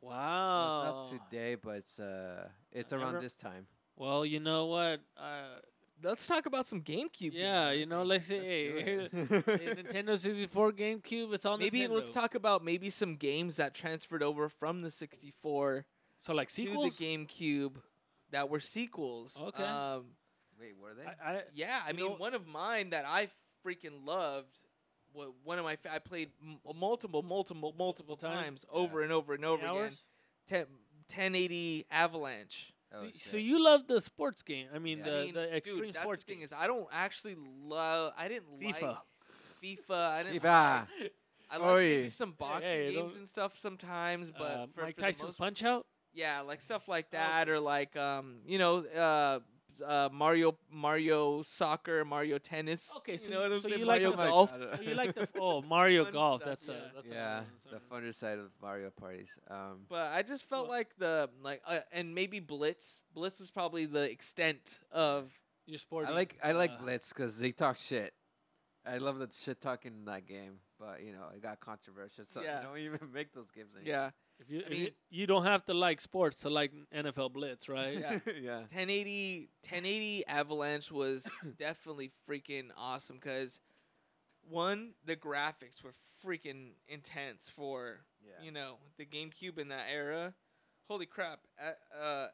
[SPEAKER 3] Wow.
[SPEAKER 2] well,
[SPEAKER 3] Oh.
[SPEAKER 2] it's not today, but it's uh, it's
[SPEAKER 3] Uh,
[SPEAKER 2] around
[SPEAKER 3] ever-
[SPEAKER 2] this time.
[SPEAKER 3] Well, you know what? Uh,
[SPEAKER 1] Let's talk about some GameCube.
[SPEAKER 3] yeah,
[SPEAKER 1] games.
[SPEAKER 3] you know, let's say hey,
[SPEAKER 2] Let's do
[SPEAKER 3] hey,
[SPEAKER 2] it.
[SPEAKER 3] Nintendo 64 GameCube. It's on
[SPEAKER 1] maybe let's
[SPEAKER 3] Nintendo.
[SPEAKER 1] talk about maybe some games that transferred over from the 64
[SPEAKER 3] So like sequels.
[SPEAKER 1] to the GameCube that were sequels.
[SPEAKER 3] Okay.
[SPEAKER 1] Um,
[SPEAKER 2] Wait, were they?
[SPEAKER 3] I, I,
[SPEAKER 1] yeah, I
[SPEAKER 3] You
[SPEAKER 1] mean,
[SPEAKER 3] know-
[SPEAKER 1] one of mine that I freaking loved. wa- One of my fa- I played m- multiple, multiple, multiple
[SPEAKER 3] time?
[SPEAKER 1] times over and over and over again.
[SPEAKER 3] hours.
[SPEAKER 1] Ten, 1080 Avalanche.
[SPEAKER 2] Oh,
[SPEAKER 3] so, so
[SPEAKER 2] shit.
[SPEAKER 3] you love the sports game. I mean,
[SPEAKER 2] Yeah.
[SPEAKER 3] the,
[SPEAKER 1] I mean,
[SPEAKER 3] the extreme
[SPEAKER 1] dude, that's
[SPEAKER 3] sports
[SPEAKER 1] the thing
[SPEAKER 3] games.
[SPEAKER 1] is, I don't actually love. I didn't
[SPEAKER 3] FIFA.
[SPEAKER 1] like FIFA. I didn't. Like,
[SPEAKER 2] Viva.
[SPEAKER 1] I
[SPEAKER 2] Oh,
[SPEAKER 1] like maybe
[SPEAKER 2] yeah.
[SPEAKER 1] some boxing
[SPEAKER 3] hey,
[SPEAKER 1] games
[SPEAKER 3] don't-
[SPEAKER 1] and stuff sometimes, but
[SPEAKER 3] uh,
[SPEAKER 1] for,
[SPEAKER 3] Mike
[SPEAKER 1] for the
[SPEAKER 3] Tyson's
[SPEAKER 1] most
[SPEAKER 3] Punch Out.
[SPEAKER 1] Yeah, like stuff like
[SPEAKER 3] Oh,
[SPEAKER 1] that, or like um, you know, uh, uh, Mario, Mario soccer, Mario tennis.
[SPEAKER 3] Okay, so
[SPEAKER 1] you know what
[SPEAKER 3] you-
[SPEAKER 1] I'm
[SPEAKER 3] so
[SPEAKER 1] saying?
[SPEAKER 3] you like
[SPEAKER 1] Mario
[SPEAKER 3] the-
[SPEAKER 1] golf.
[SPEAKER 2] I
[SPEAKER 3] So
[SPEAKER 2] don't
[SPEAKER 3] you like the
[SPEAKER 2] know.
[SPEAKER 3] f- oh Mario
[SPEAKER 1] Fun
[SPEAKER 3] Golf?
[SPEAKER 1] stuff,
[SPEAKER 3] that's
[SPEAKER 1] yeah.
[SPEAKER 3] a that's
[SPEAKER 2] yeah,
[SPEAKER 3] a
[SPEAKER 2] the funner side of Mario parties. Um,
[SPEAKER 1] But I just felt
[SPEAKER 3] Well-
[SPEAKER 1] like the like, uh, and maybe Blitz. Blitz was probably the extent of.
[SPEAKER 3] Your sport.
[SPEAKER 2] I like I like
[SPEAKER 3] uh,
[SPEAKER 2] Blitz because they talk shit. I love the shit talking in that game, but you know it got controversial, so
[SPEAKER 1] Yeah.
[SPEAKER 2] they don't even make those games anymore.
[SPEAKER 1] Yeah,
[SPEAKER 3] If you,
[SPEAKER 1] I
[SPEAKER 3] if
[SPEAKER 1] mean-
[SPEAKER 3] you you don't have to like sports to like NFL Blitz, right?
[SPEAKER 1] Yeah.
[SPEAKER 2] yeah.
[SPEAKER 1] 1080 1080 Avalanche was definitely freaking awesome because one, the graphics were freaking intense for
[SPEAKER 2] Yeah.
[SPEAKER 1] you know the GameCube in that era. Holy crap! Uh, uh,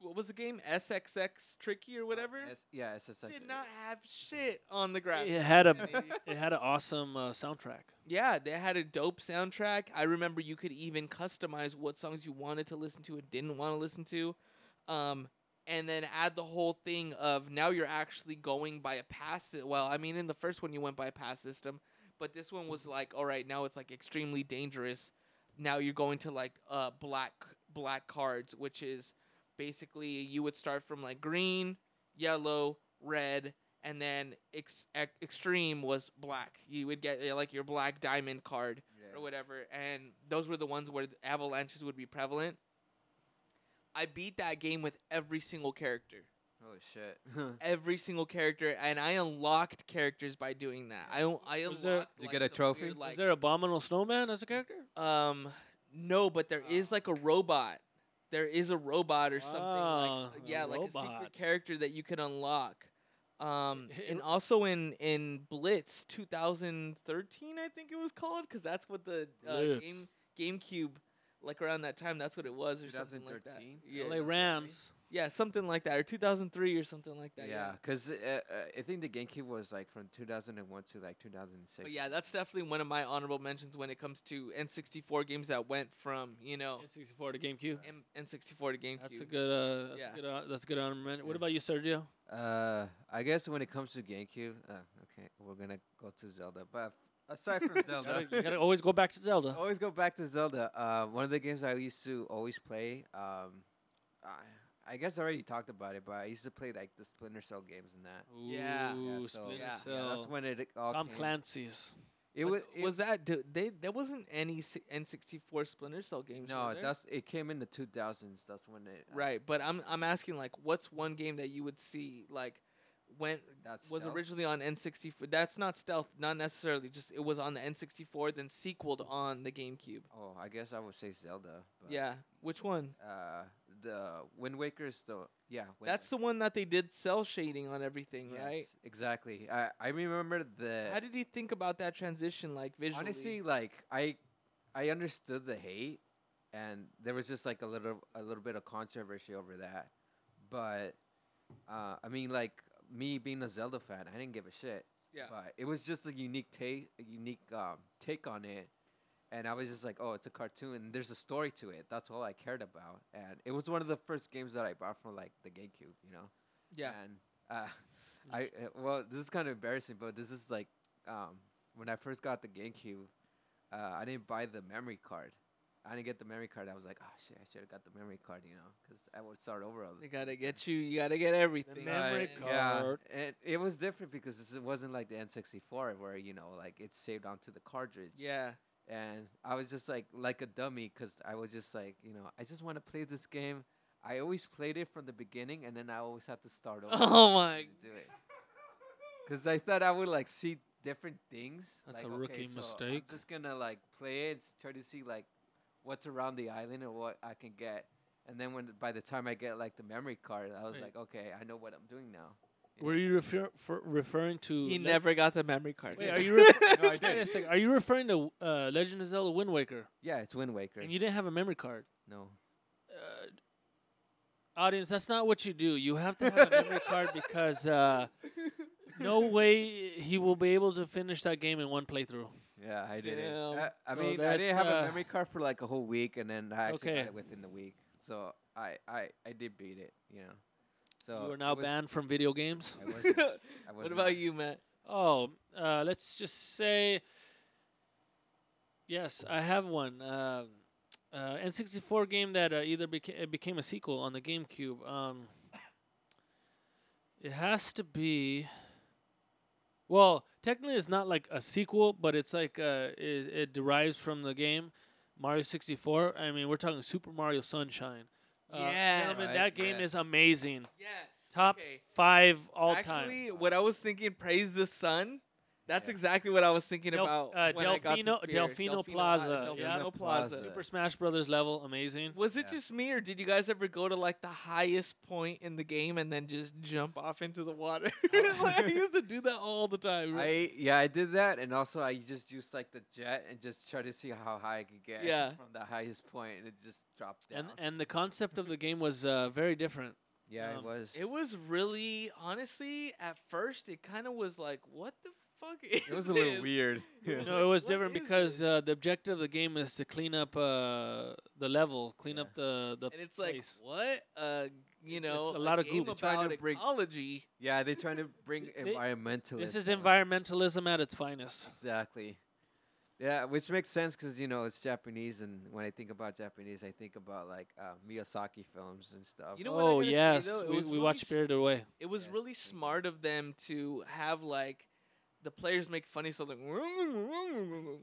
[SPEAKER 1] what was the game? SXX Tricky or whatever.
[SPEAKER 2] S- yeah, SSX.
[SPEAKER 1] Did not have shit on the graphics.
[SPEAKER 3] It had a
[SPEAKER 1] in 1080.
[SPEAKER 3] it had an awesome uh, soundtrack.
[SPEAKER 1] Yeah, they had a dope soundtrack. I remember you could even customize what songs you wanted to listen to and didn't want to listen to. Um, and then add the whole thing of now you're actually going by a pass. sy- Well, I mean, in the first one, you went by a pass system, but this one was like, all right, now it's like extremely dangerous. Now you're going to like uh, black black cards, which is basically you would start from like green, yellow, red, and then ex- ex- extreme was black. You would get uh, like your black diamond card
[SPEAKER 2] Yeah.
[SPEAKER 1] or whatever, and those were the ones where the avalanches would be prevalent. I beat that game with every single character.
[SPEAKER 2] Holy shit.
[SPEAKER 1] every single character, and I unlocked characters by doing that. I un- I unlocked.
[SPEAKER 3] Was there-
[SPEAKER 2] Did you
[SPEAKER 1] like,
[SPEAKER 2] get a
[SPEAKER 1] some
[SPEAKER 2] trophy?
[SPEAKER 1] weird,
[SPEAKER 2] Is
[SPEAKER 1] like,
[SPEAKER 3] Is there Abominable Snowman as a character?
[SPEAKER 1] Um, no, but there is
[SPEAKER 3] Oh.
[SPEAKER 1] like a robot. There is a robot or something.
[SPEAKER 3] Wow,
[SPEAKER 1] Like,
[SPEAKER 3] Ah, a
[SPEAKER 1] yeah, like a
[SPEAKER 3] robot.
[SPEAKER 1] secret character that you can unlock. Um,
[SPEAKER 3] It-
[SPEAKER 1] and also in in Blitz 2013, I think it was called, because that's what the uh,
[SPEAKER 3] Blitz.
[SPEAKER 1] game GameCube, like around that time, that's what it was, or something like that.
[SPEAKER 2] 2013?
[SPEAKER 1] Yeah,
[SPEAKER 3] LA Rams.
[SPEAKER 1] yeah, something like that, or 2003 or something like that.
[SPEAKER 2] yeah, because uh, uh, I think the GameCube was like from 2001 to like 2006.
[SPEAKER 1] But Oh, yeah, that's definitely one of my honorable mentions when it comes to N64 games that went from you know
[SPEAKER 3] N64 to GameCube.
[SPEAKER 1] M- N64 to GameCube.
[SPEAKER 3] That's a good. Uh, that's
[SPEAKER 1] Yeah.
[SPEAKER 3] a good. hon- that's a good honor. man. What
[SPEAKER 2] Yeah.
[SPEAKER 3] about you, Sergio?
[SPEAKER 2] Uh, I guess when it comes to GameCube, uh, okay, we're gonna go to Zelda. But aside from Zelda,
[SPEAKER 3] Gotta, you gotta always go back to Zelda.
[SPEAKER 2] always go back to Zelda. Uh, one of the games I used to always play. Um, I, I guess I already talked about it, but I used to play like the Splinter Cell games and that.
[SPEAKER 1] Yeah.
[SPEAKER 3] Ooh,
[SPEAKER 2] Yeah, so-
[SPEAKER 3] Splinter
[SPEAKER 1] yeah,
[SPEAKER 2] Yeah, that's
[SPEAKER 3] Cell.
[SPEAKER 2] when it all
[SPEAKER 3] Tom
[SPEAKER 2] came.
[SPEAKER 3] Clancy's.
[SPEAKER 2] It
[SPEAKER 1] Like,
[SPEAKER 2] was.
[SPEAKER 1] was, that do, they? There wasn't any si- N64 Splinter Cell games.
[SPEAKER 2] No,
[SPEAKER 1] were there?
[SPEAKER 2] that's it came in the 2000s. That's when it. uh,
[SPEAKER 1] right. But I'm I'm asking like, what's one game that you would see like when
[SPEAKER 2] That's
[SPEAKER 1] was
[SPEAKER 2] stealth?
[SPEAKER 1] originally on N64? That's not stealth, not necessarily. Just it was on the N64, then sequeled on the GameCube.
[SPEAKER 2] Oh, I guess I would say Zelda. But,
[SPEAKER 1] Yeah, which one?
[SPEAKER 2] Uh, the Wind Waker is the yeah. Wind
[SPEAKER 1] That's the one that they did cell shading on everything,
[SPEAKER 2] Waker.
[SPEAKER 1] right?
[SPEAKER 2] Yes, Exactly. I I remember the.
[SPEAKER 1] How did you think about that transition, like visually?
[SPEAKER 2] honestly like I I understood the hate, and there was just like a little a little bit of controversy over that, but uh, I mean like me being a Zelda fan, I didn't give a shit.
[SPEAKER 1] Yeah.
[SPEAKER 2] But it was just a unique take, a unique um, take on it. And I was just like, oh, it's a cartoon. There's a story to it. That's all I cared about. And it was one of the first games that I bought from like the GameCube, you know.
[SPEAKER 1] yeah,
[SPEAKER 2] And uh, I uh, well, this is kind of embarrassing, but this is like um, when I first got the GameCube, uh, I didn't buy the memory card. I didn't get the memory card. I was like, oh shit, I should have got the memory card, you know, because I would start over all
[SPEAKER 1] they
[SPEAKER 2] the
[SPEAKER 1] gotta get you. You gotta get everything.
[SPEAKER 3] memory
[SPEAKER 1] right?
[SPEAKER 3] card.
[SPEAKER 2] yeah,
[SPEAKER 3] card.
[SPEAKER 2] and it was different because this- it wasn't like the N64 where you know like it's saved onto the cartridge.
[SPEAKER 1] Yeah.
[SPEAKER 2] and I was just like like a dummy because I was just like you know I just want to play this game. I always played it from the beginning, and then I always have to start over.
[SPEAKER 1] Oh my
[SPEAKER 2] to do it. Cause I thought I would like see different things.
[SPEAKER 3] That's
[SPEAKER 2] Like,
[SPEAKER 3] a rookie
[SPEAKER 2] so
[SPEAKER 3] mistake.
[SPEAKER 2] I'm just gonna like play it, and s- try to see like what's around the island and what I can get. And then when by the time I get like the memory card, I was
[SPEAKER 3] Right.
[SPEAKER 2] like, okay, I know what I'm doing now.
[SPEAKER 3] Were you refer- for referring to?
[SPEAKER 1] He
[SPEAKER 3] Le-
[SPEAKER 1] never got the memory card.
[SPEAKER 3] Wait,
[SPEAKER 1] did
[SPEAKER 3] are
[SPEAKER 1] he?
[SPEAKER 3] you? Re-
[SPEAKER 2] No, I
[SPEAKER 3] wait a
[SPEAKER 2] didn't.
[SPEAKER 3] second, Are you referring to uh, Legend of Zelda: Wind Waker?
[SPEAKER 2] Yeah, it's Wind Waker.
[SPEAKER 3] And you didn't have a memory card.
[SPEAKER 2] no.
[SPEAKER 3] uh, audience, that's not what you do. You have to have a memory card because uh, no way he will be able to finish that game in one playthrough.
[SPEAKER 2] Yeah, I
[SPEAKER 1] didn't.
[SPEAKER 2] didn't.
[SPEAKER 1] Damn.
[SPEAKER 2] I, I
[SPEAKER 3] So
[SPEAKER 2] mean, I
[SPEAKER 3] that's,
[SPEAKER 2] didn't have
[SPEAKER 3] uh,
[SPEAKER 2] a memory card for like a whole week, and then I actually
[SPEAKER 3] okay.
[SPEAKER 2] got it within the week. So I, I, I did beat it. You know. So
[SPEAKER 3] you are
[SPEAKER 2] it
[SPEAKER 3] now
[SPEAKER 2] was-
[SPEAKER 3] banned from video games.
[SPEAKER 2] I wasn't. I
[SPEAKER 1] what
[SPEAKER 2] wasn't.
[SPEAKER 1] about you, Matt?
[SPEAKER 3] Oh, uh, let's just say yes, I have one. Um uh, N64 game that uh, either beca- it became a sequel on the GameCube. Um, it has to be. Well, technically, it's not like a sequel, but it's like uh, it, it derives from the game Mario 64. I mean, we're talking Super Mario Sunshine. Uh, gentlemen,
[SPEAKER 1] Yes.
[SPEAKER 3] that game
[SPEAKER 2] Yes.
[SPEAKER 3] is amazing.
[SPEAKER 1] Yes.
[SPEAKER 3] Top five all time.
[SPEAKER 1] Actually, what I was thinking, praise the sun. That's
[SPEAKER 2] Yeah.
[SPEAKER 1] exactly what I was thinking
[SPEAKER 3] Delf-
[SPEAKER 1] about
[SPEAKER 3] uh,
[SPEAKER 1] when I got
[SPEAKER 3] Delfino-
[SPEAKER 1] this beer.
[SPEAKER 3] Delfino
[SPEAKER 1] Del-
[SPEAKER 3] Plaza,
[SPEAKER 1] Delfino
[SPEAKER 3] yeah.
[SPEAKER 1] Plaza.
[SPEAKER 2] Plaza.
[SPEAKER 3] Super Smash Brothers level, amazing.
[SPEAKER 1] Was it
[SPEAKER 2] Yeah.
[SPEAKER 1] just me, or did you guys ever go to like the highest point in the game and then just jump off into the water? Like, I used to do that all the time.
[SPEAKER 2] I yeah, I did that, and also I just used like the jet and just try to see how high I could get
[SPEAKER 1] Yeah.
[SPEAKER 2] from the highest point, and it just dropped down.
[SPEAKER 3] And and the concept of the game was uh, very different.
[SPEAKER 2] yeah,
[SPEAKER 3] um,
[SPEAKER 2] it was.
[SPEAKER 1] It was really, honestly, at first, it kind of was like, what the fuck is
[SPEAKER 2] It was a little
[SPEAKER 1] this?
[SPEAKER 2] weird.
[SPEAKER 1] It was
[SPEAKER 3] No, it was
[SPEAKER 1] What
[SPEAKER 3] different
[SPEAKER 1] is
[SPEAKER 3] because
[SPEAKER 1] this?
[SPEAKER 3] uh, the objective of the game is to clean up uh, the level, clean
[SPEAKER 2] Yeah.
[SPEAKER 3] up the the
[SPEAKER 1] And it's like,
[SPEAKER 3] place.
[SPEAKER 1] what? Uh, you
[SPEAKER 3] It's
[SPEAKER 1] know,
[SPEAKER 3] a lot of
[SPEAKER 1] game
[SPEAKER 3] goop.
[SPEAKER 2] They're trying
[SPEAKER 1] about
[SPEAKER 2] to break-
[SPEAKER 1] ecology.
[SPEAKER 2] yeah, they trying to bring
[SPEAKER 3] They-
[SPEAKER 2] environmentalism.
[SPEAKER 3] This is
[SPEAKER 2] in.
[SPEAKER 3] environmentalism at its finest.
[SPEAKER 2] Exactly. Yeah, which makes sense because you know it's Japanese, and when I think about Japanese, I think about like uh, Miyazaki films and stuff.
[SPEAKER 1] You know what I'm
[SPEAKER 3] oh
[SPEAKER 1] gonna say,
[SPEAKER 3] yes,
[SPEAKER 1] though? It
[SPEAKER 3] we, we
[SPEAKER 1] was really
[SPEAKER 3] watched
[SPEAKER 1] s-
[SPEAKER 3] Spirited Away.
[SPEAKER 1] it was
[SPEAKER 2] Yes,
[SPEAKER 1] really
[SPEAKER 2] thank you.
[SPEAKER 1] smart of them to have like the players make funny stuff like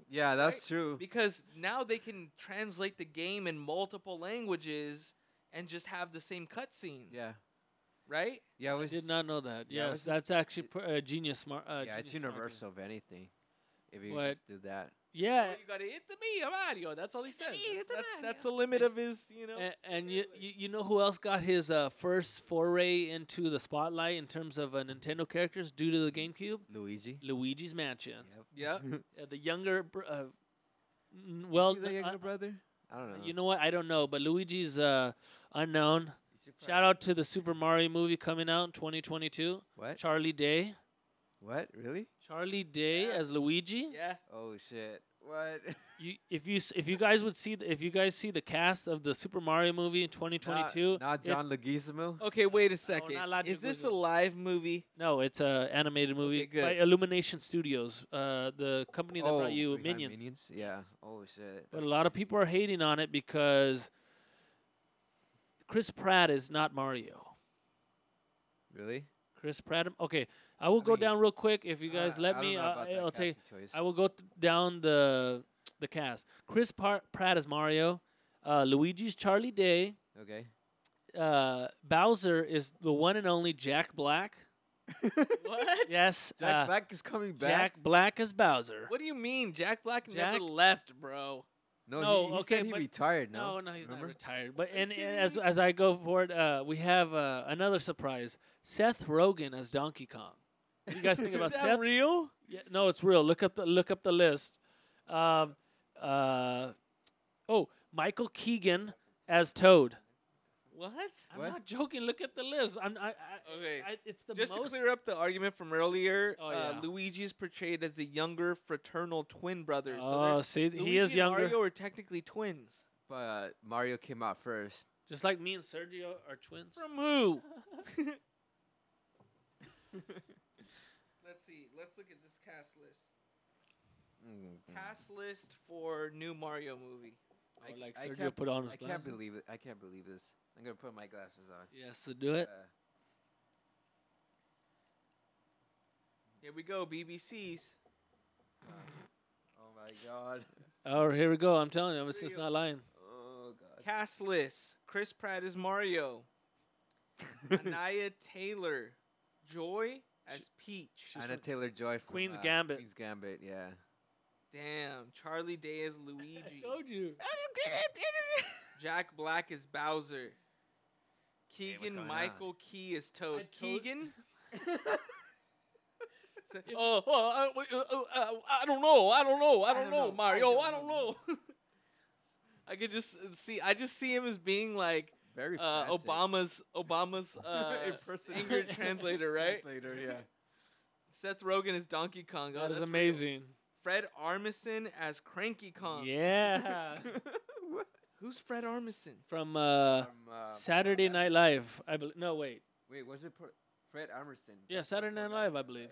[SPEAKER 2] yeah, that's
[SPEAKER 1] right?
[SPEAKER 2] true.
[SPEAKER 1] because now they can translate the game in multiple languages and just have the same cutscenes.
[SPEAKER 2] Yeah,
[SPEAKER 1] right?
[SPEAKER 2] Yeah, it
[SPEAKER 3] I
[SPEAKER 2] was
[SPEAKER 3] did not know that.
[SPEAKER 2] yeah,
[SPEAKER 3] yes,
[SPEAKER 2] it was just-
[SPEAKER 3] that's actually
[SPEAKER 2] it-
[SPEAKER 3] pr- uh, genius smart. Uh,
[SPEAKER 2] yeah, it's
[SPEAKER 3] genius marketing.
[SPEAKER 2] universal of anything. If you
[SPEAKER 3] But-
[SPEAKER 2] just do that,
[SPEAKER 1] Well,
[SPEAKER 3] Yeah,
[SPEAKER 1] Oh, you gotta hit the me, I'm Mario. That's all he
[SPEAKER 2] Hit the
[SPEAKER 1] says.
[SPEAKER 2] me,
[SPEAKER 1] That's,
[SPEAKER 2] hit the
[SPEAKER 1] that's,
[SPEAKER 2] Mario.
[SPEAKER 1] that's the limit of his, you know.
[SPEAKER 3] and, and you, you you know who else got his uh, first foray into the spotlight in terms of uh, Nintendo characters due to the GameCube?
[SPEAKER 2] Luigi.
[SPEAKER 3] Luigi's Mansion.
[SPEAKER 1] Yep.
[SPEAKER 3] Uh, the younger, br- uh, n-
[SPEAKER 2] well,
[SPEAKER 3] well,
[SPEAKER 2] the
[SPEAKER 3] n-
[SPEAKER 2] younger
[SPEAKER 3] uh,
[SPEAKER 2] brother. I don't know.
[SPEAKER 3] you know what? I don't know, but Luigi's uh, unknown. Shout out to the Super Mario movie coming out in 2022.
[SPEAKER 2] What?
[SPEAKER 3] Charlie Day.
[SPEAKER 2] What? Really?
[SPEAKER 3] Charlie Day
[SPEAKER 1] Yeah.
[SPEAKER 3] as Luigi.
[SPEAKER 1] Yeah.
[SPEAKER 2] Oh shit! What?
[SPEAKER 3] You, if you s- if you guys would see the, if you guys see the cast of the Super Mario movie in 2022,
[SPEAKER 2] Not, not
[SPEAKER 3] it's- Oh,
[SPEAKER 2] John Leguizamo.
[SPEAKER 1] Okay, wait a
[SPEAKER 3] not
[SPEAKER 1] second.
[SPEAKER 3] allowed to
[SPEAKER 1] Is this a
[SPEAKER 3] Google.
[SPEAKER 1] live movie?
[SPEAKER 3] no, it's a animated movie
[SPEAKER 1] Okay, good.
[SPEAKER 3] by Illumination Studios, uh, the company that
[SPEAKER 2] Oh,
[SPEAKER 3] brought you
[SPEAKER 2] behind
[SPEAKER 3] Minions.
[SPEAKER 2] Minions. Yeah.
[SPEAKER 3] Yes.
[SPEAKER 2] Oh shit.
[SPEAKER 3] But a lot of people are hating on it because Chris Pratt is not Mario.
[SPEAKER 2] Really?
[SPEAKER 3] Chris Pratt. Okay, I will
[SPEAKER 2] I
[SPEAKER 3] go
[SPEAKER 2] mean,
[SPEAKER 3] down real quick if you
[SPEAKER 2] I-
[SPEAKER 3] guys
[SPEAKER 2] I
[SPEAKER 3] let
[SPEAKER 2] don't
[SPEAKER 3] me.
[SPEAKER 2] know
[SPEAKER 3] Uh,
[SPEAKER 2] about that
[SPEAKER 3] I'll take.
[SPEAKER 2] casting choice.
[SPEAKER 3] I will go th- down the the cast. Chris Par- Pratt as Mario. Uh, Luigi's Charlie Day.
[SPEAKER 2] okay.
[SPEAKER 3] Uh, Bowser is the one and only Jack Black.
[SPEAKER 1] What?
[SPEAKER 3] Yes,
[SPEAKER 2] Jack
[SPEAKER 3] uh,
[SPEAKER 2] Black is coming back.
[SPEAKER 3] Jack Black as Bowser.
[SPEAKER 1] What do you mean? Jack Black
[SPEAKER 3] Jack-
[SPEAKER 1] never left, bro.
[SPEAKER 2] No,
[SPEAKER 3] No,
[SPEAKER 2] he, he
[SPEAKER 3] okay,
[SPEAKER 2] said he
[SPEAKER 3] but-
[SPEAKER 2] retired.
[SPEAKER 3] No,
[SPEAKER 2] No,
[SPEAKER 3] Oh, no, he's
[SPEAKER 2] Remember?
[SPEAKER 3] not retired. But and, and
[SPEAKER 1] kidding.
[SPEAKER 3] as as I go forward, uh, we have uh, another surprise. Seth Rogen as Donkey Kong. What do you guys think about
[SPEAKER 1] Is that
[SPEAKER 3] Seth?
[SPEAKER 1] real?
[SPEAKER 3] Yeah, no, it's real. Look up the look up the list. Um, uh, oh, Michael Keegan as Toad.
[SPEAKER 1] What?
[SPEAKER 3] I'm
[SPEAKER 2] What?
[SPEAKER 3] not joking. Look at the list. I'm. I, I,
[SPEAKER 1] Okay.
[SPEAKER 3] I, it's the
[SPEAKER 1] Just to
[SPEAKER 3] most.
[SPEAKER 1] clear up the argument from earlier,
[SPEAKER 3] Oh,
[SPEAKER 1] uh,
[SPEAKER 3] yeah.
[SPEAKER 1] Luigi is portrayed as the younger fraternal twin brother. So
[SPEAKER 3] oh,
[SPEAKER 1] they're-
[SPEAKER 3] see,
[SPEAKER 1] Luigi
[SPEAKER 3] he is
[SPEAKER 1] and
[SPEAKER 3] younger.
[SPEAKER 1] Mario are technically twins.
[SPEAKER 2] But Mario came out first.
[SPEAKER 3] Just like me and Sergio are twins.
[SPEAKER 1] From who? Let's see. Let's look at this cast list.
[SPEAKER 2] Mm, mm.
[SPEAKER 1] Cast list for new Mario movie.
[SPEAKER 3] Oh,
[SPEAKER 2] I c-
[SPEAKER 3] like
[SPEAKER 2] I
[SPEAKER 3] Sergio
[SPEAKER 2] can't-
[SPEAKER 3] put on his
[SPEAKER 2] I
[SPEAKER 3] glasses.
[SPEAKER 2] can't believe it. I can't believe this. I'm gonna put my glasses on.
[SPEAKER 3] Yes, to do it.
[SPEAKER 2] Uh,
[SPEAKER 1] Here we go, BBC's.
[SPEAKER 2] oh my god.
[SPEAKER 3] Oh, here we go. I'm telling you, I'm just
[SPEAKER 1] Sergio.
[SPEAKER 3] not lying.
[SPEAKER 2] Oh god.
[SPEAKER 1] Cast list. Chris Pratt is Mario. Anaya Taylor. Joy as Peach.
[SPEAKER 2] Anna Taylor Joy from
[SPEAKER 3] Queen's
[SPEAKER 2] uh,
[SPEAKER 3] Gambit.
[SPEAKER 2] Queen's Gambit. Yeah.
[SPEAKER 1] Damn. Charlie Day is Luigi.
[SPEAKER 3] I told you.
[SPEAKER 1] Jack Black is Bowser.
[SPEAKER 2] what's
[SPEAKER 1] Keegan
[SPEAKER 2] going
[SPEAKER 1] Michael Key is Toad.
[SPEAKER 3] I told-
[SPEAKER 1] Keegan? Say, oh, oh, I- uh, uh, uh, I don't know. I don't know. I don't know, Mario. I don't know. I could just uh, see. I just see him as being like
[SPEAKER 2] Very.
[SPEAKER 1] uh,
[SPEAKER 2] frantic.
[SPEAKER 1] Obama's Obama's uh,
[SPEAKER 2] Impersonator.
[SPEAKER 1] angry translator, right?
[SPEAKER 2] Translator. Yeah.
[SPEAKER 1] Seth Rogen is Donkey Kong. Oh,
[SPEAKER 3] That is
[SPEAKER 1] that's real.
[SPEAKER 3] amazing.
[SPEAKER 1] Fred Armisen as Cranky Kong.
[SPEAKER 3] Yeah.
[SPEAKER 2] What?
[SPEAKER 1] Who's Fred Armisen?
[SPEAKER 3] From uh,
[SPEAKER 2] From,
[SPEAKER 1] Um,
[SPEAKER 2] uh,
[SPEAKER 3] Saturday Night Live, I believe. No, wait.
[SPEAKER 2] Wait, was it Pro- Fred Armiston?
[SPEAKER 3] Yeah, Saturday Night Live, I believe.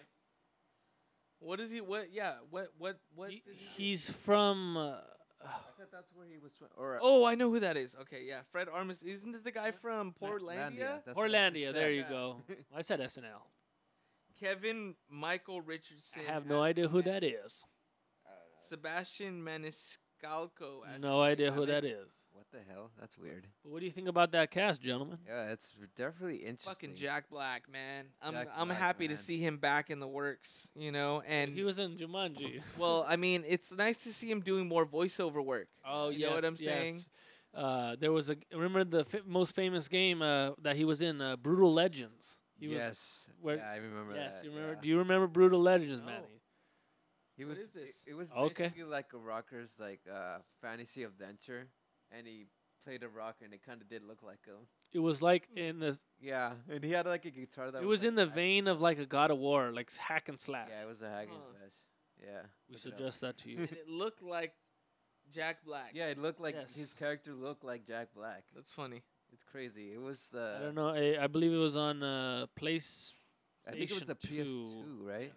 [SPEAKER 1] What is he? What? Yeah. What? What? What?
[SPEAKER 3] He-
[SPEAKER 1] did he do?
[SPEAKER 3] he's from. Uh,
[SPEAKER 2] I thought that's where he was. From. Or
[SPEAKER 1] Oh, I know who that is. Okay, yeah, Fred Armisen. Isn't it the guy from
[SPEAKER 2] La-
[SPEAKER 1] Portlandia?
[SPEAKER 2] that's what I just
[SPEAKER 3] Orlandia.
[SPEAKER 2] said.
[SPEAKER 3] There you
[SPEAKER 1] yeah.
[SPEAKER 3] go. I said SNL.
[SPEAKER 1] Kevin Michael Richardson.
[SPEAKER 3] I have
[SPEAKER 1] as
[SPEAKER 3] no idea who
[SPEAKER 1] Mac-
[SPEAKER 3] that is.
[SPEAKER 2] I don't know.
[SPEAKER 1] Sebastian Maniscalco. As
[SPEAKER 3] No idea who
[SPEAKER 1] Rabbit.
[SPEAKER 3] that is.
[SPEAKER 2] What the hell? That's weird.
[SPEAKER 3] But what do you think about that cast, gentlemen?
[SPEAKER 2] Yeah, it's definitely interesting.
[SPEAKER 1] Fucking Jack Black, man. I'm
[SPEAKER 2] Jack
[SPEAKER 1] I'm
[SPEAKER 2] Black,
[SPEAKER 1] happy to
[SPEAKER 2] man.
[SPEAKER 1] see him back in the works. You know, and
[SPEAKER 3] he was in Jumanji.
[SPEAKER 1] well, I mean, it's nice to see him doing more voiceover work.
[SPEAKER 3] oh,
[SPEAKER 1] You know what
[SPEAKER 3] yes,
[SPEAKER 1] I'm saying?
[SPEAKER 3] yes. Uh, there was a remember the fa- most famous game uh, that he was in, uh, Brutal Legends. He was,
[SPEAKER 2] yes.
[SPEAKER 3] where-
[SPEAKER 2] yeah, I remember
[SPEAKER 3] yes,
[SPEAKER 2] that.
[SPEAKER 3] you remember?
[SPEAKER 2] yeah.
[SPEAKER 3] Do you remember Brutal Legends,
[SPEAKER 1] No.
[SPEAKER 3] Manny?
[SPEAKER 2] He
[SPEAKER 1] What
[SPEAKER 2] was.
[SPEAKER 1] is this?
[SPEAKER 2] It, it was
[SPEAKER 3] Okay.
[SPEAKER 2] basically like a rocker's like uh, fantasy adventure, and he played a rocker, and it kind of did look like him.
[SPEAKER 3] It was like in the.
[SPEAKER 2] Yeah, and he had like a guitar that.
[SPEAKER 3] It was
[SPEAKER 2] like,
[SPEAKER 3] in the
[SPEAKER 2] hack-
[SPEAKER 3] vein of like a God of War, like s- hack and slash.
[SPEAKER 2] Yeah, it was a hack and
[SPEAKER 1] Huh.
[SPEAKER 2] slash. Yeah.
[SPEAKER 3] we
[SPEAKER 2] look it up.
[SPEAKER 3] suggest that to you.
[SPEAKER 1] and it looked like Jack Black.
[SPEAKER 2] Yeah, it looked like his
[SPEAKER 3] Yes.
[SPEAKER 2] character looked like Jack Black.
[SPEAKER 1] that's funny.
[SPEAKER 2] It's crazy. It was. Uh,
[SPEAKER 3] I don't know. I, I believe it was on uh, place.
[SPEAKER 2] I think it was a PS2,
[SPEAKER 3] Station
[SPEAKER 2] right?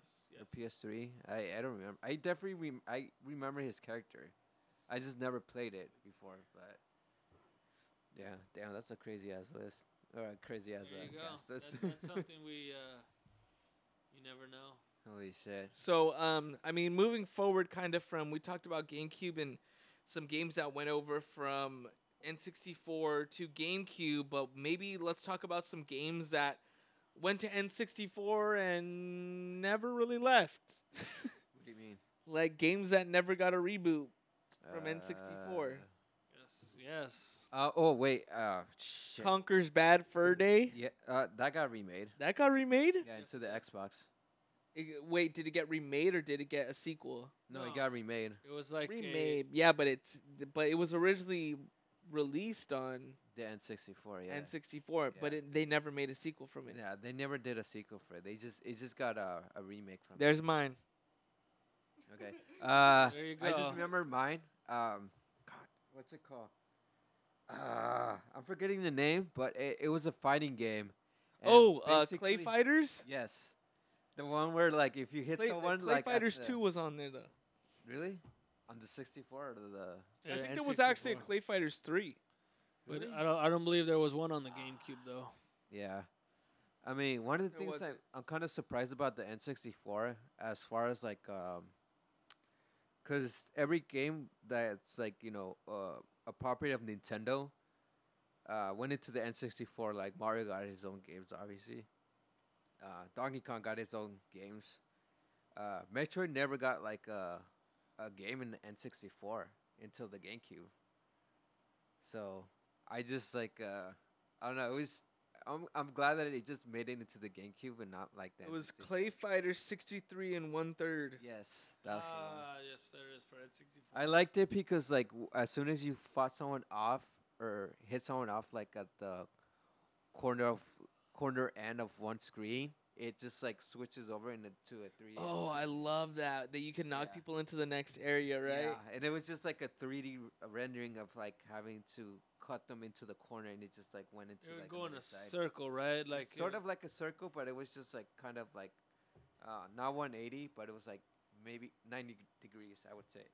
[SPEAKER 3] Yes,
[SPEAKER 2] Or PS3. I, I don't remember. I definitely rem- I remember his character. I just never played it before, but yeah, damn, that's a crazy ass list or a crazy ass
[SPEAKER 3] There you
[SPEAKER 2] uh,
[SPEAKER 3] go.
[SPEAKER 2] cast.
[SPEAKER 3] That, that's something we uh, you never know.
[SPEAKER 2] Holy shit!
[SPEAKER 1] So, um, I mean, moving forward, kind of from we talked about GameCube and some games that went over from N64 to GameCube, but maybe let's talk about some games that went to N64 and never really left.
[SPEAKER 2] What do you mean?
[SPEAKER 1] like games that never got a reboot. From N64.
[SPEAKER 2] Uh,
[SPEAKER 3] Yes. Yes.
[SPEAKER 2] Uh, oh wait, uh, shit.
[SPEAKER 1] Conker's Bad Fur Day.
[SPEAKER 2] yeah, uh, that got remade.
[SPEAKER 1] That got remade?
[SPEAKER 2] Yeah, into the Xbox.
[SPEAKER 1] It- wait, did it get remade or did it get a sequel?
[SPEAKER 2] No,
[SPEAKER 3] No.
[SPEAKER 2] it got remade.
[SPEAKER 3] It was like a-
[SPEAKER 1] remade. Yeah, but it's but it was originally released on
[SPEAKER 2] The N64. Yeah.
[SPEAKER 1] N64, but
[SPEAKER 2] Yeah.
[SPEAKER 1] it, they never made a sequel from it.
[SPEAKER 2] yeah, they never did a sequel for it. They just it just got a, a remake from.
[SPEAKER 1] There's mine.
[SPEAKER 2] it. Okay. Uh,
[SPEAKER 3] There you go.
[SPEAKER 2] I just remember mine. Um, God, what's it called? Uh, I'm forgetting the name, but it, it was a fighting game. and
[SPEAKER 1] oh, uh, Clay
[SPEAKER 2] basically-
[SPEAKER 1] Fighters?
[SPEAKER 2] Yes, the one where like if you hit
[SPEAKER 1] Clay,
[SPEAKER 2] someone
[SPEAKER 1] Clay
[SPEAKER 2] like at
[SPEAKER 1] Fighters
[SPEAKER 2] the-
[SPEAKER 1] 2 was on there though.
[SPEAKER 2] Really? On the 64 or the
[SPEAKER 1] I
[SPEAKER 3] Yeah,
[SPEAKER 1] think there was actually a
[SPEAKER 3] N64.
[SPEAKER 1] Clay Fighters 3.
[SPEAKER 3] But
[SPEAKER 2] Really?
[SPEAKER 3] I don't. I don't believe there was one on the GameCube though.
[SPEAKER 2] Yeah. I mean, one of the
[SPEAKER 1] There
[SPEAKER 2] things
[SPEAKER 1] was
[SPEAKER 2] that
[SPEAKER 1] it.
[SPEAKER 2] I'm kind of surprised about the N64 as far as like um cuz every game that's like, you know, uh a property of Nintendo uh went into the N64 like Mario got his own games obviously. Uh Donkey Kong got his own games. Uh Metroid never got like a a game in the N64 until the GameCube. So, I just like uh I don't know, it was I'm I'm glad that it just made it into the GameCube and not like that.
[SPEAKER 1] It was Clay Fighters 63 and one third.
[SPEAKER 2] Yes,
[SPEAKER 3] Ah,
[SPEAKER 2] that's. the one.
[SPEAKER 3] yes, there is for N64.
[SPEAKER 2] I liked it because like w- as soon as you fought someone off or hit someone off like at the corner of corner end of one screen, it just like switches over into a three.
[SPEAKER 1] Oh, I love that that you can knock
[SPEAKER 2] Yeah.
[SPEAKER 1] people into the next area, right?
[SPEAKER 2] Yeah, and it was just like a 3D r- rendering of like having to cut them into the corner, and it just like went into
[SPEAKER 3] It would
[SPEAKER 2] like
[SPEAKER 3] go in
[SPEAKER 2] another
[SPEAKER 3] a
[SPEAKER 2] side.
[SPEAKER 3] circle, right? Like
[SPEAKER 2] like sort of like a circle, but it was just like kind of like uh, not 180, but it was like maybe 90 degrees, I would say,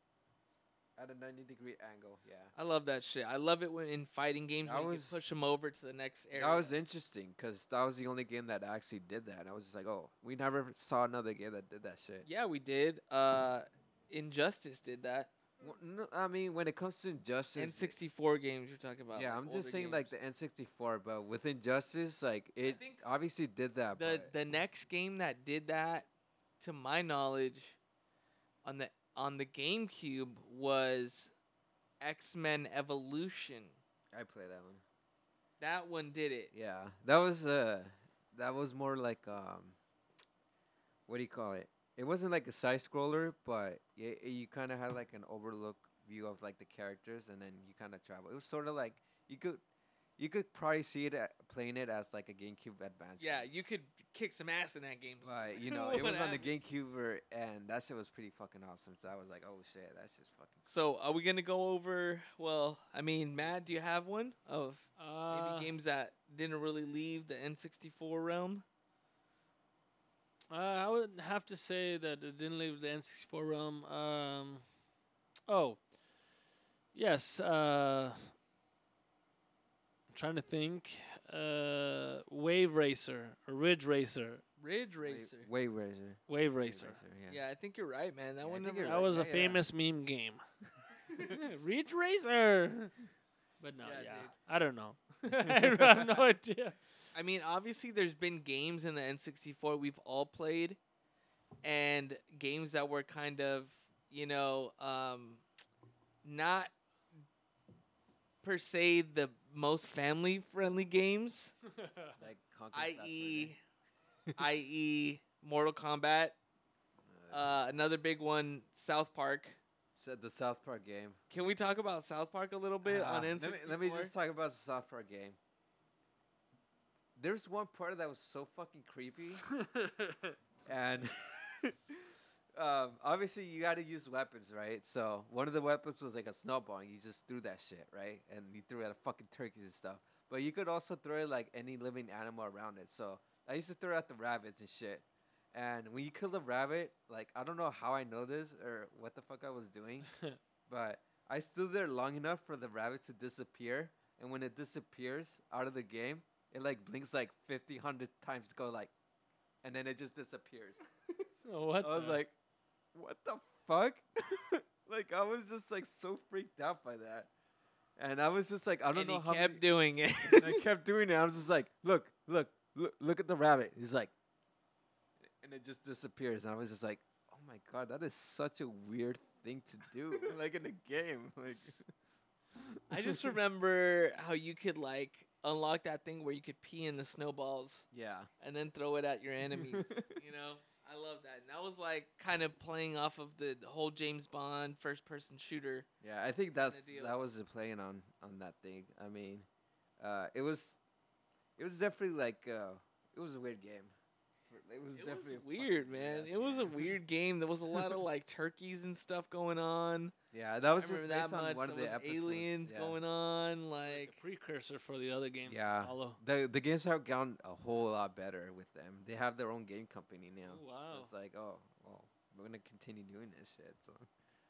[SPEAKER 2] at a 90 degree angle. Yeah,
[SPEAKER 1] I love that shit. I love it when in fighting games
[SPEAKER 2] That
[SPEAKER 1] when you
[SPEAKER 2] was-
[SPEAKER 1] can push them over to the next area.
[SPEAKER 2] that was interesting because that was the only game that actually did that. And I was just like, oh, we never saw another game that did that shit.
[SPEAKER 1] yeah, we did. Uh, Injustice did that.
[SPEAKER 2] Well, no, I mean, when it comes to injustice,
[SPEAKER 1] N sixty four games you're talking about.
[SPEAKER 2] yeah,
[SPEAKER 1] like
[SPEAKER 2] I'm just
[SPEAKER 1] older
[SPEAKER 2] saying like the
[SPEAKER 1] games.
[SPEAKER 2] N64, but with Injustice, like it
[SPEAKER 1] think
[SPEAKER 2] obviously did that.
[SPEAKER 1] the
[SPEAKER 2] but
[SPEAKER 1] the next game that did that, to my knowledge, on the on the GameCube was X Men Evolution.
[SPEAKER 2] I play that one.
[SPEAKER 1] That one did it.
[SPEAKER 2] Yeah, that was uh, that was more like um, what do you call it? It wasn't like a side scroller, but y you kind of had like an overlook view of like the characters, and then you kind of travel. It was sort of like you could, you could probably see it uh playing it as like a GameCube Advance.
[SPEAKER 1] Yeah,
[SPEAKER 2] game.
[SPEAKER 1] you could kick some ass in that game.
[SPEAKER 2] but you know it was on the
[SPEAKER 1] Whatever.
[SPEAKER 2] GameCube, or- and that shit was pretty fucking awesome. So I was like, oh shit, that's just fucking.
[SPEAKER 1] So are we gonna go over? Well, I mean, Matt, do you have one of maybe
[SPEAKER 3] uh,
[SPEAKER 1] games that didn't really leave the N64 realm?
[SPEAKER 3] uh, I would have to say that it didn't leave the N64 realm. Um, oh, yes. Uh, trying to think. Uh, Wave Racer, or Ridge Racer,
[SPEAKER 1] Ridge
[SPEAKER 2] Wave-
[SPEAKER 1] Racer.
[SPEAKER 2] Wave Racer.
[SPEAKER 3] Wave
[SPEAKER 2] Wave
[SPEAKER 3] Racer.
[SPEAKER 1] yeah. I think you're right, man. That
[SPEAKER 2] Yeah, I
[SPEAKER 1] one
[SPEAKER 2] think
[SPEAKER 1] never.
[SPEAKER 2] you're
[SPEAKER 3] That
[SPEAKER 2] right.
[SPEAKER 3] was
[SPEAKER 2] Yeah,
[SPEAKER 3] a
[SPEAKER 2] yeah.
[SPEAKER 3] famous meme game. Ridge Racer. But no,
[SPEAKER 1] Yeah,
[SPEAKER 3] yeah,
[SPEAKER 1] dude.
[SPEAKER 3] I don't know. I have no idea.
[SPEAKER 1] I mean, obviously, there's been games in the N64 we've all played, and games that were kind of, you know, um, not per se the most family friendly games,
[SPEAKER 2] Like Conquer Bad Fur Day.
[SPEAKER 1] i.e., i.e., e Mortal Kombat. Uh, another big one, South Park.
[SPEAKER 2] So the South Park game.
[SPEAKER 1] Can we talk about South Park a little bit
[SPEAKER 2] Ah,
[SPEAKER 1] on
[SPEAKER 2] let
[SPEAKER 1] N64?
[SPEAKER 2] me- Let me, just talk about the South Park game. There's one part that was so fucking creepy, and um, obviously you got to use weapons, right? So one of the weapons was like a snowball. And you just threw that shit, right? And you threw it at fucking turkeys and stuff. But you could also throw it like any living animal around it. So I used to throw it at the rabbits and shit. And when you kill the rabbit, like I don't know how I know this or what the fuck I was doing, but I stood there long enough for the rabbit to disappear. And when it disappears out of the game, it like blinks like 50, 100 times, go like, and then it just disappears.
[SPEAKER 3] what?
[SPEAKER 2] I was
[SPEAKER 3] the-
[SPEAKER 2] like, what the fuck? like I was just like so freaked out by that. And I was just like, I don't
[SPEAKER 1] and
[SPEAKER 2] know
[SPEAKER 1] he
[SPEAKER 2] how
[SPEAKER 1] kept
[SPEAKER 2] many-
[SPEAKER 1] doing it.
[SPEAKER 2] and I kept doing it. I was just like, look, look, look, look at the rabbit. He's like, and it just disappears. And I was just like, oh my god, that is such a weird thing to do, like in a game. Like,
[SPEAKER 1] I just remember how you could like unlock that thing where you could pee in the snowballs
[SPEAKER 2] yeah,
[SPEAKER 1] and then throw it at your enemies. you know, I love that. And that was like kind of playing off of the whole James Bond first person shooter.
[SPEAKER 2] yeah. I think that's
[SPEAKER 1] deal.
[SPEAKER 2] that was the playing on on that thing. I mean, uh, it was, it was definitely like, uh, it was a weird game. It was
[SPEAKER 1] It was
[SPEAKER 2] definitely a fucking
[SPEAKER 1] weird, man.
[SPEAKER 2] weird-ass
[SPEAKER 1] It was a
[SPEAKER 2] game.
[SPEAKER 1] weird game. There was a lot of like turkeys and stuff going on.
[SPEAKER 2] Yeah, that was
[SPEAKER 1] I
[SPEAKER 2] just
[SPEAKER 1] remember
[SPEAKER 2] based
[SPEAKER 1] that
[SPEAKER 2] on
[SPEAKER 1] much.
[SPEAKER 2] one
[SPEAKER 1] There
[SPEAKER 2] of the
[SPEAKER 1] was
[SPEAKER 2] episodes.
[SPEAKER 1] aliens
[SPEAKER 2] yeah.
[SPEAKER 1] going on. Like,
[SPEAKER 3] a precursor for the other games. to
[SPEAKER 2] Yeah.
[SPEAKER 3] follow.
[SPEAKER 2] The the games have gone a whole lot better with them. They have their own game company now.
[SPEAKER 3] Oh,
[SPEAKER 2] So
[SPEAKER 3] wow,
[SPEAKER 2] it's like, oh, well, we're gonna continue doing this shit. So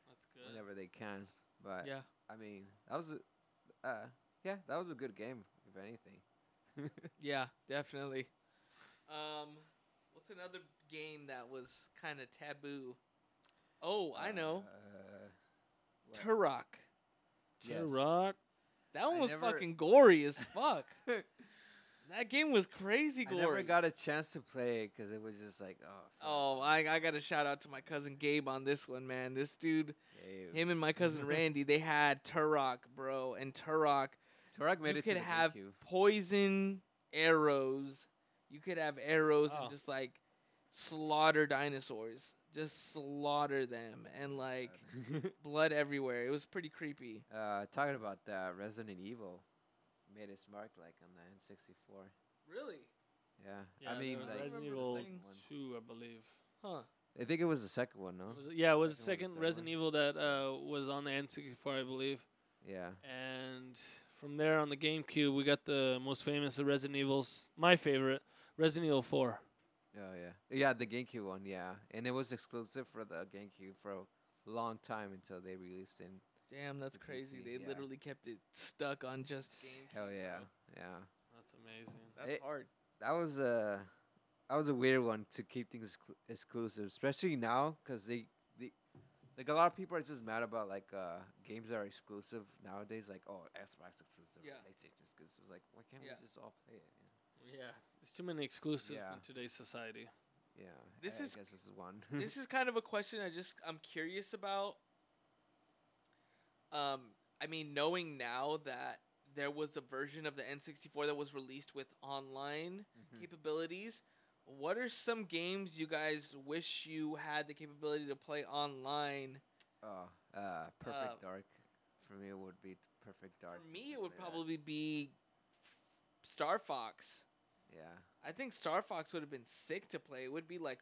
[SPEAKER 3] that's good.
[SPEAKER 2] whenever they can. But
[SPEAKER 1] yeah,
[SPEAKER 2] I mean, that was, a, uh, yeah, that was a good game, if anything.
[SPEAKER 1] yeah, definitely. Um, what's another game that was kind of taboo? Oh, I know,
[SPEAKER 2] Uh, what?
[SPEAKER 1] Turok.
[SPEAKER 2] Yes.
[SPEAKER 3] Turok.
[SPEAKER 1] That one
[SPEAKER 2] I
[SPEAKER 1] was
[SPEAKER 2] never-
[SPEAKER 1] fucking gory as fuck. that game was crazy
[SPEAKER 2] I
[SPEAKER 1] gory.
[SPEAKER 2] never got a chance to play because it was just like, oh,
[SPEAKER 1] Oh, I, I got to shout out to my cousin Gabe on this one, man. This dude,
[SPEAKER 2] fuck, Gabe.
[SPEAKER 1] him and my cousin Randy, they had Turok, bro. And Turok,
[SPEAKER 2] Turok made
[SPEAKER 1] you
[SPEAKER 2] it to
[SPEAKER 1] could
[SPEAKER 2] the
[SPEAKER 1] have
[SPEAKER 2] GameCube.
[SPEAKER 1] poison arrows. You could have arrows
[SPEAKER 3] Oh.
[SPEAKER 1] and just like slaughter dinosaurs, just slaughter them, and like blood everywhere. It was pretty creepy.
[SPEAKER 2] uh, talking about that, Resident Evil made its mark like on the N64.
[SPEAKER 1] Really?
[SPEAKER 2] Yeah,
[SPEAKER 3] Yeah,
[SPEAKER 2] I
[SPEAKER 3] there
[SPEAKER 2] mean,
[SPEAKER 3] was
[SPEAKER 2] like,
[SPEAKER 1] I
[SPEAKER 3] Resident
[SPEAKER 1] remember the
[SPEAKER 3] Evil
[SPEAKER 1] second
[SPEAKER 2] one.
[SPEAKER 3] Two, I believe.
[SPEAKER 1] Huh.
[SPEAKER 2] I think it was the second one, no?
[SPEAKER 3] Was it- yeah, it was the
[SPEAKER 2] Second
[SPEAKER 3] second
[SPEAKER 2] one or third
[SPEAKER 3] Resident
[SPEAKER 2] one?
[SPEAKER 3] Evil that uh, was on the N64, I believe.
[SPEAKER 2] Yeah,
[SPEAKER 3] And from there on the GameCube, we got the most famous of Resident Evils. My favorite, Resident Evil 4.
[SPEAKER 2] oh yeah, yeah, the GameCube one, yeah, and it was exclusive for the GameCube for a long time until they released in.
[SPEAKER 1] Damn, that's
[SPEAKER 2] The
[SPEAKER 1] crazy.
[SPEAKER 2] PC,
[SPEAKER 1] They
[SPEAKER 2] yeah.
[SPEAKER 1] literally kept it stuck on just game.
[SPEAKER 2] Hell yeah, yeah.
[SPEAKER 3] That's amazing.
[SPEAKER 1] That's
[SPEAKER 2] It-
[SPEAKER 1] hard.
[SPEAKER 2] that was a that was a weird one to keep things exclu- exclusive, especially now because they, they like a lot of people are just mad about like uh, games that are exclusive nowadays, like oh Xbox exclusive,
[SPEAKER 1] Yeah.
[SPEAKER 2] PlayStation exclusive. Like why can't
[SPEAKER 1] Yeah.
[SPEAKER 2] we just all play it?
[SPEAKER 3] Yeah, there's too many exclusives
[SPEAKER 2] Yeah.
[SPEAKER 3] in today's society.
[SPEAKER 2] Yeah,
[SPEAKER 1] This
[SPEAKER 2] I,
[SPEAKER 1] is-
[SPEAKER 2] I guess this is one.
[SPEAKER 1] this is kind of a question I just I'm curious about. Um, I mean, knowing now that there was a version of the N64 that was released with online
[SPEAKER 2] Mhm.
[SPEAKER 1] capabilities, what are some games you guys wish you had the capability to play online?
[SPEAKER 2] Oh, uh, Perfect
[SPEAKER 1] Uh,
[SPEAKER 2] Dark. For me, it would be t- Perfect Dark.
[SPEAKER 1] For
[SPEAKER 2] if
[SPEAKER 1] me,
[SPEAKER 2] you
[SPEAKER 1] it would
[SPEAKER 2] play that.
[SPEAKER 1] probably be Star Fox.
[SPEAKER 2] Yeah.
[SPEAKER 1] I think Star Fox would have been sick to play. It would be like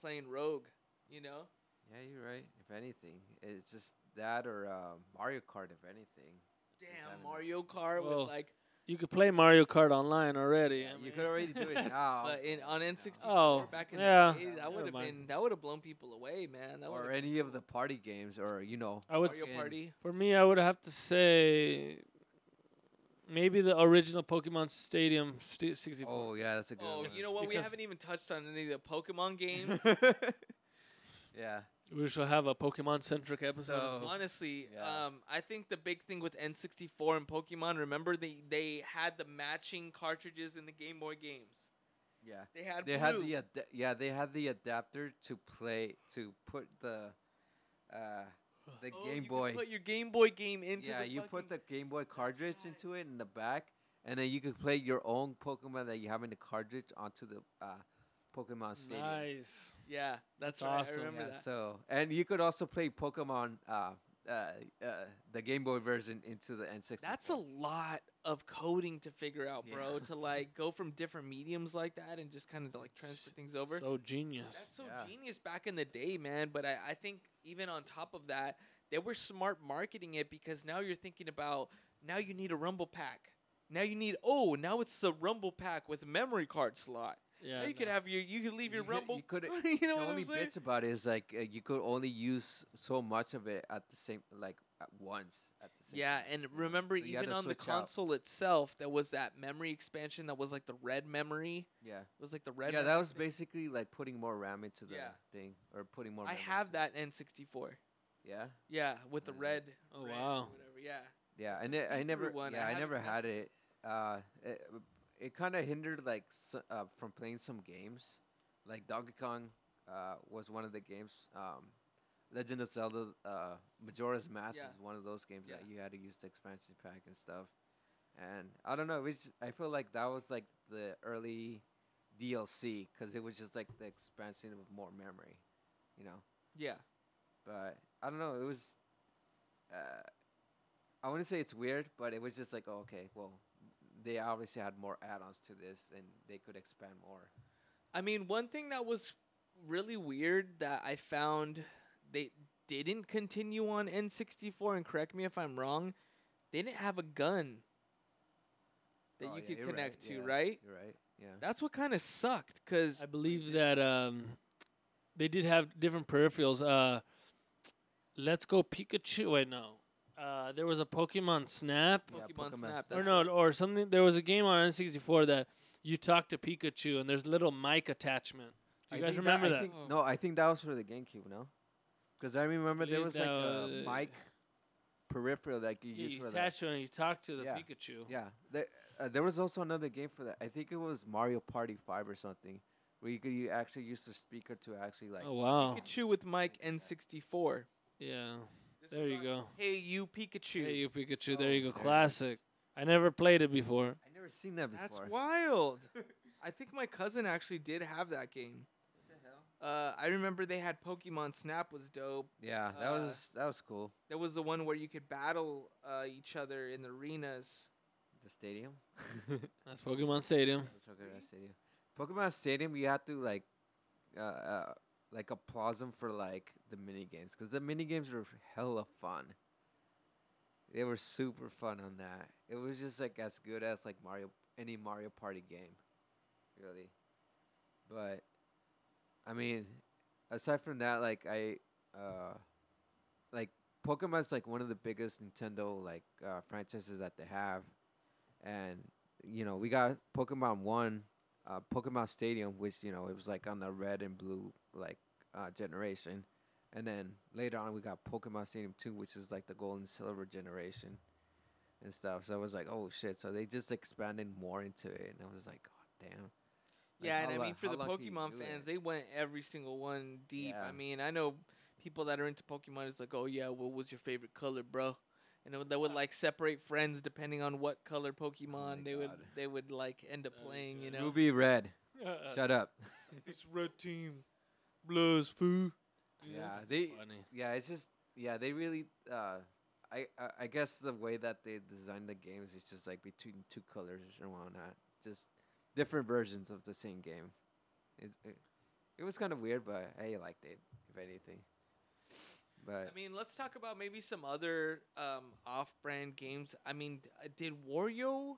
[SPEAKER 1] playing Rogue, you know?
[SPEAKER 2] Yeah, you're right. If anything, it's just that or uh, Mario Kart. If anything,
[SPEAKER 1] Damn,
[SPEAKER 2] having-
[SPEAKER 1] Mario Kart
[SPEAKER 3] Well,
[SPEAKER 1] with like
[SPEAKER 3] You could play Mario Kart online already.
[SPEAKER 2] Yeah,
[SPEAKER 3] I
[SPEAKER 2] you
[SPEAKER 3] mean,
[SPEAKER 2] could already do it now.
[SPEAKER 1] But in on N sixty
[SPEAKER 3] Oh,
[SPEAKER 1] four back in
[SPEAKER 3] yeah,
[SPEAKER 1] the day, that
[SPEAKER 3] never
[SPEAKER 1] would have
[SPEAKER 3] mind.
[SPEAKER 1] been that would have blown people away, man. That
[SPEAKER 2] or
[SPEAKER 1] would've-
[SPEAKER 2] any of the party games, or you know,
[SPEAKER 3] I would
[SPEAKER 1] Mario
[SPEAKER 2] say-
[SPEAKER 1] Party.
[SPEAKER 3] For me, I would have to say maybe the original Pokemon Stadium st- 64.
[SPEAKER 2] Oh yeah, that's a good
[SPEAKER 1] Oh,
[SPEAKER 2] one.
[SPEAKER 1] you know what? We
[SPEAKER 3] Because-
[SPEAKER 1] haven't even touched on any of the Pokemon games.
[SPEAKER 2] yeah,
[SPEAKER 3] We shall have a Pokemon centric episode.
[SPEAKER 2] So-
[SPEAKER 1] Honestly,
[SPEAKER 2] Oh. Yeah.
[SPEAKER 1] um, I think the big thing with N sixty four and Pokemon, remember they they had the matching cartridges in the Game Boy games.
[SPEAKER 2] yeah.
[SPEAKER 1] They had
[SPEAKER 2] They had
[SPEAKER 1] blue.
[SPEAKER 2] the uh, ad- yeah, they had the adapter to play to put the uh the
[SPEAKER 1] Oh, you
[SPEAKER 2] Game
[SPEAKER 1] could
[SPEAKER 2] Boy.
[SPEAKER 1] put your Game Boy game into
[SPEAKER 2] yeah,
[SPEAKER 1] the
[SPEAKER 2] you put
[SPEAKER 1] fucking-
[SPEAKER 2] the Game Boy cartridge
[SPEAKER 1] right.
[SPEAKER 2] into it in the back, and then you could play your own Pokemon that you have in the cartridge onto the uh, Pokemon Stadium.
[SPEAKER 3] nice.
[SPEAKER 1] yeah. That's
[SPEAKER 3] That's
[SPEAKER 1] right.
[SPEAKER 3] awesome.
[SPEAKER 1] I remember
[SPEAKER 2] Yeah,
[SPEAKER 1] that.
[SPEAKER 2] so and you could also play Pokemon uh, uh, uh, the Game Boy version into the N64.
[SPEAKER 1] That's a lot of coding to figure out,
[SPEAKER 2] Yeah.
[SPEAKER 1] bro. To like go from different mediums like that and just kind of like transfer things over.
[SPEAKER 3] So genius.
[SPEAKER 1] That's so
[SPEAKER 2] Yeah.
[SPEAKER 1] genius back in the day, man. But I, I think even on top of that, they were smart marketing it because now you're thinking about now you need a rumble pack. Now you need oh now it's the rumble pack with memory card slot.
[SPEAKER 3] Yeah.
[SPEAKER 1] now you could
[SPEAKER 3] no.
[SPEAKER 1] have your you could leave your
[SPEAKER 2] You could-
[SPEAKER 1] rumble.
[SPEAKER 2] you could-
[SPEAKER 1] you know
[SPEAKER 2] the
[SPEAKER 1] what
[SPEAKER 2] only
[SPEAKER 1] I'm saying?
[SPEAKER 2] bitch about it is like uh, you could only use so much of it at the same like at once at the same.
[SPEAKER 1] Yeah,
[SPEAKER 2] time.
[SPEAKER 1] and
[SPEAKER 2] you know?
[SPEAKER 1] remember
[SPEAKER 2] So you had
[SPEAKER 1] even
[SPEAKER 2] to
[SPEAKER 1] on the
[SPEAKER 2] switch out.
[SPEAKER 1] console itself, there was that memory expansion that was like the red memory.
[SPEAKER 2] Yeah,
[SPEAKER 1] It was like the red.
[SPEAKER 2] yeah, that
[SPEAKER 1] memory
[SPEAKER 2] was
[SPEAKER 1] thing.
[SPEAKER 2] basically like putting more RAM into the
[SPEAKER 1] Yeah.
[SPEAKER 2] thing or putting more.
[SPEAKER 1] I
[SPEAKER 2] memory
[SPEAKER 1] have
[SPEAKER 2] into it.
[SPEAKER 1] that N64.
[SPEAKER 2] Yeah,
[SPEAKER 1] Yeah, with the
[SPEAKER 2] What is it?
[SPEAKER 1] red.
[SPEAKER 3] Oh,
[SPEAKER 1] red or
[SPEAKER 3] wow.
[SPEAKER 1] Whatever. Yeah.
[SPEAKER 2] yeah,
[SPEAKER 1] It's
[SPEAKER 2] and
[SPEAKER 1] the
[SPEAKER 2] it, I
[SPEAKER 1] see-through
[SPEAKER 2] never,
[SPEAKER 1] one. I
[SPEAKER 2] yeah, I,
[SPEAKER 1] haven't
[SPEAKER 2] never
[SPEAKER 1] messed
[SPEAKER 2] had it. Uh, it, it kind of hindered like s uh, from playing some games. Like Donkey Kong uh, was one of the games. Um, Legend of Zelda uh, Majora's Mask
[SPEAKER 1] Yeah.
[SPEAKER 2] was one of those games that
[SPEAKER 1] Yeah.
[SPEAKER 2] you had to use the expansion pack and stuff. And I don't know, which I feel like that was like the early DLC because it was just like the expansion with more memory, you know.
[SPEAKER 1] Yeah.
[SPEAKER 2] But I don't know, it was. Uh, I wouldn't say it's weird, but it was just like, oh, okay, well, they obviously had more add-ons to this, and they could expand more.
[SPEAKER 1] I mean, one thing that was really weird that I found they didn't continue on N64, and correct me if I'm wrong, they didn't have a gun that
[SPEAKER 2] Oh,
[SPEAKER 1] you
[SPEAKER 2] yeah,
[SPEAKER 1] could
[SPEAKER 2] you're
[SPEAKER 1] connect
[SPEAKER 2] right,
[SPEAKER 1] to,
[SPEAKER 2] yeah,
[SPEAKER 1] right?
[SPEAKER 2] You're right. Yeah.
[SPEAKER 1] That's what kind of sucked, because
[SPEAKER 3] I believe that um, they did have different peripherals. Uh, Let's go Pikachu. Wait, no. Uh, there was a Pokemon Snap.
[SPEAKER 2] Yeah,
[SPEAKER 1] Pokemon
[SPEAKER 2] Pokemon
[SPEAKER 1] Snap.
[SPEAKER 2] Snap.
[SPEAKER 3] or
[SPEAKER 1] that's
[SPEAKER 3] no,
[SPEAKER 1] what-
[SPEAKER 3] or something. There was a game on N64 that you talk to Pikachu, and there's little mic attachment. Do you
[SPEAKER 2] I
[SPEAKER 3] guys
[SPEAKER 2] think
[SPEAKER 3] remember
[SPEAKER 2] I
[SPEAKER 3] that?
[SPEAKER 2] think-
[SPEAKER 1] Oh.
[SPEAKER 2] no, I think that was for the GameCube, no? Because I remember there
[SPEAKER 3] Believe
[SPEAKER 2] was like
[SPEAKER 3] that was-
[SPEAKER 2] a mic peripheral that you
[SPEAKER 3] Yeah,
[SPEAKER 2] use
[SPEAKER 3] you
[SPEAKER 2] for that.
[SPEAKER 3] attach it and you talk to the
[SPEAKER 2] Yeah.
[SPEAKER 3] Pikachu.
[SPEAKER 2] Yeah, there, uh, there was also another game for that. I think it was Mario Party Five or something, where you could you actually use the speaker to actually like.
[SPEAKER 3] oh wow.
[SPEAKER 1] Pikachu with Mike N64.
[SPEAKER 3] Yeah. There you go.
[SPEAKER 1] Hey, you Pikachu.
[SPEAKER 3] Hey, you Pikachu.
[SPEAKER 2] Oh,
[SPEAKER 3] there you
[SPEAKER 2] there
[SPEAKER 3] go.
[SPEAKER 2] it is.
[SPEAKER 3] Classic. I never played it before.
[SPEAKER 2] I never seen that before.
[SPEAKER 1] That's wild. I think my cousin actually did have that game. Uh, I remember they had Pokemon Snap was dope.
[SPEAKER 2] Yeah, that
[SPEAKER 1] Uh,
[SPEAKER 2] was that was cool.
[SPEAKER 1] There was the one where you could battle uh, each other in the arenas.
[SPEAKER 2] The stadium.
[SPEAKER 3] That's Pokemon Stadium.
[SPEAKER 2] That's Pokemon Stadium. Pokemon Stadium, you had to like, uh, uh like applause them for like the mini games because the mini games were hella fun. They were super fun on that. It was just like as good as like Mario, any Mario Party game, really. But, I mean, aside from that, like I, uh, like Pokemon's like one of the biggest Nintendo like uh, franchises that they have, and you know, we got Pokemon One, uh, Pokemon Stadium, which you know it was like on the red and blue like uh, generation, and then later on we got Pokemon Stadium Two, which is like the gold and silver generation, and stuff. So I was like, oh shit! So they just expanded more into it, and I was like, god damn. Like,
[SPEAKER 1] yeah,
[SPEAKER 2] how
[SPEAKER 1] and I
[SPEAKER 2] lo-
[SPEAKER 1] mean for
[SPEAKER 2] how
[SPEAKER 1] the
[SPEAKER 2] long can you
[SPEAKER 1] Pokemon
[SPEAKER 2] do
[SPEAKER 1] fans,
[SPEAKER 2] it?
[SPEAKER 1] they went every single one deep. I
[SPEAKER 2] Yeah.
[SPEAKER 1] mean, I know people that are into Pokemon is like, oh yeah, what was your favorite color, bro? And it would, that would like separate friends depending on what color Pokemon
[SPEAKER 2] Oh my
[SPEAKER 1] they would
[SPEAKER 2] God.
[SPEAKER 1] they would like end up
[SPEAKER 3] That'd be
[SPEAKER 1] playing. You
[SPEAKER 3] good.
[SPEAKER 1] know,
[SPEAKER 2] Ruby Red,
[SPEAKER 3] Uh,
[SPEAKER 2] shut up.
[SPEAKER 1] this red team, blows foo.
[SPEAKER 2] yeah,
[SPEAKER 3] that's
[SPEAKER 2] they
[SPEAKER 3] funny.
[SPEAKER 2] yeah, it's just yeah, they really. Uh, I, I I guess the way that they design the games is just like between two colors and whatnot, just different versions of the same game. It it, it was kind of weird, but I liked it if anything. But
[SPEAKER 1] I mean, let's talk about maybe some other um, off-brand games. I mean, d- uh, did Wario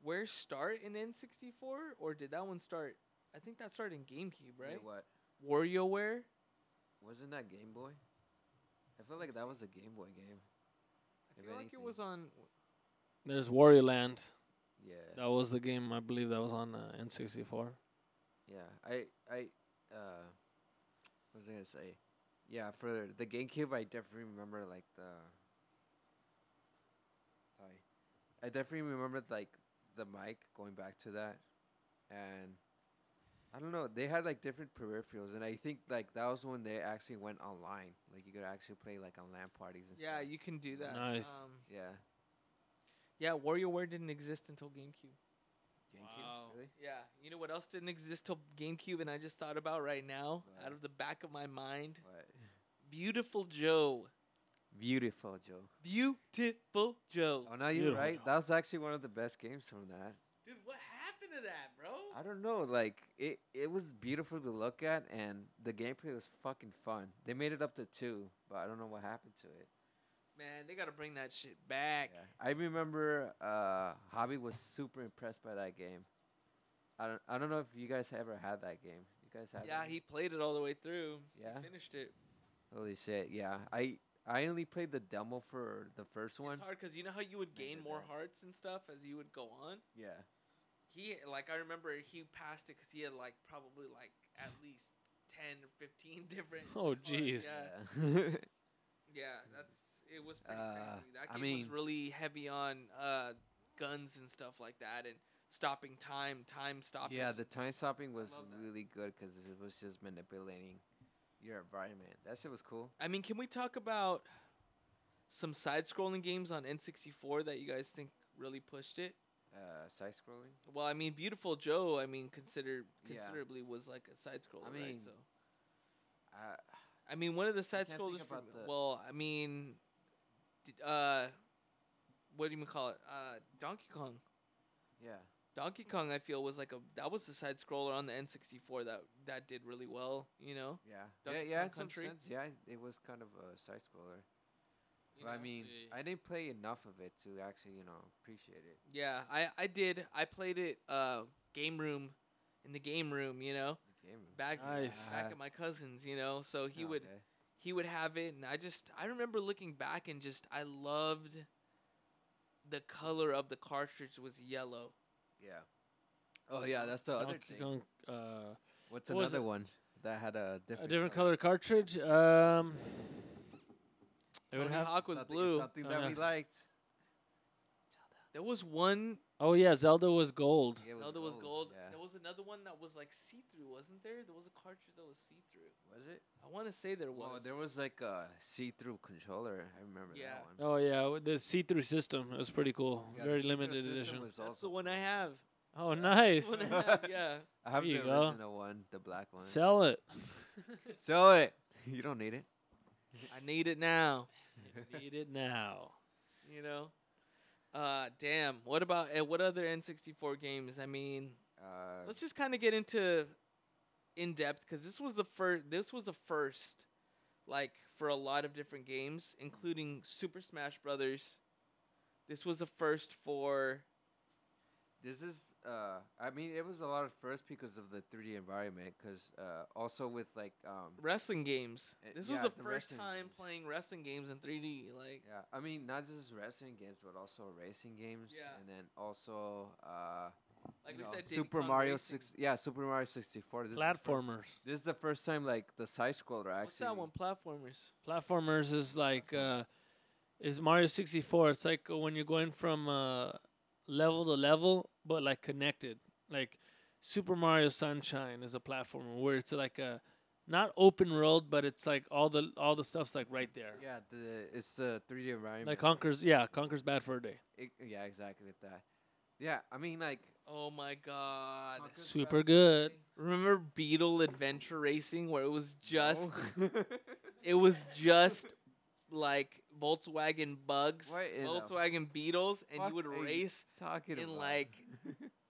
[SPEAKER 1] where start in N64 or did that one start? I think that started in GameCube,
[SPEAKER 2] wait,
[SPEAKER 1] right?
[SPEAKER 2] what
[SPEAKER 1] WarioWare.
[SPEAKER 2] wasn't that Game Boy? I feel like that was a Game Boy game.
[SPEAKER 1] I
[SPEAKER 2] if
[SPEAKER 1] feel like it
[SPEAKER 2] anything.
[SPEAKER 1] was on.
[SPEAKER 3] There's Wario Land.
[SPEAKER 2] Yeah,
[SPEAKER 3] That was the game I believe that was on uh, N64.
[SPEAKER 2] yeah. I I uh, what was I gonna say? Yeah, for the GameCube, I definitely remember like the Sorry. I definitely remember like the mic going back to that, and I don't know. They had like different peripherals, and I think like that was when they actually went online. Like you could actually play like on LAN parties and
[SPEAKER 1] Yeah,
[SPEAKER 2] stuff.
[SPEAKER 1] you can do that.
[SPEAKER 3] Nice.
[SPEAKER 1] Um,
[SPEAKER 2] yeah.
[SPEAKER 1] yeah, WarioWare didn't exist until GameCube.
[SPEAKER 2] GameCube,
[SPEAKER 3] Wow.
[SPEAKER 2] really?
[SPEAKER 1] Yeah, you know what else didn't exist till GameCube, and I just thought about right now, out
[SPEAKER 2] What?
[SPEAKER 1] of the back of my mind,
[SPEAKER 2] What?
[SPEAKER 1] Beautiful Joe.
[SPEAKER 2] Beautiful, Joe.
[SPEAKER 1] Beautiful Joe.
[SPEAKER 2] Oh, no, you're
[SPEAKER 3] Beautiful,
[SPEAKER 2] right.
[SPEAKER 3] Joe.
[SPEAKER 2] That was actually one of the best games from that.
[SPEAKER 1] Dude, what happened to that, bro?
[SPEAKER 2] I don't know, like it, it was beautiful to look at, and the gameplay was fucking fun. They made it up to two, but I don't know what happened to it.
[SPEAKER 1] Man, they gotta bring that shit back.
[SPEAKER 2] Yeah. I remember uh, Hobby was super impressed by that game. I don't, I don't know if you guys ever had that game. You guys have?
[SPEAKER 1] Yeah,
[SPEAKER 2] it?
[SPEAKER 1] he played it all the way through.
[SPEAKER 2] Yeah?
[SPEAKER 1] He finished it.
[SPEAKER 2] Holy shit! Yeah, I I only played the demo for the first one.
[SPEAKER 1] It's hard because you know how you would
[SPEAKER 2] They
[SPEAKER 1] gain
[SPEAKER 2] did
[SPEAKER 1] more
[SPEAKER 2] that.
[SPEAKER 1] hearts and stuff as you would go on?
[SPEAKER 2] Yeah,
[SPEAKER 1] He, like, I remember he passed it because he had, like, probably, like, at least 10 or 15 different.
[SPEAKER 3] Oh
[SPEAKER 1] hearts.
[SPEAKER 3] jeez.
[SPEAKER 1] Yeah,
[SPEAKER 2] yeah.
[SPEAKER 1] yeah, that's, it was pretty
[SPEAKER 2] Uh,
[SPEAKER 1] crazy. That game
[SPEAKER 2] I
[SPEAKER 1] was
[SPEAKER 2] mean-
[SPEAKER 1] really heavy on uh, guns and stuff like that. And stopping time, time stopping.
[SPEAKER 2] Yeah, the time stopping was
[SPEAKER 1] love that.
[SPEAKER 2] really good because it was just manipulating your environment. That shit was cool.
[SPEAKER 1] I mean, can we talk about some side-scrolling games on N64 that you guys think really pushed it?
[SPEAKER 2] Uh, side scrolling.
[SPEAKER 1] Well, I mean, Beautiful Joe, I mean, considered
[SPEAKER 2] Yeah.
[SPEAKER 1] considerably was like a side-scroller, right?
[SPEAKER 2] mean,
[SPEAKER 1] So,
[SPEAKER 2] Uh,
[SPEAKER 1] I mean, one of the
[SPEAKER 2] can't
[SPEAKER 1] side
[SPEAKER 2] think
[SPEAKER 1] scrollers.
[SPEAKER 2] about the-
[SPEAKER 1] Well, I mean, d- uh, what do you call it? Uh, Donkey Kong.
[SPEAKER 2] yeah.
[SPEAKER 1] Donkey Kong, I feel, was like a that was the side scroller on the N64 that that did really well. You know,
[SPEAKER 2] Yeah. yeah,
[SPEAKER 1] Donkey
[SPEAKER 2] yeah,
[SPEAKER 1] Kong
[SPEAKER 2] in some
[SPEAKER 1] Country?
[SPEAKER 2] sense, yeah, it was kind of a side scroller.
[SPEAKER 3] You
[SPEAKER 2] But I
[SPEAKER 3] know,
[SPEAKER 2] mean,
[SPEAKER 3] the-
[SPEAKER 2] I didn't play enough of it to actually, you know, appreciate it.
[SPEAKER 1] yeah, I I did. I played it uh game room, in the game room. You know,
[SPEAKER 2] The game.
[SPEAKER 1] back
[SPEAKER 3] Nice. Oh,
[SPEAKER 1] back at my cousin's. You know, so he
[SPEAKER 2] No,
[SPEAKER 1] would
[SPEAKER 2] okay.
[SPEAKER 1] he would have it, and I just I remember looking back and just I loved. The color of the cartridge was yellow.
[SPEAKER 2] Yeah. Oh yeah, that's the other
[SPEAKER 3] Donkey
[SPEAKER 2] thing.
[SPEAKER 3] Kong, uh,
[SPEAKER 2] What's
[SPEAKER 3] What was
[SPEAKER 2] another
[SPEAKER 3] it?
[SPEAKER 2] one that had a different
[SPEAKER 3] a different color cartridge. Um, it would
[SPEAKER 1] Tony
[SPEAKER 3] have.
[SPEAKER 1] Hawk was
[SPEAKER 2] Something-
[SPEAKER 1] blue.
[SPEAKER 2] Something
[SPEAKER 3] Oh,
[SPEAKER 2] that
[SPEAKER 3] yeah.
[SPEAKER 2] we liked.
[SPEAKER 1] There was one
[SPEAKER 3] Oh yeah, Zelda was gold.
[SPEAKER 2] Yeah, it
[SPEAKER 1] Zelda was gold.
[SPEAKER 2] Yeah.
[SPEAKER 1] There was another one that was like see through, wasn't there? There was a cartridge that was see through.
[SPEAKER 2] Was it?
[SPEAKER 1] I want to say there was.
[SPEAKER 2] Well, there was like a see-through controller. I remember
[SPEAKER 1] Yeah.
[SPEAKER 2] that one.
[SPEAKER 3] Oh yeah, w- the see-through system it was pretty cool.
[SPEAKER 2] Yeah, the
[SPEAKER 3] Very
[SPEAKER 2] see-through
[SPEAKER 3] limited
[SPEAKER 2] system
[SPEAKER 3] edition.
[SPEAKER 2] was
[SPEAKER 1] That's
[SPEAKER 2] also
[SPEAKER 1] the one I
[SPEAKER 2] cool.
[SPEAKER 1] have.
[SPEAKER 3] oh
[SPEAKER 1] That's
[SPEAKER 3] nice.
[SPEAKER 1] the one I have, yeah.
[SPEAKER 2] I have
[SPEAKER 3] There
[SPEAKER 2] the
[SPEAKER 3] you go.
[SPEAKER 2] original one, the black one.
[SPEAKER 3] Sell it.
[SPEAKER 2] Sell it. You don't need it.
[SPEAKER 1] I need it now.
[SPEAKER 3] Need it now.
[SPEAKER 1] You know. Uh, damn. What about uh, what other N64 games? I mean,
[SPEAKER 2] Uh,
[SPEAKER 1] let's just kind of get into in depth because this was the first. This was the first, like for a lot of different games, including Super Smash Brothers. This was the first for
[SPEAKER 2] this is. Uh, I mean, it was a lot of first because of the 3D environment. Because uh, also with like, um,
[SPEAKER 1] wrestling games.
[SPEAKER 2] Uh,
[SPEAKER 1] This
[SPEAKER 2] yeah,
[SPEAKER 1] was the,
[SPEAKER 2] the
[SPEAKER 1] first
[SPEAKER 2] wrestling
[SPEAKER 1] time
[SPEAKER 2] games.
[SPEAKER 1] playing wrestling games in 3D. Like,
[SPEAKER 2] yeah, I mean, not just wrestling games, but also racing games.
[SPEAKER 1] Yeah.
[SPEAKER 2] And then also, uh,
[SPEAKER 1] like
[SPEAKER 2] you
[SPEAKER 1] we
[SPEAKER 2] know,
[SPEAKER 1] said, Diddy
[SPEAKER 2] Super
[SPEAKER 1] Kong
[SPEAKER 2] Mario
[SPEAKER 1] Racing.
[SPEAKER 2] six. Yeah, Super Mario 64. This is the first-
[SPEAKER 3] Platformers.
[SPEAKER 2] This is the first time like the side scroller actually.
[SPEAKER 1] What's that one? Platformers.
[SPEAKER 3] Platformers is like uh, is Mario 64. It's like uh, when you're going from uh, level to level, but like connected. Like Super Mario Sunshine is a platformer where it's like a not open world, but it's like all the all the stuff's like right there.
[SPEAKER 2] Yeah, the it's the 3D environment.
[SPEAKER 3] Like conquers, yeah, conquers bad for a day.
[SPEAKER 2] It- yeah, exactly with that. Yeah, I mean like
[SPEAKER 1] Oh my god.
[SPEAKER 2] Conquer
[SPEAKER 3] Super good.
[SPEAKER 1] Remember Beetle Adventure Racing where it was just
[SPEAKER 2] No.
[SPEAKER 1] it was just like Volkswagen bugs,
[SPEAKER 2] What in the
[SPEAKER 1] Volkswagen Beetles and
[SPEAKER 2] Fuck
[SPEAKER 1] you would
[SPEAKER 2] are you
[SPEAKER 1] race
[SPEAKER 2] talking
[SPEAKER 1] in,
[SPEAKER 2] about?
[SPEAKER 1] like-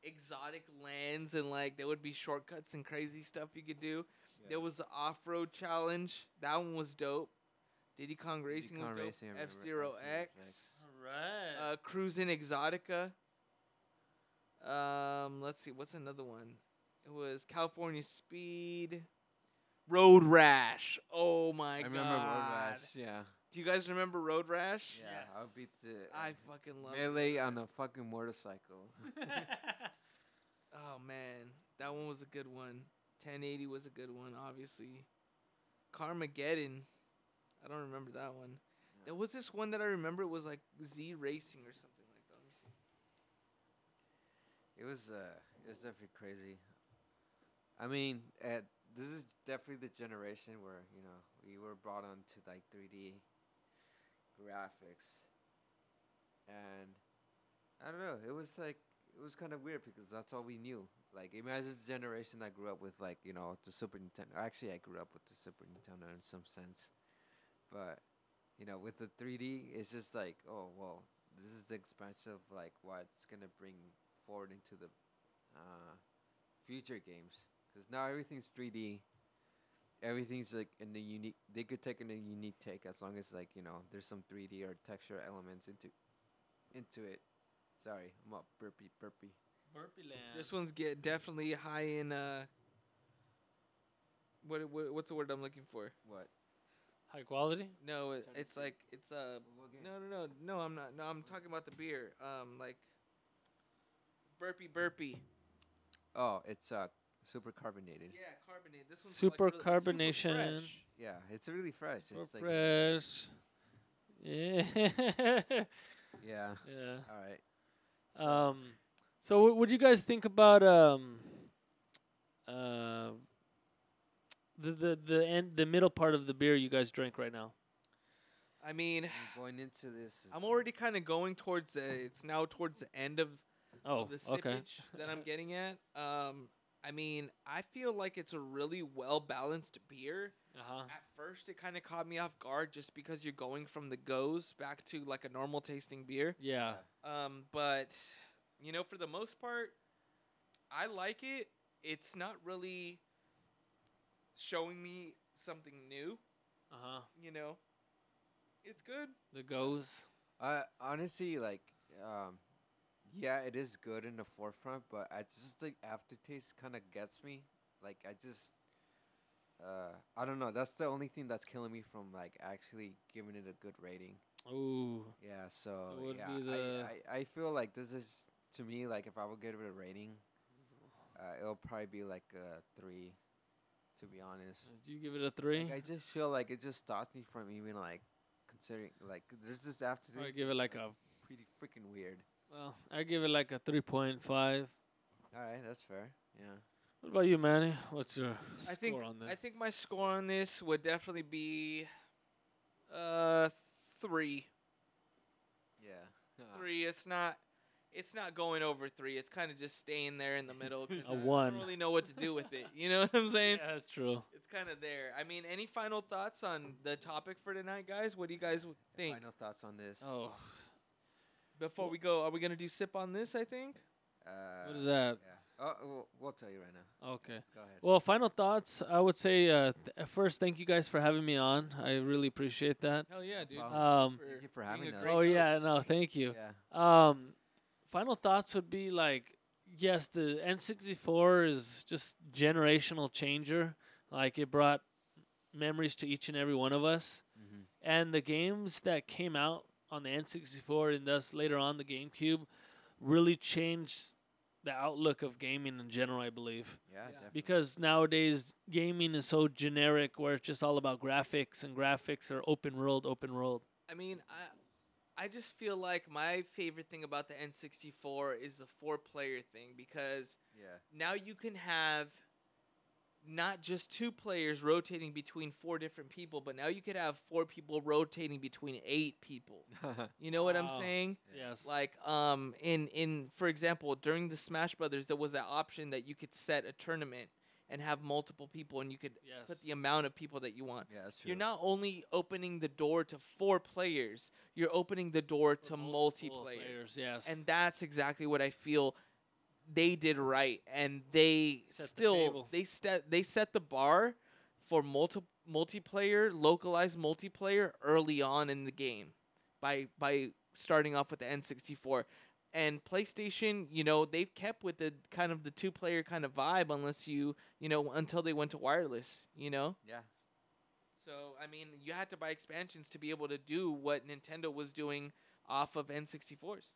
[SPEAKER 1] exotic lands and like there would be shortcuts and crazy stuff you could do.
[SPEAKER 2] Yeah.
[SPEAKER 1] There was the off-road challenge. That one was dope. Diddy Kong Racing
[SPEAKER 2] Kong
[SPEAKER 1] was
[SPEAKER 2] Racing, I
[SPEAKER 1] dope.
[SPEAKER 2] remember.
[SPEAKER 1] F-Zero X.
[SPEAKER 2] F-Zero
[SPEAKER 3] Right.
[SPEAKER 1] uh, Cruisin' Exotica. Um, let's see, what's another one? It was California Speed, Road Rash. Oh my
[SPEAKER 2] I
[SPEAKER 1] god!
[SPEAKER 2] remember Road Rash. Yeah.
[SPEAKER 1] Do you guys remember Road Rash?
[SPEAKER 2] Yeah, I
[SPEAKER 3] Yes.
[SPEAKER 2] beat the um,
[SPEAKER 1] I fucking love it.
[SPEAKER 2] melee on a fucking motorcycle.
[SPEAKER 1] Oh man, that one was a good one. 1080 was a good one, obviously. Carmageddon. I don't remember that one. There was this one that I remember. It was like Z Racing or something like that. Let me see.
[SPEAKER 2] It was uh, it was definitely crazy. I mean, uh, this is definitely the generation where you know we were brought on to like 3D graphics, and I don't know. It was like it was kind of weird because that's all we knew. Like, imagine the generation that grew up with like you know the Super Nintendo. Actually, I grew up with the Super Nintendo in some sense, but you know, with the 3D, it's just like, oh well, this is the expansion of like what's gonna bring forward into the uh, future games because now everything's 3D. Everything's like in a unique. They could take in a unique take as long as like you know there's some 3D or texture elements into into it. Sorry, I'm up burpy burpy.
[SPEAKER 3] Burpee land.
[SPEAKER 1] This one's get definitely high in uh. What, what what's the word I'm looking for?
[SPEAKER 2] What?
[SPEAKER 3] high quality.
[SPEAKER 1] No, it,
[SPEAKER 2] Time to
[SPEAKER 1] it's
[SPEAKER 2] sleep.
[SPEAKER 1] like it's uh.
[SPEAKER 2] What game?
[SPEAKER 1] No no no no I'm not no I'm talking about the beer um like. Burpee burpee.
[SPEAKER 2] Oh, it's uh super carbonated.
[SPEAKER 1] Yeah, carbonated. This one's
[SPEAKER 3] Super
[SPEAKER 1] like really- it's super
[SPEAKER 3] carbonation.
[SPEAKER 1] fresh.
[SPEAKER 2] Yeah, it's really fresh.
[SPEAKER 3] Super
[SPEAKER 2] it's like
[SPEAKER 3] fresh. Yeah.
[SPEAKER 2] yeah.
[SPEAKER 3] yeah.
[SPEAKER 1] Uh,
[SPEAKER 2] All right. So,
[SPEAKER 3] Um, So, what would you guys think about um, uh, the the the end the middle part of the beer you guys drank right now?
[SPEAKER 1] I mean,
[SPEAKER 2] And going into this, is
[SPEAKER 1] I'm already kind of going towards the. It's now towards the end of
[SPEAKER 3] Oh,
[SPEAKER 1] of the sippage
[SPEAKER 3] okay.
[SPEAKER 1] that I'm getting at. Um, I mean, I feel like it's a really well balanced beer.
[SPEAKER 3] Uh huh.
[SPEAKER 1] At first, it kind of caught me off guard just because you're going from the goes back to like a normal tasting beer.
[SPEAKER 3] Yeah.
[SPEAKER 1] Um, but you know, for the most part, I like it. It's not really showing me something new.
[SPEAKER 3] Uh huh.
[SPEAKER 1] You know, it's good.
[SPEAKER 3] The goes.
[SPEAKER 2] Uh, honestly, like, um, yeah, it is good in the forefront, but I just the aftertaste kind of gets me. Like, I just, uh, I don't know. That's the only thing that's killing me from like actually giving it a good rating.
[SPEAKER 3] Ooh.
[SPEAKER 2] Yeah, so,
[SPEAKER 3] what would
[SPEAKER 2] yeah,
[SPEAKER 3] be the-
[SPEAKER 2] I, I, I feel like this is to me like if I would give it a rating, uh, it'll probably be like a three, to be honest.
[SPEAKER 3] Do you give it a three?
[SPEAKER 2] Like, I just feel like it just stops me from even like considering like there's this aftertaste.
[SPEAKER 3] I give it like a
[SPEAKER 2] pretty freaking weird.
[SPEAKER 3] well. I give it like a three point five.
[SPEAKER 2] All right, that's fair. Yeah.
[SPEAKER 3] What about you, Manny? What's your score
[SPEAKER 1] I think
[SPEAKER 3] on this?
[SPEAKER 1] I think my score on this would definitely be uh three.
[SPEAKER 2] Yeah. Uh,
[SPEAKER 1] Uh, Three. It's not it's not going over three. It's kind of just staying there in the middle. 'cause
[SPEAKER 3] A
[SPEAKER 1] I
[SPEAKER 3] one.
[SPEAKER 1] don't really know what to do with it. You know what I'm
[SPEAKER 3] yeah,
[SPEAKER 1] saying?
[SPEAKER 3] that's true.
[SPEAKER 1] It's kind of there. I mean, any final thoughts on the topic for tonight, guys? What do you guys w- think?
[SPEAKER 2] Final thoughts on this.
[SPEAKER 1] Uh,
[SPEAKER 3] Oh,
[SPEAKER 1] Before we go, are we gonna do sip on this? I think.
[SPEAKER 2] Uh,
[SPEAKER 3] what is that?
[SPEAKER 2] Yeah. Oh, we'll, we'll tell you right now.
[SPEAKER 3] Okay.
[SPEAKER 2] Let's go ahead.
[SPEAKER 3] Well, final thoughts. I would say uh, th- uh, first, thank you guys for having me on. I really appreciate that.
[SPEAKER 1] Hell yeah, dude.
[SPEAKER 2] problem.
[SPEAKER 3] Um,
[SPEAKER 2] Thank you
[SPEAKER 1] for
[SPEAKER 2] for
[SPEAKER 1] being
[SPEAKER 2] having
[SPEAKER 1] a
[SPEAKER 2] us.
[SPEAKER 1] Oh, great
[SPEAKER 3] oh
[SPEAKER 1] host.
[SPEAKER 3] yeah, no, thank you.
[SPEAKER 2] Yeah.
[SPEAKER 3] Um, final thoughts would be like, yes, the N64 is just generational changer. Like it brought memories to each and every one of us.
[SPEAKER 2] Mhm.
[SPEAKER 3] And the games that came out on the N64 and thus later on the GameCube really changed the outlook of gaming in general, I believe
[SPEAKER 2] Yeah.
[SPEAKER 1] Yeah.
[SPEAKER 2] Definitely.
[SPEAKER 3] because nowadays gaming is so generic where it's just all about graphics and graphics are open world open world
[SPEAKER 1] I mean, I I just feel like my favorite thing about the N64 is the four-player thing because
[SPEAKER 2] yeah.
[SPEAKER 1] now you can have not just two players rotating between four different people, but now you could have four people rotating between eight people. You know what
[SPEAKER 3] Wow.
[SPEAKER 1] I'm saying?
[SPEAKER 2] Yeah.
[SPEAKER 3] yes
[SPEAKER 1] Like um in in for example, during the Smash Brothers there was that option that you could set a tournament and have multiple people and you could
[SPEAKER 3] yes
[SPEAKER 1] put the amount of people that you want.
[SPEAKER 2] yeah. That's true.
[SPEAKER 1] You're not only opening the door to four players, you're opening the door
[SPEAKER 3] For
[SPEAKER 1] to
[SPEAKER 3] multiple
[SPEAKER 1] multiplayer.
[SPEAKER 3] players yes
[SPEAKER 1] And that's exactly what I feel they did right, and they
[SPEAKER 3] Set the
[SPEAKER 1] still
[SPEAKER 3] table.
[SPEAKER 1] they set they set the bar for multi multiplayer localized multiplayer early on in the game by by starting off with the N64 and PlayStation. You know they've kept with the kind of the two player kind of vibe unless you you know until they went to wireless. You know.
[SPEAKER 2] Yeah.
[SPEAKER 1] So I mean, you had to buy expansions to be able to do what Nintendo was doing off of N64s.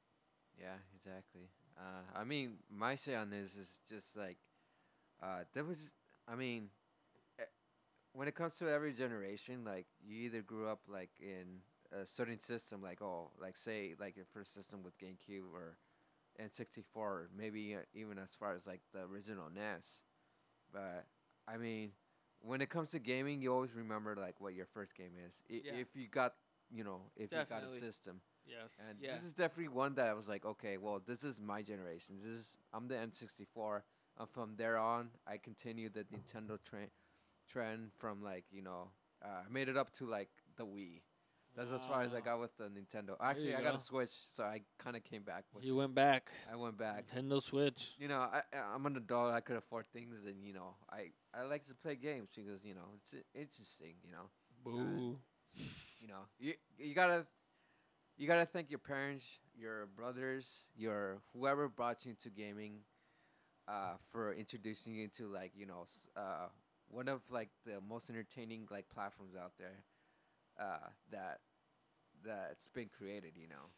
[SPEAKER 2] Yeah. Exactly. Uh, I mean, my say on this is just like, uh, there was. I mean, eh, when it comes to every generation, like you either grew up like in a certain system, like oh, like say like your first system with GameCube or N64, maybe uh, even as far as like the original NES. But I mean, when it comes to gaming, you always remember like what your first game is. I-
[SPEAKER 1] Yeah.
[SPEAKER 2] If you got, you know, if you got
[SPEAKER 1] Definitely.
[SPEAKER 2] a system.
[SPEAKER 3] yes
[SPEAKER 2] And
[SPEAKER 1] Yeah.
[SPEAKER 2] this is definitely one that I was like, okay, well, this is my generation. This is I'm the N64. And from there on, I continue the Nintendo trend trend from like you know, uh, I made it up to like the Wii. That's as far as I
[SPEAKER 3] Wow.
[SPEAKER 2] got with the Nintendo. Actually,
[SPEAKER 3] Ah. you
[SPEAKER 2] I got
[SPEAKER 3] go.
[SPEAKER 2] a Switch, so I kind of came back. With
[SPEAKER 3] you went back
[SPEAKER 2] I went back.
[SPEAKER 3] nintendo switch
[SPEAKER 2] You know, I, I- I'm an adult. I could afford things, and you know, I, I like to play games because you know it's i- interesting. You know,
[SPEAKER 3] boo
[SPEAKER 2] you know you you gotta you gotta thank your parents your brothers your whoever brought you into gaming uh, for introducing you to like you know s- uh, one of like the most entertaining like platforms out there uh, that that's been created you know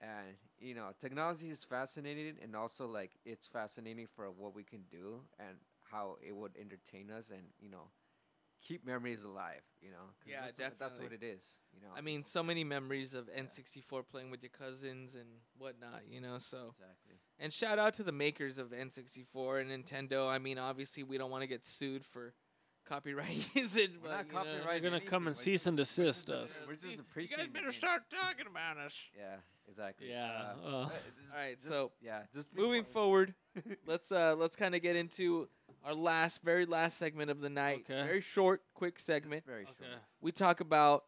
[SPEAKER 2] and you know technology is fascinating and also like it's fascinating for what we can do and how it would entertain us and you know keep memories alive you know 'cause
[SPEAKER 1] Yeah,
[SPEAKER 2] that's what- that's what
[SPEAKER 1] definitely.
[SPEAKER 2] it is you know
[SPEAKER 1] I mean, so many memories of N64 playing with your cousins and whatnot, you know. So
[SPEAKER 2] exactly
[SPEAKER 1] And shout out to the makers of N64 and Nintendo. I mean, obviously, we don't want to get sued for copyright usage,
[SPEAKER 2] We're
[SPEAKER 1] but
[SPEAKER 2] not
[SPEAKER 1] you know,
[SPEAKER 3] They're
[SPEAKER 2] copyright- Right,
[SPEAKER 3] gonna
[SPEAKER 2] anything,
[SPEAKER 3] come and
[SPEAKER 2] like
[SPEAKER 3] cease
[SPEAKER 2] just-
[SPEAKER 3] and
[SPEAKER 2] like
[SPEAKER 3] desist
[SPEAKER 2] just-
[SPEAKER 3] us.
[SPEAKER 2] We're just
[SPEAKER 1] you- You
[SPEAKER 2] appreciating
[SPEAKER 1] guys better
[SPEAKER 2] it.
[SPEAKER 1] start talking about us.
[SPEAKER 2] Yeah, exactly.
[SPEAKER 3] Yeah.
[SPEAKER 2] Uh,
[SPEAKER 3] uh,
[SPEAKER 2] uh, just-
[SPEAKER 1] Alright,
[SPEAKER 2] just-
[SPEAKER 1] so,
[SPEAKER 2] yeah, just be
[SPEAKER 1] Moving
[SPEAKER 2] quiet.
[SPEAKER 1] forward, let's uh let's kind of get into our last, very last segment of the night.
[SPEAKER 3] Okay.
[SPEAKER 1] Very short, quick
[SPEAKER 2] Just
[SPEAKER 1] segment.
[SPEAKER 2] very short.
[SPEAKER 3] okay.
[SPEAKER 1] we talk about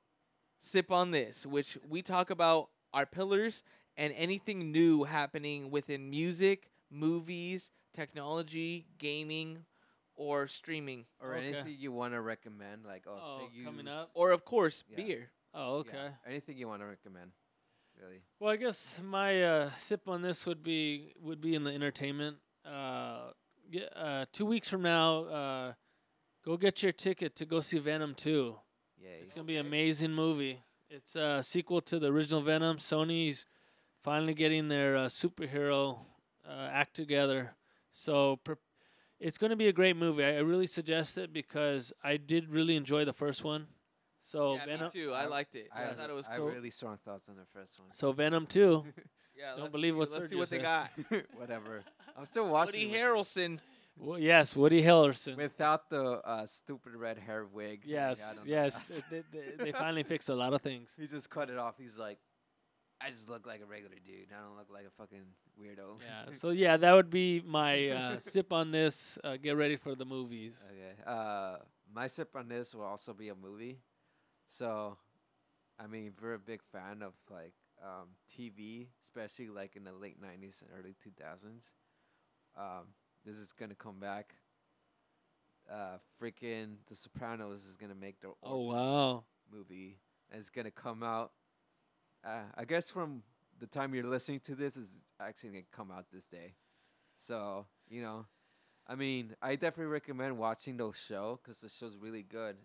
[SPEAKER 1] sip on this, which we talk about our pillars and anything new happening within music, movies, technology, gaming, or streaming,
[SPEAKER 2] Or
[SPEAKER 3] Okay.
[SPEAKER 2] anything you want to recommend, like oh, say
[SPEAKER 3] Oh,
[SPEAKER 2] you
[SPEAKER 3] coming
[SPEAKER 2] use-
[SPEAKER 3] up?
[SPEAKER 1] or of course
[SPEAKER 2] Yeah.
[SPEAKER 1] beer.
[SPEAKER 3] Oh,
[SPEAKER 2] yeah,
[SPEAKER 3] okay.
[SPEAKER 2] anything you want to recommend, really.
[SPEAKER 3] Well, I guess my uh, sip on this would be would be in the entertainment. Uh, ge- uh, two weeks from now, uh, go get your ticket to go see Venom Two.
[SPEAKER 2] Yay.
[SPEAKER 3] It's gonna be an amazing movie. It's a sequel to the original Venom. Sony's finally getting their uh, superhero uh, act together, so pre- it's gonna be a great movie. I, I really suggest it because I did really enjoy the first one. So
[SPEAKER 1] yeah,
[SPEAKER 3] Venom,
[SPEAKER 1] me too. I
[SPEAKER 2] I-
[SPEAKER 1] liked it. I
[SPEAKER 2] have
[SPEAKER 1] thought
[SPEAKER 2] s-
[SPEAKER 1] it was
[SPEAKER 2] I have
[SPEAKER 1] cool.
[SPEAKER 2] really strong thoughts on the first one.
[SPEAKER 3] so Venom Two.
[SPEAKER 1] Yeah,
[SPEAKER 3] don't
[SPEAKER 1] let's
[SPEAKER 3] believe
[SPEAKER 1] see,
[SPEAKER 3] what
[SPEAKER 1] Let's see
[SPEAKER 3] Sergio
[SPEAKER 1] what they
[SPEAKER 3] says.
[SPEAKER 1] got.
[SPEAKER 2] Whatever. I'm still watching.
[SPEAKER 1] Woody
[SPEAKER 2] with you.
[SPEAKER 1] Harrelson.
[SPEAKER 3] Wo- yes, Woody Harrelson.
[SPEAKER 2] without the uh, stupid red hair wig. Yeah, I
[SPEAKER 3] Yes,
[SPEAKER 2] don't know.
[SPEAKER 3] yes. they, they, they finally fixed a lot of things.
[SPEAKER 2] he just cut it off. He's like, I just look like a regular dude. I don't look like a fucking weirdo.
[SPEAKER 3] Yeah. So yeah, that would be my uh, sip on this. Uh, get ready for the movies.
[SPEAKER 2] Okay. Uh, my sip on this will also be a movie. So, I mean, if you're a big fan of like um, TV, especially like in the late '90s and early 2000s, um, this is gonna come back. Uh, freaking The Sopranos is gonna make their
[SPEAKER 3] Oh
[SPEAKER 2] origin
[SPEAKER 3] wow.
[SPEAKER 2] movie, and it's gonna come out. Uh, I guess from the time you're listening to this is actually gonna come out this day. So you know, I mean, I definitely recommend watching the show because the show's really good,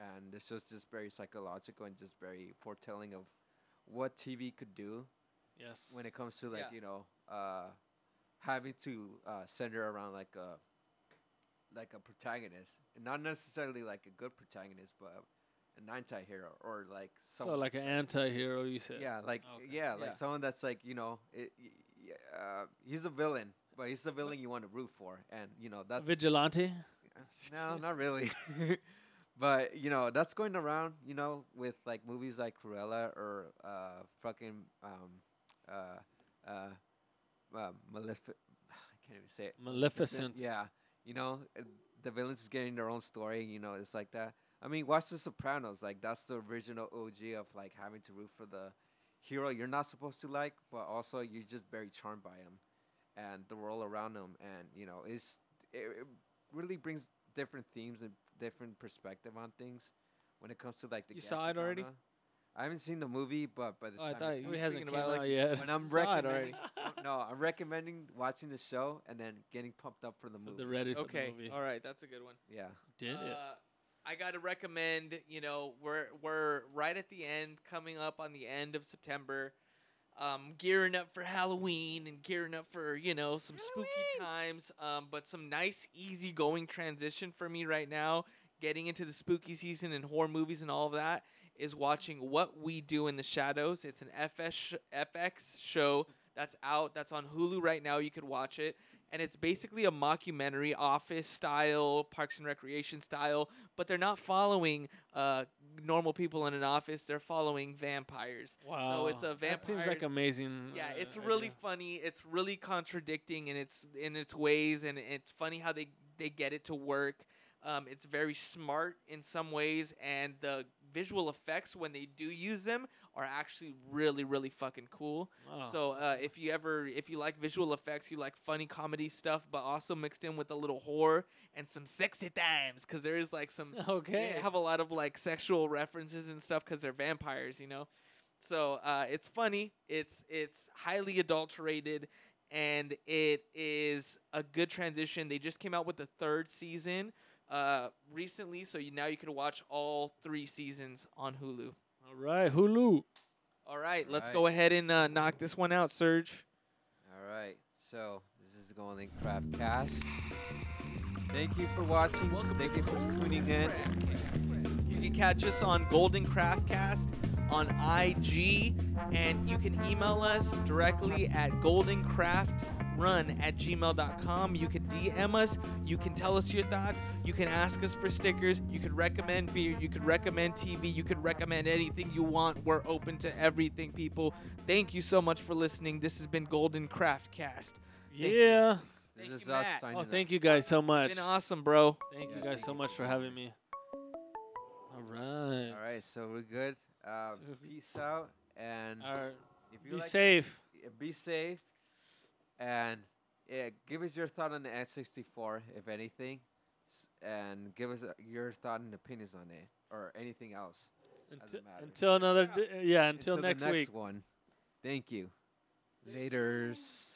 [SPEAKER 2] and the show's just very psychological and just very foretelling of what TV could do
[SPEAKER 3] Yes.
[SPEAKER 2] when it comes to like
[SPEAKER 1] Yeah.
[SPEAKER 2] you know uh, having to uh, center around like a like a protagonist, and not necessarily like a good protagonist, but an anti-hero or like
[SPEAKER 3] so like an anti-hero, you said.
[SPEAKER 2] yeah, like
[SPEAKER 3] Okay.
[SPEAKER 2] yeah, like
[SPEAKER 1] Yeah.
[SPEAKER 2] someone that's like you know it, y- y- uh, he's a villain, but he's the villain you want to root for, and you know that's
[SPEAKER 3] Vigilante.
[SPEAKER 2] no, not really. but you know, that's going around. You know, with like movies like Cruella or uh, fucking um, uh, uh, uh, Malefic. I can't even say it.
[SPEAKER 3] Maleficent.
[SPEAKER 2] Yeah, you know, uh, the villains is getting their own story. You know, it's like that. I mean, watch The Sopranos. Like that's the original OG of like having to root for the hero you're not supposed to like, but also you're just very charmed by him and the world around him. And you know, it's it, it really brings different themes and different perspective on things when it comes to like the.
[SPEAKER 1] You
[SPEAKER 2] gangster
[SPEAKER 1] saw it already?
[SPEAKER 2] genre. I haven't seen the movie, but by the
[SPEAKER 1] Oh, I
[SPEAKER 2] time
[SPEAKER 1] thought
[SPEAKER 2] it's
[SPEAKER 1] you
[SPEAKER 3] It
[SPEAKER 1] were
[SPEAKER 3] hasn't
[SPEAKER 1] speaking
[SPEAKER 3] came
[SPEAKER 1] about like
[SPEAKER 3] out yet.
[SPEAKER 2] when I'm
[SPEAKER 1] saw it
[SPEAKER 2] recommending, uh, no, I'm recommending watching the show and then getting pumped up for the
[SPEAKER 3] For
[SPEAKER 2] movie.
[SPEAKER 3] the ready for
[SPEAKER 1] Okay,
[SPEAKER 3] the movie.
[SPEAKER 1] all right, that's a good one.
[SPEAKER 2] yeah,
[SPEAKER 3] Did it?
[SPEAKER 1] Uh, I gotta recommend. You know, we're we're right at the end, coming up on the end of September, um, gearing up for Halloween and gearing up for you know some spooky times. Um, but some nice, easy going transition for me right now, getting into the spooky season and horror movies and all of that is watching What We Do in the Shadows. It's an FS sh- FX show that's out. That's on Hulu right now. You could watch it and it's basically a mockumentary office style parks and recreation style but they're not following uh, normal people in an office they're following vampires
[SPEAKER 3] wow.
[SPEAKER 1] it's a
[SPEAKER 3] That seems like
[SPEAKER 1] vampire's-
[SPEAKER 3] amazing.
[SPEAKER 1] yeah it's
[SPEAKER 3] uh,
[SPEAKER 1] really
[SPEAKER 3] idea.
[SPEAKER 1] funny it's really contradicting in its in its ways and it's funny how they they get it to work um, it's very smart in some ways and the visual effects when they do use them are actually really really fucking cool
[SPEAKER 3] Wow.
[SPEAKER 1] so uh, if you ever if you like visual effects, you like funny comedy stuff, but also mixed in with a little horror and some sexy times, because there is like some
[SPEAKER 3] okay.
[SPEAKER 1] they have a lot of like sexual references and stuff because they're vampires, you know. So uh, it's funny. It's it's highly adulterated, and it is a good transition. They just came out with the third season uh, recently, so you, now you can watch all three seasons on Hulu.
[SPEAKER 3] all right. Hulu.
[SPEAKER 1] All right, let's
[SPEAKER 2] Right.
[SPEAKER 1] go ahead and uh, knock this one out, Serge.
[SPEAKER 2] all right. So this is Golden Crab Cast. Thank you for watching. Thank you for tuning in.
[SPEAKER 1] You can catch us on Golden Craftcast on IG, and you can email us directly at goldencraftradio run at gmail.com. You can DM us. You can tell us your thoughts. You can ask us for stickers. You could recommend beer. You could recommend TV. You could recommend anything you want. We're open to everything, people. Thank you so much for listening. This has been Golden Craft Cast. Thank you.
[SPEAKER 3] yeah.
[SPEAKER 2] This
[SPEAKER 1] Thank
[SPEAKER 2] is
[SPEAKER 1] you,
[SPEAKER 2] us
[SPEAKER 1] Matt.
[SPEAKER 2] signing
[SPEAKER 3] Oh,
[SPEAKER 2] off.
[SPEAKER 3] thank you guys so much.
[SPEAKER 1] Been awesome, bro.
[SPEAKER 3] Thank you
[SPEAKER 2] Yeah,
[SPEAKER 3] guys
[SPEAKER 2] thank
[SPEAKER 3] so
[SPEAKER 2] you.
[SPEAKER 3] much for having me. All right.
[SPEAKER 2] All right, so we're good. Uh,
[SPEAKER 3] So-
[SPEAKER 2] peace out, and
[SPEAKER 3] All right.
[SPEAKER 2] if you
[SPEAKER 3] Be
[SPEAKER 2] like,
[SPEAKER 3] safe.
[SPEAKER 2] yeah, be safe, and yeah, give us your thought on the N64, if anything, s- and give us uh, your thought and opinions on it, or anything else.
[SPEAKER 3] Until,
[SPEAKER 2] Doesn't matter.
[SPEAKER 3] until another.
[SPEAKER 1] Peace
[SPEAKER 3] d- yeah. Until,
[SPEAKER 2] the
[SPEAKER 3] next
[SPEAKER 2] next
[SPEAKER 3] week.
[SPEAKER 2] one. Thank you. Laters.